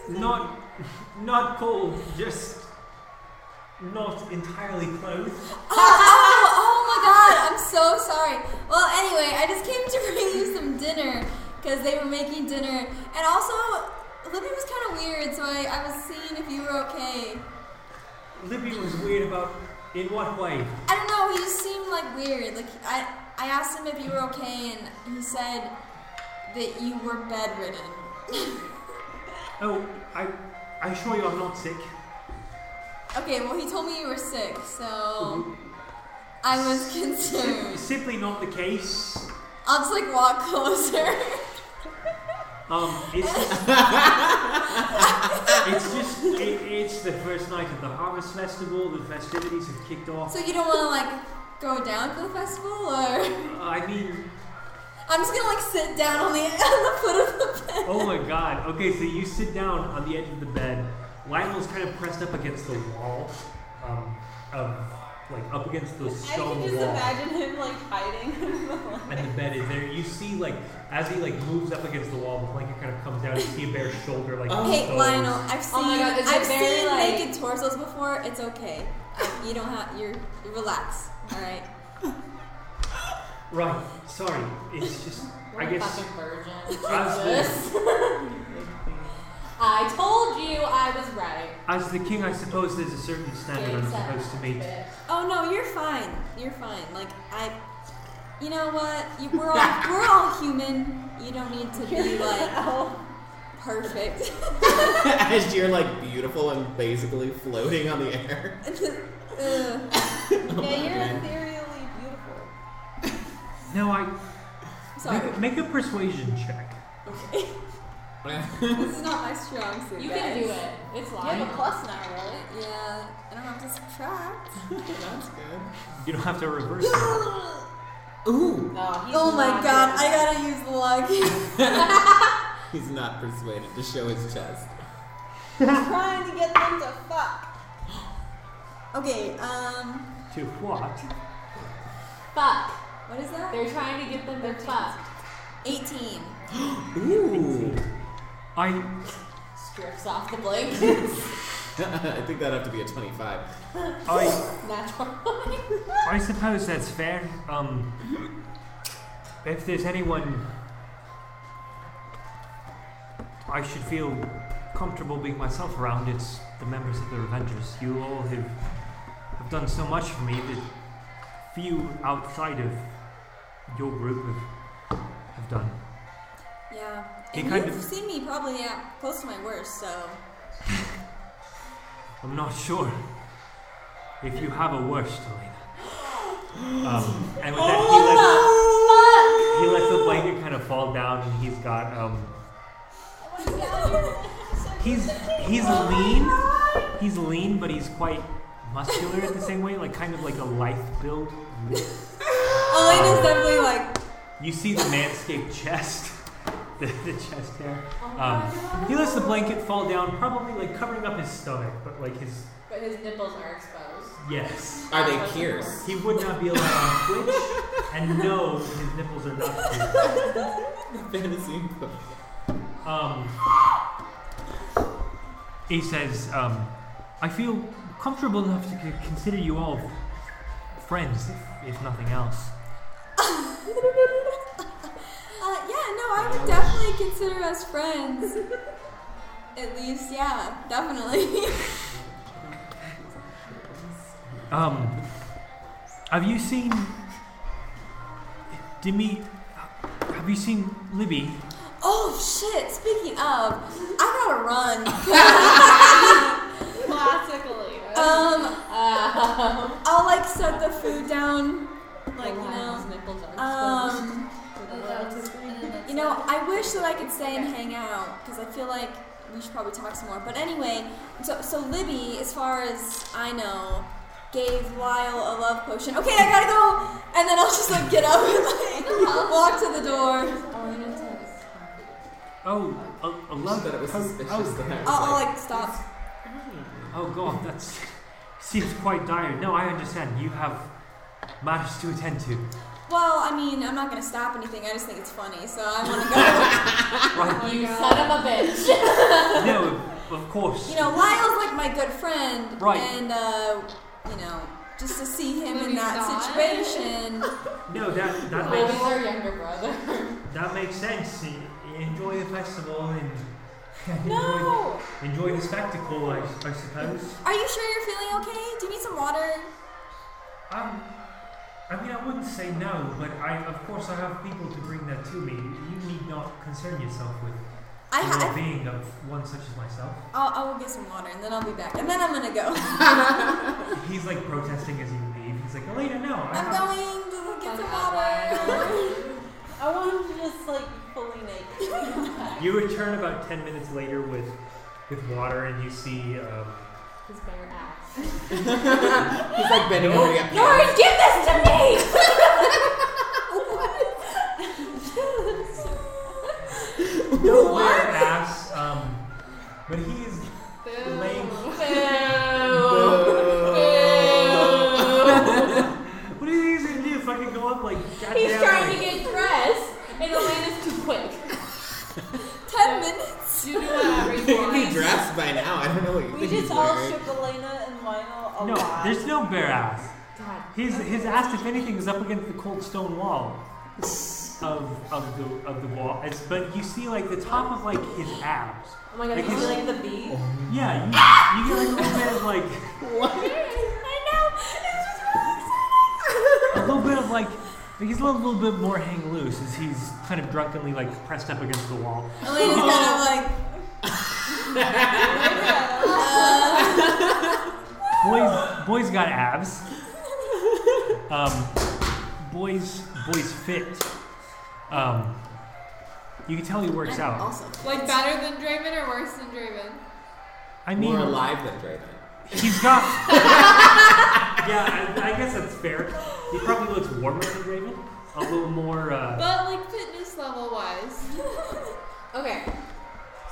Not, not cold, just not entirely clothed.
Oh, oh, oh my god, I'm so sorry. Well, anyway, I just came to bring you some dinner because they were making dinner. And also, Libby was kind of weird, so I, I was seeing if you were okay.
Libby was weird about in what way.
I don't know, he just seemed like weird. Like, I, I asked him if you were okay, and he said that you were bedridden.
Oh, I, I assure you, I'm not sick.
Okay, well, he told me you were sick,
Oh.
so I was concerned.
Simply not the case.
I'll just like walk closer.
Um, it's just, it's just it, it's the first night of the harvest festival. The festivities have kicked off.
so you don't want to like go down to the festival, or
I mean,
I'm just gonna like sit down on the on the foot of the bed.
oh my god. Okay, so you sit down on the edge of the bed. Lionel's kind of pressed up against the wall, um, of like up against the
I
stone
can just
wall.
imagine him like hiding.
And the bed is there. You see, like, as he like moves up against the wall, the blanket kind of comes down. You see a bare shoulder, like.
Hey,
exposed.
Lionel, I've seen
Oh my God, is it
I've
very,
seen
like-
naked torsos before. It's okay. I- you don't have you're you relax. All right.
Right. Sorry. It's just. I guess.
Fucking virgin.
As
Jesus. I told you I was right.
As the king, I suppose there's a certain standard I'm
Exactly.
supposed to meet.
Oh no, you're fine. You're fine. Like I, you know what? You, we're all we're all human. You don't need to be like
"Oh,
perfect.
As you're like beautiful and basically floating on the air.
Ugh.
yeah, you're
Imagine.
ethereally beautiful.
No, I.
Sorry.
Make, make a persuasion check.
Okay. this is not my strong suit.
You
guys.
can do it. It's
You have a
lying.
plus now, right?
Yeah, I don't have to subtract.
That's good.
You don't have to reverse it.
oh
Ooh,
No, he's
my
not
god,
doing
I gotta use luck.
he's not persuaded to show his chest.
that. trying to get them to fuck.
okay, um,
To what?
Fuck.
what is that?
They're trying to get them to fuck.
18.
Ooh.
I.
Strips off the blankets.
I think that'd have to be a 25.
I.
Naturally.
I suppose that's fair. Um. If there's anyone. I should feel comfortable being myself around, it's the members of the Revengers. You all have, have done so much for me that few outside of your group have, have done.
Yeah.
He
And
kind
you've
of-
seen me probably yeah, close to my worst, so.
I'm not sure if you have a worst, Elena. Um, and with that, he lets, he lets the blanket kind of fall down, and he's got um, he's he's lean, He's lean, but he's quite muscular at the same way, like kind of like a lithe build. Um,
Elena's definitely like,
You see the manscaped chest, the, the chest hair. Um, he lets the blanket fall down, probably like covering up his stomach, but like his
But his nipples are exposed.
yes.
Are they pierced?
He would not be allowed on Twitch, and no, his nipples are not. pierced.
Fantasy.
Um, he says, um, I feel comfortable enough to c- consider you all friends, if, if nothing else.
uh, yeah, no, I would definitely consider us friends. At least, yeah, definitely.
Um, have you seen Demi? Have you seen Libby?
oh shit! Speaking of, I gotta run.
Classic Alina.
Um,
Um,
I'll like set the food down, like you
his
know.
nipples are exposed.
Um,
That's-
you know, I wish that I could stay and hang out because I feel like we should probably talk some more. But anyway, so so Libby, as far as I know, gave Lyle a love potion. Okay, I gotta go, and then I'll just like get up and like walk to the door.
Oh, a, a love.
that it was
oh,
suspicious
Oh,
that I was
I'll, I'll
like,
like stop.
oh God, that's seems quite dire. No, I understand. You have matters to attend to.
Well, I mean, I'm not gonna stop anything. I just think it's funny, so I want to go.
Right?
You son of a bitch.
no, of course.
you know, Lyle's like my good friend,
Right.
and uh, you know, just to see him in
Maybe not.
that situation.
no, that that
Maybe
makes
their younger brother.
That makes sense. E- Enjoy the festival and
No!
enjoy, enjoy the spectacle, I, I suppose.
Are you sure you're feeling okay? Do you need some water?
Um, I mean, I wouldn't say no, but I, of course, I have people to bring that to me. You need not concern yourself with
I
the
ha-
well-being of one such as myself.
I'll, I'll get some water and then I'll be back. And then I'm gonna go.
He's like protesting as you leave. He's like, Elena, no, I
I'm
have.
going to get some
Bye-bye.
water.
I want him to just like fully naked.
You return about ten minutes later with with water, and you see. Um,
His bare ass.
He's like bending over. Yeah.
Lauren, give this to me!
no ass. Um, but he is laying. What do you think he's gonna do? Fucking go up like goddamn.
He's trying
like-
to get dressed, and Elena's too quick.
Ten minutes.
You do whatever you
You'd be
want.
dressed by now. I don't know what you
We
think.
just
he's
all
wearing.
ship Elena and Lionel a
No,
lot.
there's no bare ass.
God.
His his ass, if anything, is up against the cold stone wall of of the of the wall. It's, but you see like the top of like his abs.
Oh my god,
Like
you
his-
like the bee?
Yeah, you, you get like a little bit of like a little bit of like. like, He's a little, little bit more hang loose as he's kind of drunkenly like pressed up against the wall.
Elena's kind of
Oh.
like,
Boys, boys got abs. Um, boys, boys fit. Um, you can tell he works out.
also.
Like better than Draven or worse than Draven?
I mean,
More alive than Draven.
He's got. yeah, I, I guess that's fair. He probably looks warmer than Raven, a little more. Uh,
But like fitness level wise.
Okay.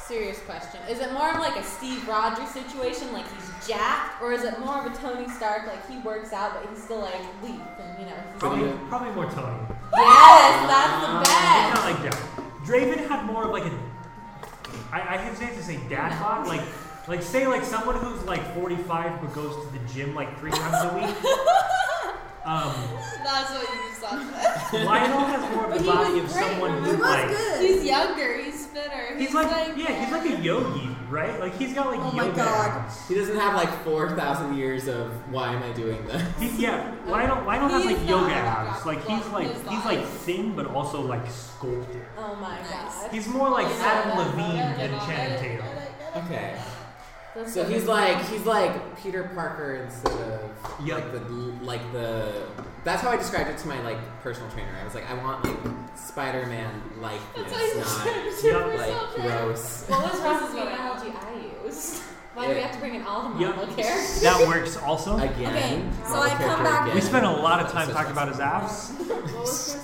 Serious question. Is it more of like a Steve Rogers situation, like he's jacked, or is it more of a Tony Stark, like he works out but he's still like leap and you know? He's
probably, probably more Tony. Um,
yes, that's the
It's
best.
not like Draven. Draven had more of like a. I, I hesitate to say dad bod, like. Like say like someone who's like 45 but goes to the gym like three times a week. Um,
That's what you saw.
Lionel has more of the
But
body
he was
of
great,
someone
It
who
was
like
good.
He's younger, he's fitter.
he's like yeah he's like a yogi right like he's got like
Oh my
yoga
God.
abs.
He doesn't have like 4,000 years of why am I doing this?
He, yeah, Lionel, Lionel has
He's
like
not
yoga
like
abs.
that.
Like he's
Well,
like
his
he's
body.
like thin, but also like sculpted.
Oh my god.
He's more like
Yeah,
Adam
yeah,
Levine
yeah,
than
yeah.
Channing Tatum.
Okay.
That's
So
the
he's
best.
like he's like Peter Parker instead of
Yep.
like the like the that's how I described it to my like personal trainer. I was like, I want like Spider-Man likeness,
That's why you
not
described it to
like
yourself, right?
gross.
What was Ross's
This is what I-
analogy I used? Why do we have to bring an Aldermon
Yep.
look here?
That works also.
Again.
Okay, so
Another
I come
character
back-
again.
we spent a lot of time
Such
talking
a-
about his abs.
What was Chris?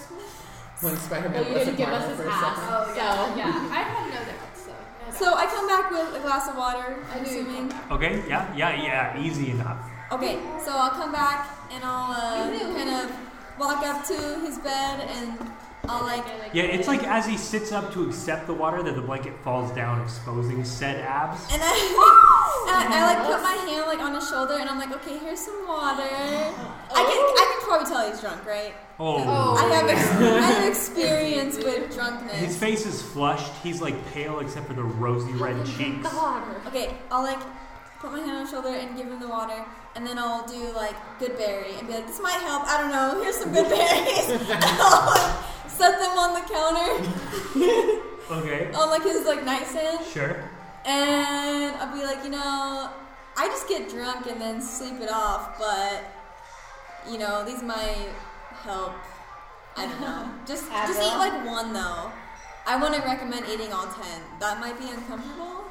When Spider
Well,
Man
you
was a
didn't give us
Marvel
his
for a
ass.
second.
Oh, yeah.
So-
Yeah. I had no doubt, so. No
So I come back with a glass of water,
I
I'm
knew you'd
assuming.
Okay, yeah, yeah, yeah, easy enough.
Okay, so I'll come back and I'll
You
uh,
knew.
kind of walk up to his bed and I'll like.
Yeah, it's like as he sits up to accept the water, that the blanket falls down, exposing said abs.
And I, and I, I like put my hand like on his shoulder and I'm like, okay, here's some water. I can I can probably tell he's drunk, right?
Oh.
I have ex- I have experience with drunkenness.
His face is flushed. He's like pale except for the rosy red cheeks.
Okay, I'll like put my hand on his shoulder and give him the water, and then I'll do like good berry and be like, this might help. I don't know. Here's some good berries. And I'll, like, set them on the counter
Okay,
on like his like nightstand,
sure.
and I'll be like, you know, I just get drunk and then sleep it off, but you know, these might help. I don't know. Just just eat
Advil?
like one though. I wouldn't recommend eating all ten. That might be uncomfortable.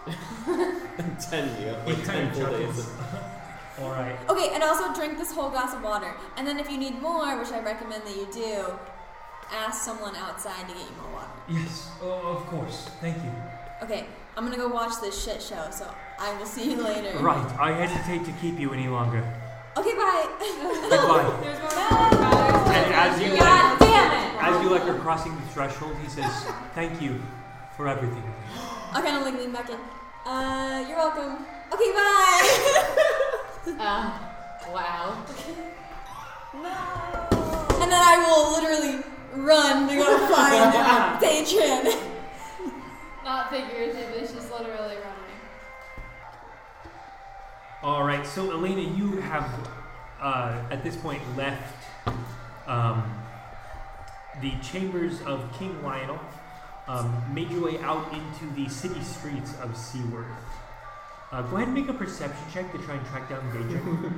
Ten you have,
He
like,
kind
ten
of
full
chuckles.
days.
All right.
Okay, and also drink this whole glass of water. And then if you need more, which I recommend that you do, ask someone outside to get you more water.
Yes, oh, of course. Thank you.
Okay, I'm gonna go watch this shit show, so I will see you later.
Right, I hesitate to keep you any longer.
Okay, bye.
Goodbye.
There's more water.
And as you
God
like,
damn it!
as you like are crossing the threshold, he says, "Thank you for everything."
I'll kind of like lean back in. Uh, you're welcome. Okay, bye.
Uh, wow.
and then I will literally run to go find Daedrin.
Not figuratively, she's literally running.
All right, so Elena, you have uh, at this point left um, the chambers of King Lionel, um, made your way out into the city streets of Seaworth. Uh, go ahead and make a perception check to try and track down Daedra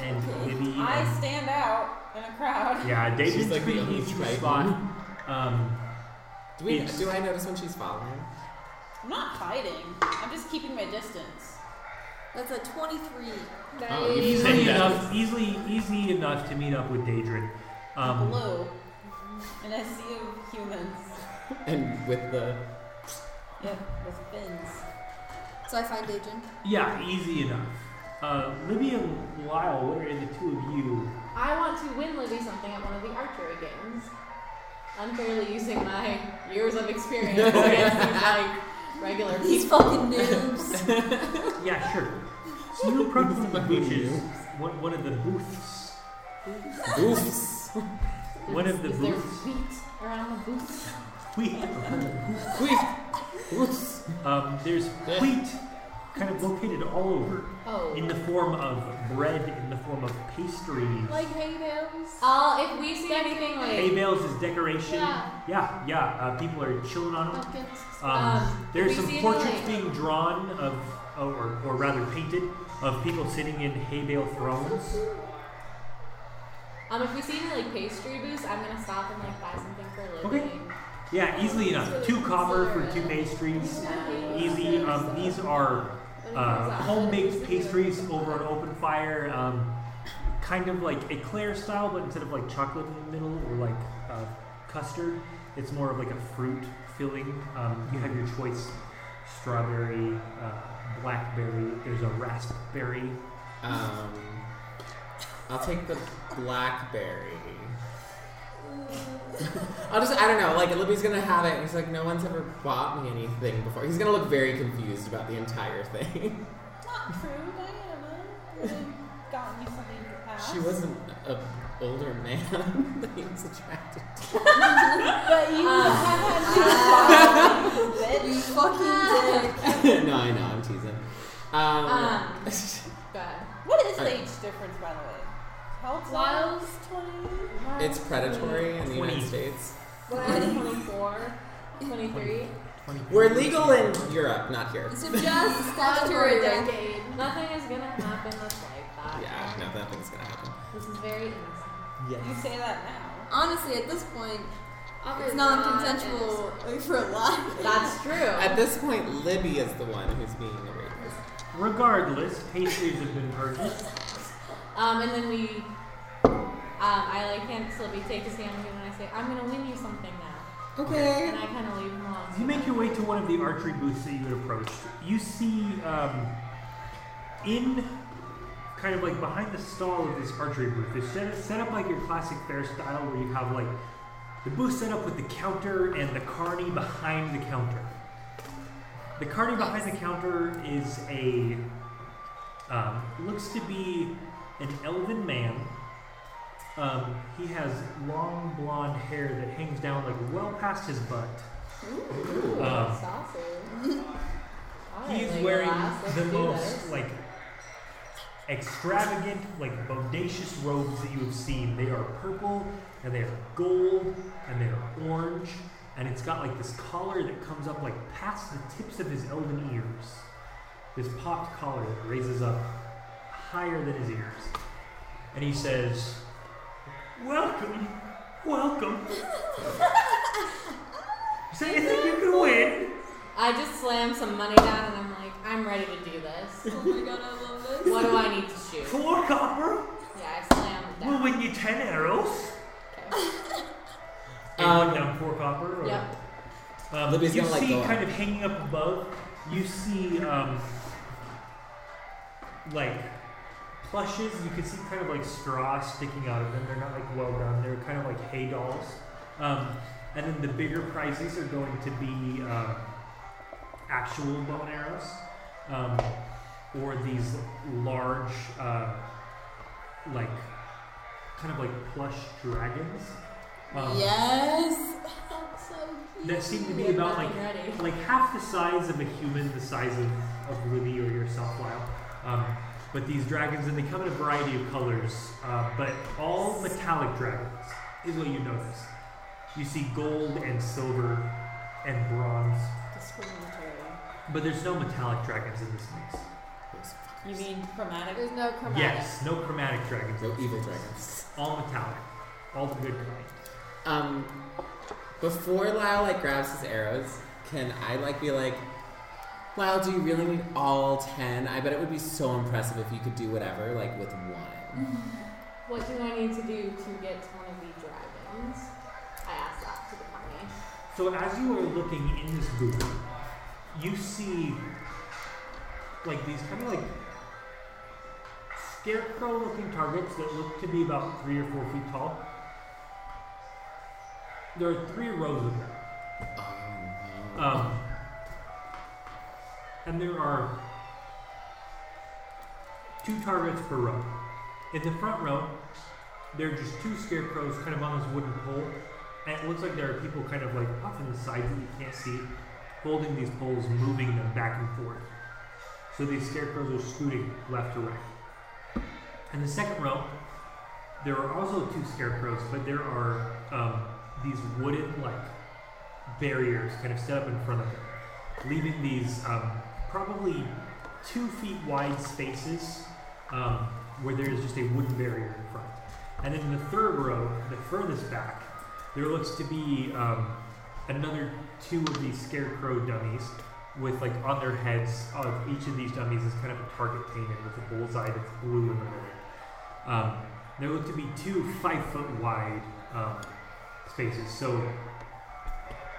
and Libby.
I
and-
stand out in a crowd.
yeah,
She's
Daedra's
like the
pretty
only
easy to
straight
spot. Um,
Do, we,
Yes.
do I notice when she's following?
I'm not hiding. I'm just keeping my distance.
That's a 23.
Oh, you
easily
said that.
enough, easily, easy enough to meet up with Daedra. Um,
Blue. And I see of humans.
And with the
Yeah, with fins.
So I find Daedrin.
Yeah, easy enough. Uh, Libby and Lyle, what are the two of you?
I want to win Libby something at one of the archery games. Unfairly using my years of experience against these like regular
These
people.
fucking noobs.
Yeah, sure. So you approach one of the
Fucking
booths,
you.
one, one of the booths,
goofs.
one of the
Is there
booths.
wheat around the booth?
Wheat.
Quick. Goofs.
Um, there's wheat, kind of located all over,
Oh.
in the form of bread, in the form of pastries.
Like hay bales.
I'll, Uh, if we see anything
Hay
like,
bales is decoration.
Yeah.
yeah. yeah, Uh, people are chilling on them.
Pumpkins.
Um,
Um,
there's
we
some
see any,
portraits
like-
being drawn of, or, or rather painted, of people sitting in hay bale thrones.
um, if we see any like pastry booths, I'm gonna stop and like buy something for
Okay.
Libby.
Yeah, easily enough. Two copper for two pastries. Easy. Um, these are uh, home-baked pastries over an open fire, um, kind of like eclair style, but instead of like chocolate in the middle or like uh, custard, it's more of like a fruit filling. Um, you have your choice: strawberry, uh, blackberry. There's a raspberry.
Um, I'll take the blackberry. I'll just, I don't know, like, Libby's gonna have it, and he's like, no one's ever bought me anything before. He's gonna look very confused about the entire thing.
Not true, Diana. Would have gotten you something in the past.
she wasn't a older man that he was attracted to.
But you
Um,
have had
You fucking dick.
no, I know, I'm teasing. Um,
Um, Go ahead.
What is the
Okay.
age difference, by the way? How old's
Lyle's
twenty.
it's predatory in the
Twenty.
United States.
What? 24, 23.
We're legal in Europe, not here.
Is it just
After a
statutory rape?
decade.
Nothing is gonna happen that's like that.
Yeah, no, that thing's gonna happen.
This is very innocent.
You say that now.
Honestly, at this point, it's
Obviously
non
innocent.
consensual for a lot.
That's true.
At this point, Libby is the one who's being the rapist.
Regardless, pastries have been purchased.
Um, and then we, um, I like can't Libby take his hand and I say, I'm gonna win you something now.
Okay.
And I kind of leave him alone.
You make your way to one of the archery booths that you had approached. You see, um, in kind of like behind the stall of this archery booth, it's set, set up like your classic fair style where you have like the booth set up with the counter and the carny behind the counter. The carny behind the counter is a, um, looks to be an elven man. Um, he has long blonde hair that hangs down like well past his butt.
Ooh,
Um,
saucy.
He's
Alright,
wearing
Legolas, let's
the
do
most
this.
like extravagant, like bodacious robes that you have seen. They are purple and they are gold and they are orange, and it's got like this collar that comes up like past the tips of his elven ears. This popped collar that raises up higher than his ears, and he says, "Welcome, welcome." Say you think you can win?
I just slam some money down and I'm like, I'm ready to do this.
Oh my god, I love this.
What do I need to shoot?
Four copper.
Yeah, I slam it
We'll
down.
win you ten arrows.
Okay.
And
Um,
one down four copper. Or,
Yep.
Um,
Libby's
you
gonna, like,
see,
go
kind
up.
of hanging up above, you see, um, like plushes. You can see kind of like straw sticking out of them. They're not like well done. They're kind of like hay dolls. Um, and then the bigger prizes are going to be um, actual bone arrows, um, or these large, uh, like kind of like plush dragons. Um,
Yes. That's so
that seem to be
Get
about like
nothing ready.
like half the size of a human, the size of, of Libby or yourself, Lyle. Um, but these dragons, and they come in a variety of colors, uh, but all metallic dragons is what you notice. You see gold and silver and bronze,
Discriminatory.
but there's no metallic dragons in this mix.
You mean chromatic?
There's no chromatic.
Yes, no chromatic dragons.
No evil dragons.
All metallic. All the good kind.
Um, before Lyle like grabs his arrows, can I like be like, Lyle, do you really need all ten? I bet it would be so impressive if you could do whatever like with one.
What do I need to do to get to one of the dragons? I asked that to the pony.
So as you are looking in this booth, you see like these kind of like scarecrow looking targets that look to be about three or four feet tall. There are three rows of them.
Oh no.
Um, and there are two targets per row. In the front row, there are just two scarecrows kind of on this wooden pole. And it looks like there are people kind of like off in the sides that you can't see, holding these poles, moving them back and forth. So these scarecrows are scooting left to right. In the second row, there are also two scarecrows, but there are um, these wooden like barriers kind of set up in front of them, leaving these um, probably two feet wide spaces um, where there is just a wooden barrier in front. And then in the third row, the furthest back, there looks to be um, another two of these scarecrow dummies with like on their heads of each of these dummies is kind of a target painted with a bullseye that's blue in the middle. Um, there look to be two five foot wide um, spaces. So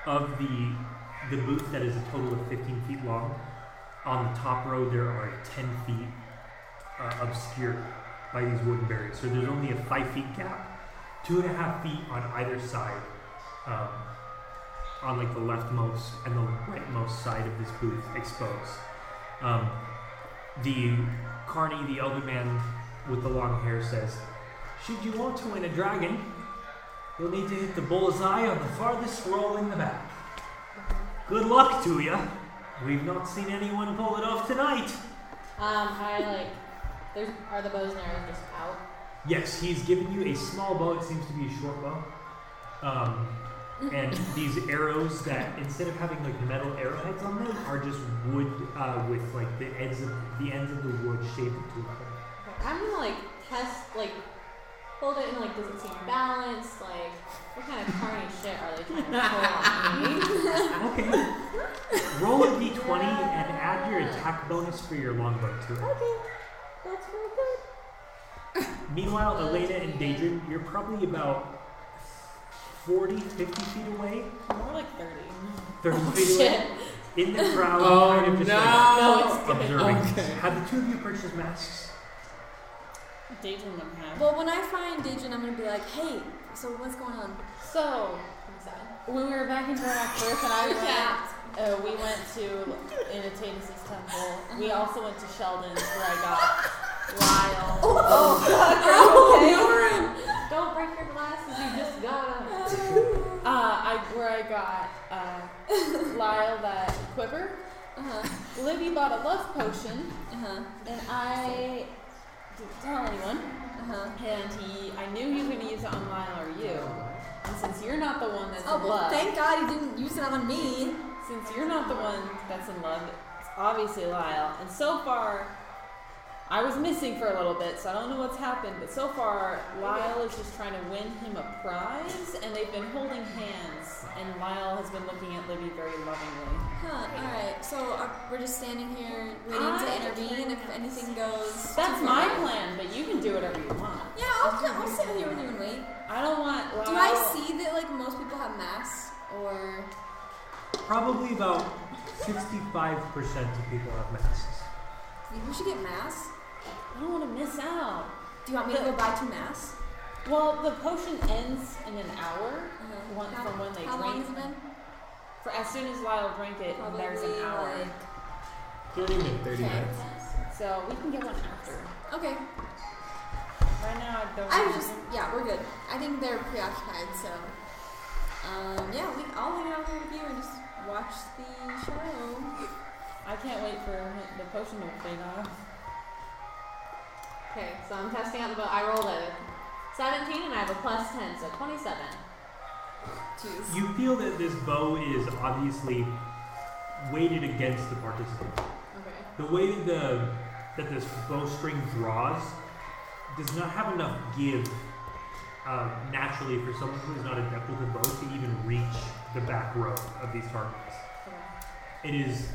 of the the booth that is a total of 15 feet long, on the top row there are 10 feet uh, obscured by these wooden barriers. So there's only a five feet gap, two and a half feet on either side, um, on like the leftmost and the rightmost side of this booth exposed. Um, the Carney, the elder man with the long hair, says, "Should you want to win a dragon, You'll need to hit the bullseye on the farthest roll in the back. Good luck to you. We've not seen anyone pull it off tonight.
Um, I like. There's are the bows and arrows just out?
Yes, he's given you a small bow. It seems to be a short bow. Um, and these arrows that instead of having like metal arrowheads on them are just wood uh, with like the ends of the ends of the wood shaped into a crown.
Okay, I'm gonna like test like hold it and like does it seem balanced? Like what kind of carny shit are they trying to pull on me?
Okay. Roll a d20 and add your attack bonus for your longbow to it.
Okay, that's real good.
Meanwhile, Elena and Daedrin, you're probably about 40, 50 feet away.
More like 30.
30 feet away.
Oh, Shit.
In the crowd,
Oh,
kind of just
no.
No, it's
like
good.
observing.
Okay.
Have the two of you purchased masks?
Daydream them have.
Well, when I find Digin, I'm gonna be like, hey, so what's going on?
So, when we were back in Burnout Cliff and I went,
Yeah.
uh, we went to Inatatus' temple. We also went to Sheldon's where I got Lyle.
Oh, Don't break your glasses. You just got them.
Uh-huh,
Uh, I where I got uh, Lyle that quiver. Uh-huh. Libby bought a love potion,
Uh-huh.
and I didn't tell anyone. Uh-huh. And he, I knew he was going to use it on Lyle or you. And since you're not the one that's
Oh,
in
well,
love,
thank God he didn't use it on me.
since you're not the one that's in love, it's obviously Lyle. And so far, I was missing for a little bit, so I don't know what's happened. But so far, Lyle is just trying to win him a prize, and they've been holding hands. And Lyle has been looking at Libby very lovingly.
Huh, alright, so are, we're just standing here waiting to
I-
intervene if anything goes.
That's
too
my
far.
plan, but you can do whatever you want.
Yeah, I'll, I'll sit here with you and wait.
I don't want. Lyle.
Do I see that like most people have masks or
Probably about 65% of people have masks.
maybe we should get masks?
I don't want to miss out.
Do you want me to go buy two masks?
Well, the potion ends in an hour
Uh-huh.
one,
How-
from when they
How
drink.
long has it been?
For as soon as Lyle drank it,
Probably
there's an hour.
like
30 minutes. 30
Okay.
minutes.
So we can get one after.
Okay.
Right now, I don't.
I was just yeah, we're good. I think they're preoccupied, so um yeah, we I'll hang out here with you and just watch the show.
I can't wait for the potion to fade off.
Okay, so I'm testing out the bow. I rolled a 17 and I have a plus 10, so 27.
Jeez.
You feel that this bow is obviously weighted against the participant.
Okay.
The way that the that this bowstring draws does not have enough give uh, naturally for someone who is not adept with a bow to even reach the back row of these targets. It is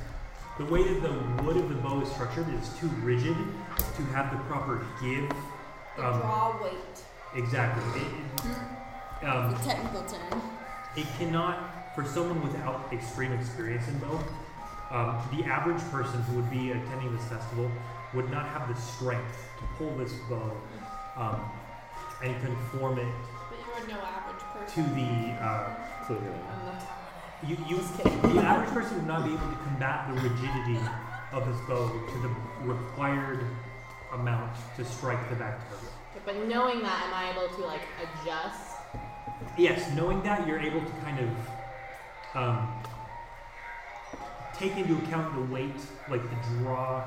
the way that the wood of the bow is structured is too rigid to have the proper give. Um,
Draw weight.
exactly. It- it- um,
The technical term.
it cannot, for someone without extreme experience in both, um, the average person who would be attending this festival would not have the strength to pull this bow um, and conform it
But you are no average
to the. Uh,
Clearly.
you, you, the average person would not be able to combat the rigidity of this bow to the required amount to strike the back target.
Okay, But knowing that, am I able to like adjust?
Yes, knowing that you're able to kind of um, take into account the weight, like the draw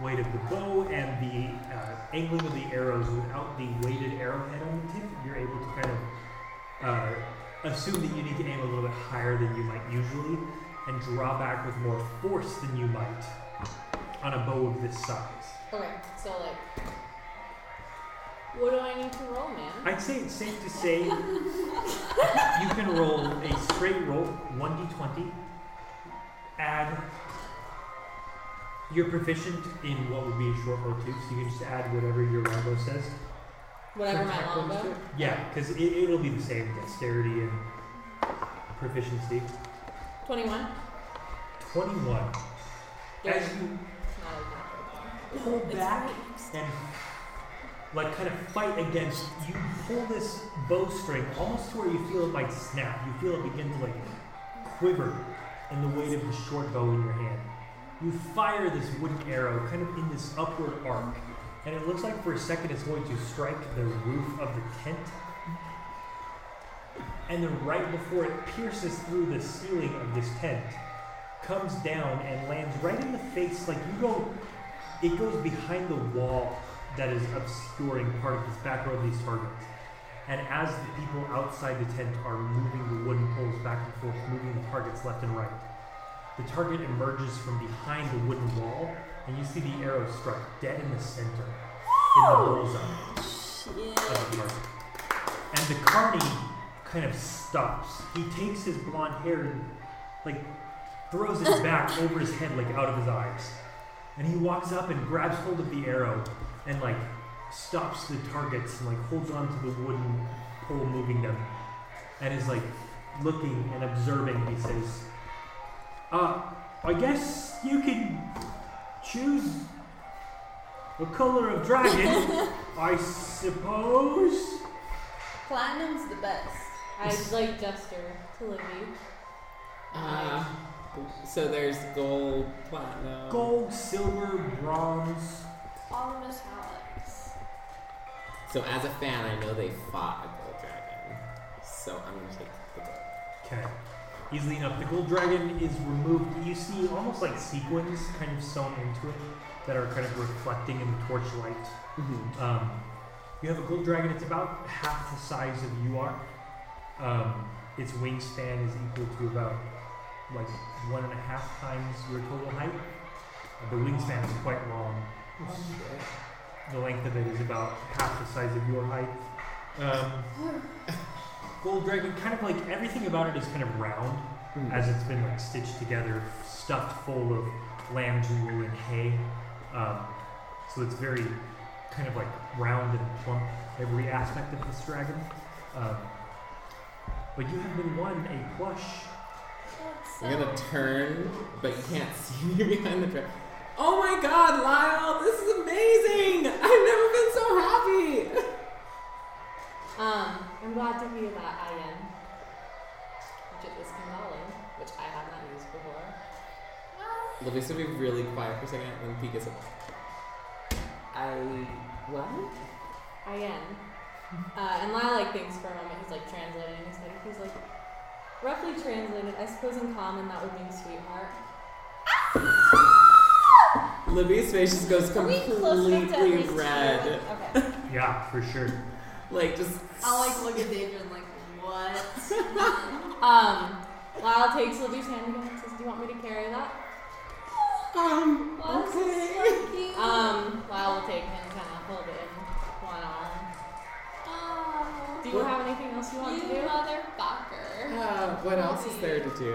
weight of the bow and the uh, angling of the arrows without the weighted arrowhead on the tip, you're able to kind of uh, assume that you need to aim a little bit higher than you might usually and draw back with more force than you might on a bow of this size.
Okay, so like, what do I need to roll, man?
I'd say it's safe to say you can roll a straight roll, 1d20, add you're proficient in what would be a short roll too, so you can just add whatever your longbow says.
Whatever my
Attack bonus to
longbow.
it. Yeah, because it, it'll be the same dexterity and proficiency.
21.
21.
Yeah.
As you
It's not a natural one.
pull back and like kind of fight against you pull this bowstring almost to where you feel it might snap you feel it begin to like quiver in the weight of the short bow in your hand you fire this wooden arrow kind of in this upward arc and it looks like for a second it's going to strike the roof of the tent and then right before it pierces through the ceiling of this tent comes down and lands right in the face like you go it goes behind the wall that is obscuring part of this back row of these targets. And as the people outside the tent are moving the wooden poles back and forth, moving the targets left and right, the target emerges from behind the wooden wall, and you see the arrow struck dead in the center, in the bullseye of the target. And the carney kind of stops. He takes his blonde hair and, like, throws his back over his head, like out of his eyes. And he walks up and grabs hold of the arrow and, like, stops the targets and, like, holds on to the wooden pole moving them. And is, like, looking and observing. He says, Uh, I guess you can choose the color of dragon, I suppose.
Platinum's the best.
I like Jester to Libby.
Uh, so there's gold, platinum.
Gold, silver, bronze.
All the metallics.
So as a fan, I know they fought a gold dragon. So I'm gonna take the gold.
Okay. He's leaning up. The gold dragon is removed. You see almost like sequins kind of sewn into it that are kind of reflecting in the torchlight. Um, you have a gold dragon. It's about half the size of you are. Um, its wingspan is equal to about like one and a half times your total height. Uh, The wingspan is quite long. The length of it is about half the size of your height. Um, gold dragon, kind of like everything about it is kind of round,
Mm-hmm.
as it's been like stitched together, stuffed full of lamb's wool and hay. Um, so it's very kind of like round and plump, every aspect of this dragon. Um, but you have been won a plush.
So,
I'm gonna turn, but you can't see me behind the dragon. Oh my god, Lyle, this is amazing! I've never been so happy!
Um, I'm glad to hear that I am. Which is Kandali, which I have not used before.
Let me so be really quiet for a second, and then Pete gets up. I. What?
I am. Uh, and Lyle like thinks for a moment. He's like translating. He's like he's like roughly translated. I suppose in common that would mean sweetheart.
Libby's face just goes
are we close enough to at
completely
least hear
red.
it? Okay.
Yeah, for sure.
Like, just.
I'll
Oh,
like look at David and like, what?
Um, Lyle takes Libby's hand again and says, "Do you want me to carry that?"
Um,
Lyle says,
okay.
Um, Lyle will take him, kind of hold it in one arm. Do you have anything else you want to do,
Oh. motherfucker.
Uh, what else is there to do?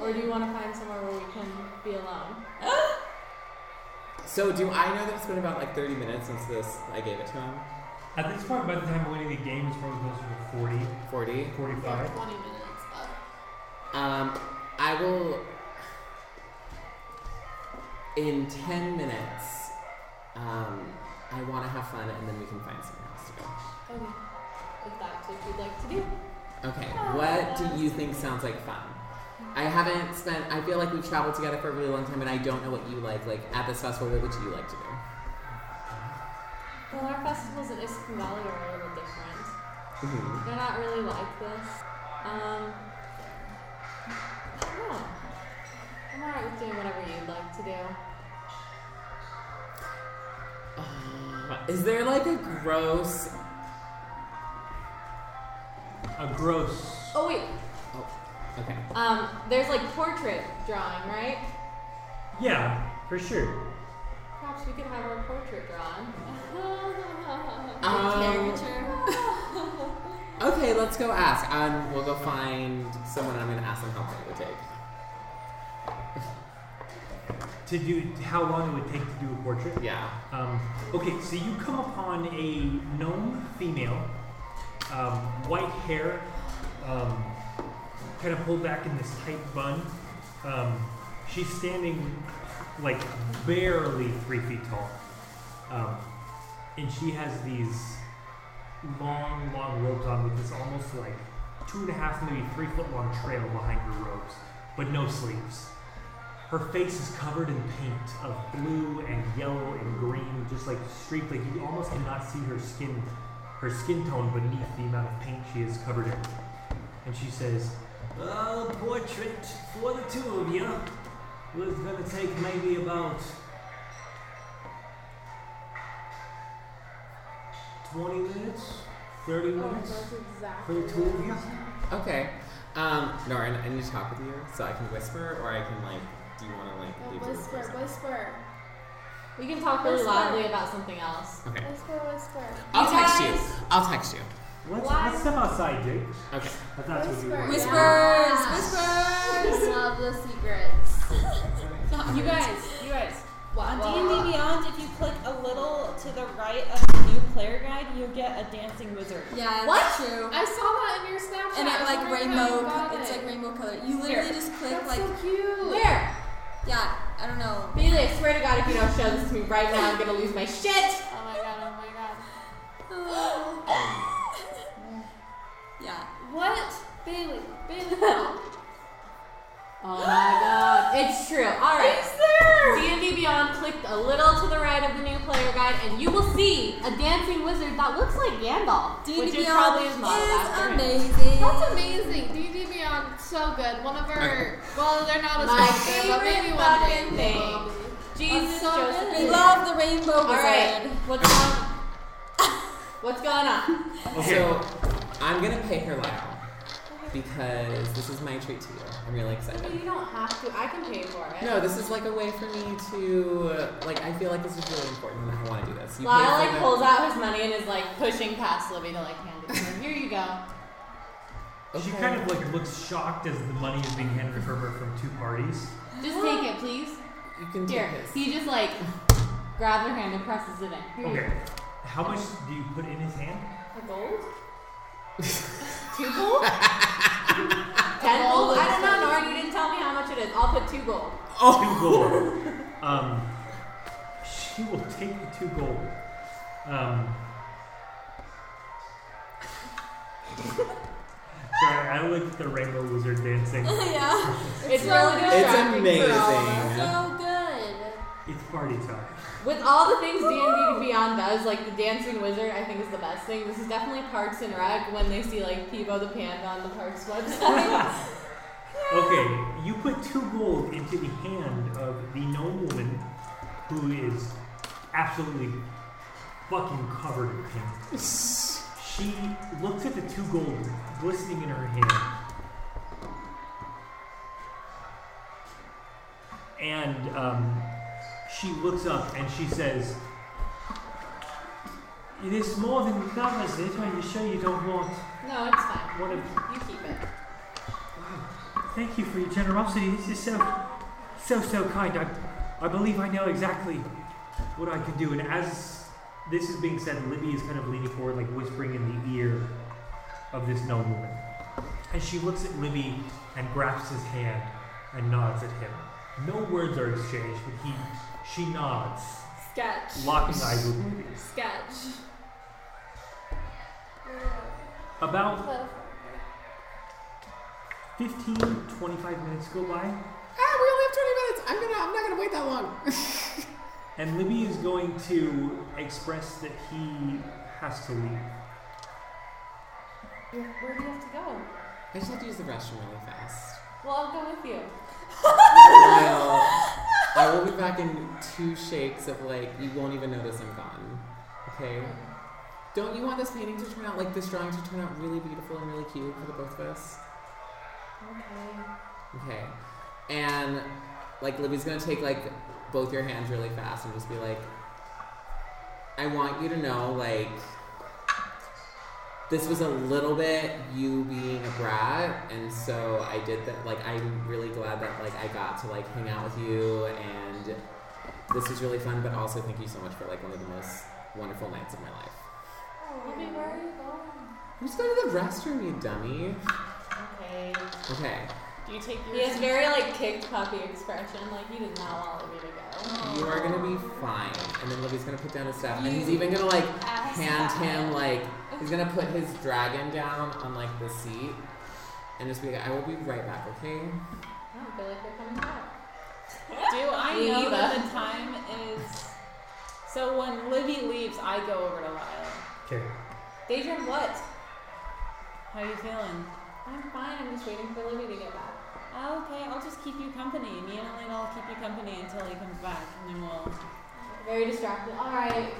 or do you want to find somewhere where we can be alone?
So, do I know that it's been about like 30 minutes since this I gave it to him?
At this point, by the time winning the game is probably closer to 40,
40?
45.
20 minutes up.
Um, I will. In 10 minutes, um, I want to have fun and then we can find somewhere else to go.
Okay, if that's what you'd like to do.
Okay, what do you think sounds like fun? I haven't spent. I feel like we've traveled together for a really long time, and I don't know what you like. Like at this festival, what would you like to do?
Well, our festivals at Issaquah Valley are a little different.
Mhm.
They're not really like this. Um, I don't know. I'm alright with doing whatever you'd like to do.
Uh, is there like a gross?
A gross.
Oh wait,
Okay,
um, there's like portrait drawing, right?
Yeah, for sure.
Perhaps we could have our portrait drawn.
Um,
Caricature.
okay, let's go ask. Um, we'll go find someone. and I'm gonna ask them how long it would take.
To do how long it would take to do a portrait?
Yeah.
Um, okay, so you come upon a gnome female, um, white hair, um, kind of pulled back in this tight bun. Um, she's standing like barely three feet tall. Um, and she has these long, long robes on with this almost like two and a half, maybe three foot long trail behind her robes, but no sleeves. Her face is covered in paint of blue and yellow and green, just like streaked. Like you almost cannot see her skin, her skin tone beneath the amount of paint she is covered in. And she says, "A portrait for the two of you was gonna take maybe about twenty minutes, thirty
Oh,
minutes for the two of you."
Okay. Um, Lauren, I need to talk with you, so I can whisper, or I can like. Do you want to like leave the room for a
Whisper,
second?
whisper,
We can talk really
That's fine.
loudly about something else.
Okay.
whisper, whisper.
I'll text
guys-
you. I'll text you.
Let's,
Why-
let's step outside, Jake.
Okay.
That's not what you were.
Whispers,
Yeah.
whispers.
Love the secrets.
You guys, you guys.
Wah,
On
wah.
D&D Beyond, if you click a little to the right of the new player guide, you'll get a dancing wizard.
Yeah,
What?
that's true.
I saw that in your Snapchat.
And
Oh
it
I was
like
wondering how you
rainbow,
got
it's
it.
like rainbow color. You literally
Here.
just click
That's
like,
so cute.
Where?
yeah, I don't know.
Bailey, I swear to God, if you don't show this to me right now, I'm gonna lose my shit.
Oh my god! Oh my god!
Yeah.
What, Bailey? Bailey, no.
Oh my God, it's true. All right. D&D Beyond, click a little to the right of the new player guide, and you will see a dancing wizard that looks like Gandalf,
D&D
which is
Beyond
probably his model
is
after him.
amazing.
That's amazing. DD Beyond, so good. One of our, well, they're not as
My
good, but maybe
favorite
one
fucking
day.
thing. Jesus,
That's so
Joseph.
good.
We love the rainbow
All right,
wizard.
what's going on? What's going on?
Okay.
So I'm gonna pay her Lyle because this is my treat to you. I'm really excited.
You don't have to. I can pay for it.
No, this is like a way for me to uh, like. I feel like this is really important, and I want to do this. You pay
Lyle
for
like
the-
pulls out his money and is like pushing past Libby to like hand it to him. Here you go.
She
Okay.
kind of like looks shocked as the money is being handed to her from two parties.
Just take it, please.
you can do
Here.
this. Oh
He just like grabs her hand and presses it in. Here you
Okay. How much do you put in his hand?
A gold? two gold? Ten gold? I don't know, Nora. You didn't tell me how much it is. I'll put two gold.
Two gold. um, she will take the two gold. Um, sorry, I looked at the rainbow wizard dancing.
yeah.
It's really distracting
It's
good.
for all of us.
amazing.
So good.
It's party time.
With all the things D and D Beyond does, like the Dancing Wizard, I think is the best thing. This is definitely Parks and Rec when they see like Peebo the Panda on the Parks website.
Okay, you put two gold into the hand of the gnome woman who is absolutely fucking covered in paint. She looks at the two gold glistening in her hand. And um, she looks up and she says, It is more than covers it. Are you sure you don't want
no, it's fine.
one of
You keep it.
Thank you for your generosity. This is so, so, so kind. I, I believe I know exactly what I can do. And as this is being said, Libby is kind of leaning forward, like whispering in the ear of this gnome woman. And she looks at Libby and grasps his hand and nods at him. No words are exchanged, but he, she nods,
Sketch.
locking eyes with Libby.
Sketch.
About 15, 25 minutes go by.
Ah, we only have 20 minutes. I'm gonna. I'm not gonna wait that long.
And Libby is going to express that he has to leave.
Where, where do you have to go?
I just have to use the restroom really fast.
Well, I'll go with you.
Well, I will be back in two shakes of like you won't even notice I'm gone. Okay. Don't you want this painting to turn out like this drawing to turn out really beautiful and really cute for the both of us? Okay. And like Libby's gonna take like both your hands really fast and just be like, I want you to know like this was a little bit you being a brat and so I did that like I'm really glad that like I got to like hang out with you and this was really fun but also thank you so much for like one of the most wonderful nights of my life.
Libby, where are you going?
I'm just going to the restroom, you dummy.
Okay.
Okay.
Do you take
He
your
has very like kicked puppy expression. Like he does not want Libby to go.
You are gonna be fine. And then Libby's gonna put down his stuff, and he's even gonna like hand him like he's gonna put his dragon down on like the seat, and just be like, "I will be right back, okay?"
I don't feel like they're coming back.
Do I
Me
know
neither.
that the time is so when Libby leaves I go over to Lyle.
Okay.
Deja, what?
How you feeling?
I'm fine. I'm just waiting for Libby to get back.
Oh, okay, I'll just keep you company. Me and Elena will keep you company until he comes back and then we'll
Very distracted. All right.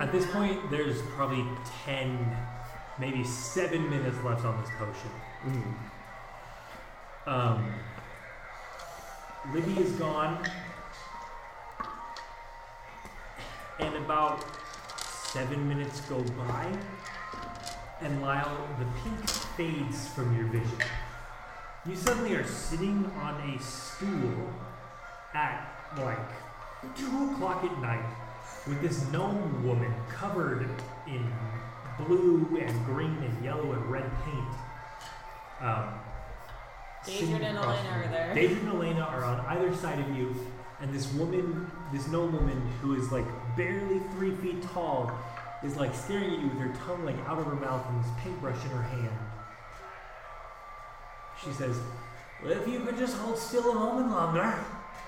At this point, there's probably 10, maybe 7 minutes left on this potion. Um, Libby is gone. And about 7 minutes go by. and Lyle, the pink fades from your vision. You suddenly are sitting on a stool at like 2 o'clock at night with this gnome woman covered in blue and green and yellow and red paint. Um, sitting
Daedra and
across
Elena
from
are
you.
there.
Daedra and Elena are on either side of you, and this woman, this gnome woman who is like barely three feet tall, is like staring at you with her tongue like out of her mouth and this paintbrush in her hand. She says, well, if you could just hold still a moment longer.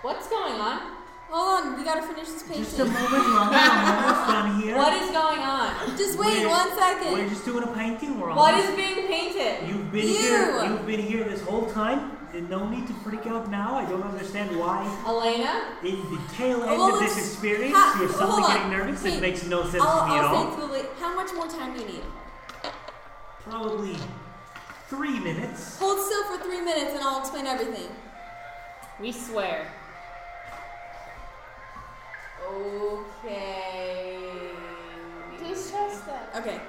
What's going on?
Hold on, we gotta finish this patient.
Just a moment longer, I'm almost done here.
What is going on?
Just wait
Wait.
one second.
We're just doing a painting, we're
What
almost-
is being painted?
You've been
You!
here. You've been here this whole time. and No need to freak out now. I don't understand why.
Elena?
In the tail end
Well,
of this
let's-
experience,
ha-
you're
hold
suddenly
on.
getting nervous.
Hey,
it makes no sense
I'll,
to me at
I'll
all.
say to the lady, how much more time do you need?
Probably three minutes.
Hold still for three minutes and I'll explain everything.
We swear.
Okay.
Please trust that.
Okay.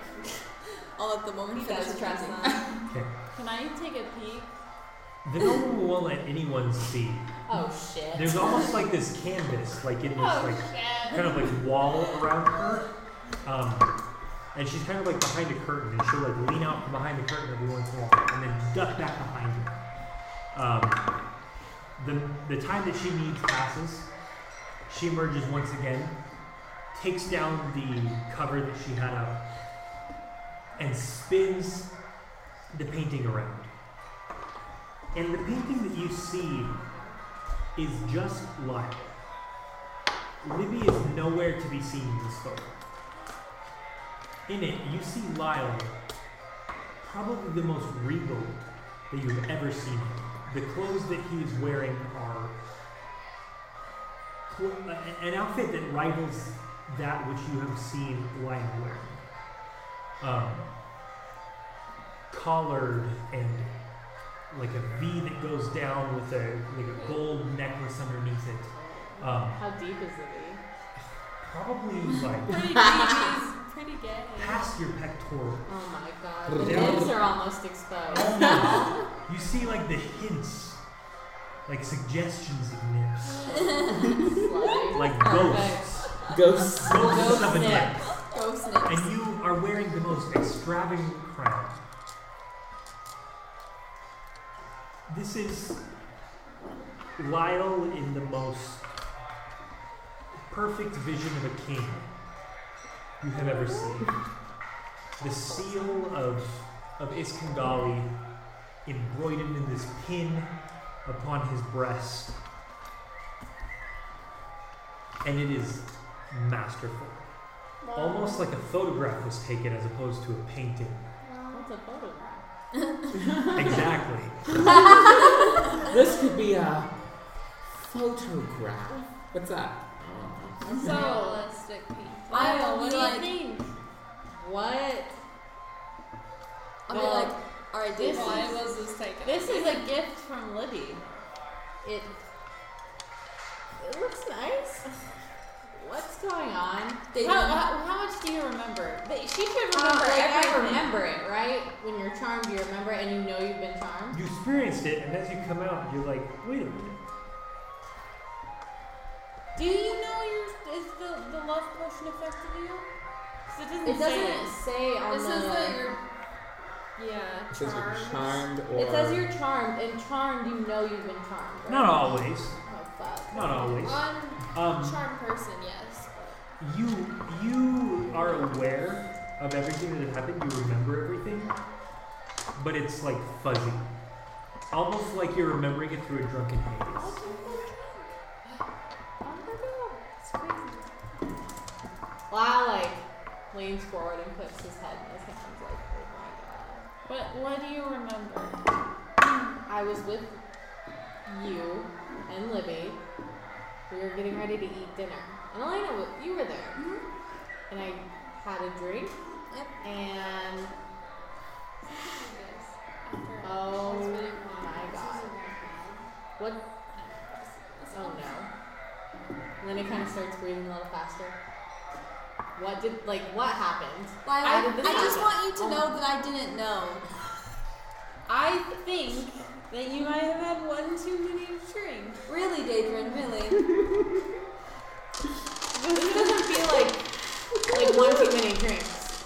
I'll let the woman
He
finish
does
her
trust
painting.
them.
Okay.
Can I take a peek?
The gnome won't let anyone see.
Oh shit.
There's almost like this canvas, like in this
Oh,
like
shit.
kind of like wall around her. Um, and she's kind of like behind a curtain, and she'll like lean out from behind the curtain every once in a while, and then duck back behind her. Um, the the time that she needs passes. She emerges once again, takes down the cover that she had up, and spins the painting around. And the painting that you see is just Lyle. Libby is nowhere to be seen in this photo. In it, you see Lyle, probably the most regal that you've ever seen. him. The clothes that he is wearing are cl- a- an outfit that rivals that which you have seen Lyle wearing. Um, collared and like a V that goes down with a like a gold necklace underneath it. Um,
How deep is Libby?
probably like
Pretty deep. She's pretty gay.
past your pectoral.
Oh my god. The
Yeah.
lips are almost exposed.
Almost. you see like the hints, like suggestions of nips,
Slutty.
like
Perfect.
ghosts,
Ghosts.
ghosts of a
nip.
nip.
Ghost nips.
And you are wearing the most extravagant crown. This is Lyle in the most perfect vision of a king you have ever seen. The seal of, of Iskandali embroidered in this pin upon his breast. And it is masterful. Almost like a photograph was taken as opposed to a painting.
What's a photograph?
Exactly.
This could be a photograph. What's that? I don't know.
So,
Realistic painting.
Lyle, what do
Like-
you think? What?
I'll be
Well,
like, alright, dude.
this
well,
is-
I will-
was this taken?
This is a gift from Libby.
It. It looks nice. What's going on?
they
How,
don't-
how, how much do you remember? They- She could
Uh,
remember
like, I
everything.
remember it, right? When you're charmed, you remember it, and you know you've been charmed.
You experienced it, and as you come out, you're like, wait a minute.
Do you know your is the, the love potion affected you? 'Cause it doesn't.
It
say
doesn't say on
This
the.
is like your
yeah.
It says you're charmed or.
It says you're charmed, and charmed, you know you've been charmed. Right?
Not always.
Oh fuck.
Not always.
one
Um,
charm person, yes.
you you are aware of everything that happened. You remember everything, but it's like fuzzy, almost like you're remembering it through a drunken haze.
Wow, like leans forward and puts his head in his hands, like, oh
What What do you remember?
my god. I was with you and Libby. We were getting ready to eat dinner, and Elena, wa- you were there,
Mm-hmm.
and I had a drink,
Yep.
and oh my god, Oh what? Oh no. And then it kind of starts breathing a little faster. What did like what happened?
Lyle,
How did
I,
this
I just
happen?
want you to know that I didn't know.
I think that you might have had one too many drinks.
Really, Daedrin, really.
This doesn't feel like like one too many drinks.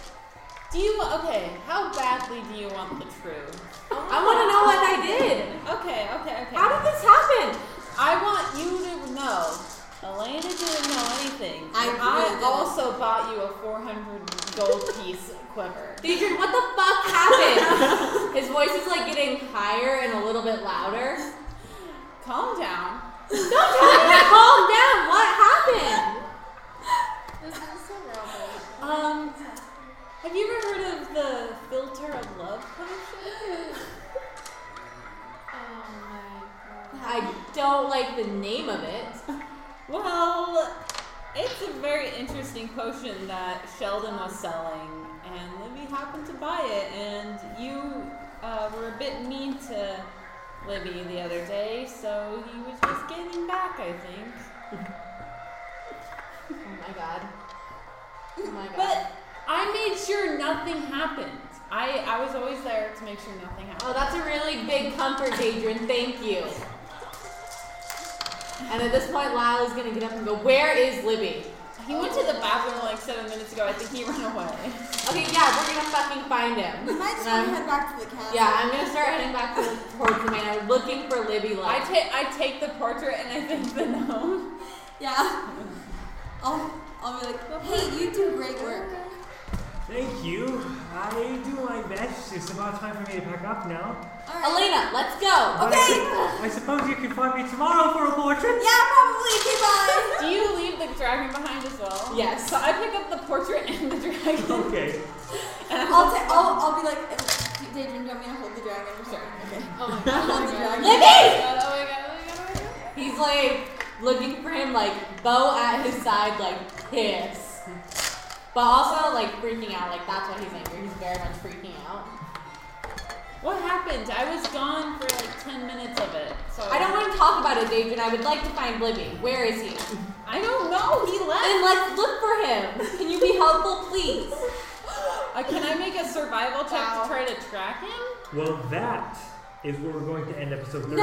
Do you okay? How badly do you want the truth?
I want to know what I did.
Okay, okay, okay.
How did this happen?
I want you to know. Elena didn't know anything.
I really didn't.
also bought you a 400 gold piece quiver.
Deidre, what the fuck happened? His voice is like getting higher and a little bit louder.
Calm down.
Calm down. What happened?
This is so wrong.
Um, have you ever heard of the filter of love potion?
Oh my god.
I don't like the name of it.
Well, it's a very interesting potion that Sheldon was selling, and Libby happened to buy it, and you uh, were a bit mean to Libby the other day, so he was just getting back, I think.
Oh my god. Oh my god.
But I made sure nothing happened. I, I was always there to make sure nothing
Oh,
happened.
that's a really big comfort, Adrian. Thank you. And at this point, Lyle is gonna get up and go, "Where is Libby?"
He went to the bathroom like seven minutes ago. I think he ran away.
Okay, yeah, we're gonna fucking find
You
him.
might
And
just want to
I'm-
head back to the castle.
yeah, I'm gonna start heading back to the, towards the manor, looking for Libby.
I
Like,
take I take the portrait and I think the gnome.
Yeah. I'll, I'll be like, hey, you do great work.
Thank you. I do my best. It's about time for me to pack up now.
All right.
Elena, let's go.
But I sup- I suppose you can find me tomorrow for a portrait.
Yeah, probably. Okay, bye.
Do you leave the dragon behind as well?
Yes.
So I pick up the portrait and the dragon.
Okay.
I'll, ta- I'll, I'll be like, "Eh, Daedrin, do you want me to hold the dragon? I'm sorry. Okay.
Oh my god.
Hold the dragon.
Libby!
Oh my god. Oh my god. Oh my god.
He's like looking for him, like bow at his side, like pissed, but also like freaking out. Like that's why he's angry. He's very much freaking out.
What happened? I was gone for like ten minutes of it. So
I don't want to talk about it, Adrian. I would like to find Libby. Where is he?
I don't know. He
And
left.
let's look for him. Can you be helpful, please?
Uh, can I make a survival check to try to track him?
Well, that is where we're going to end episode 33.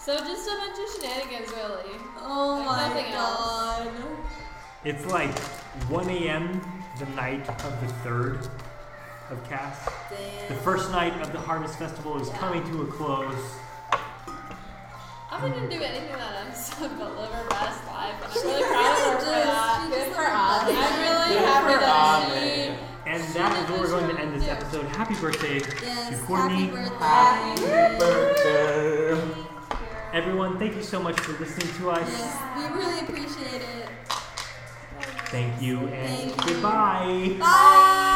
So just a bunch of shenanigans, really.
Oh
Like
my
nothing
god.
It's like 1 a.m. the night of the third of Cass. The
Damn.
first night of the Harvest Festival is coming to a close.
I wouldn't do anything that episode but live her best life. and I'm really proud
Really
of her for that.
just-
for us.
for
she just like-
I'm really happy that she.
And that is where we're going to end this episode. Happy birthday to
Yes,
Courtney.
happy
Happy
birthday.
birthday.
Everyone, thank you so much for listening to us.
Yes, we really appreciate it.
Thank you and
Thank you.
goodbye.
Bye.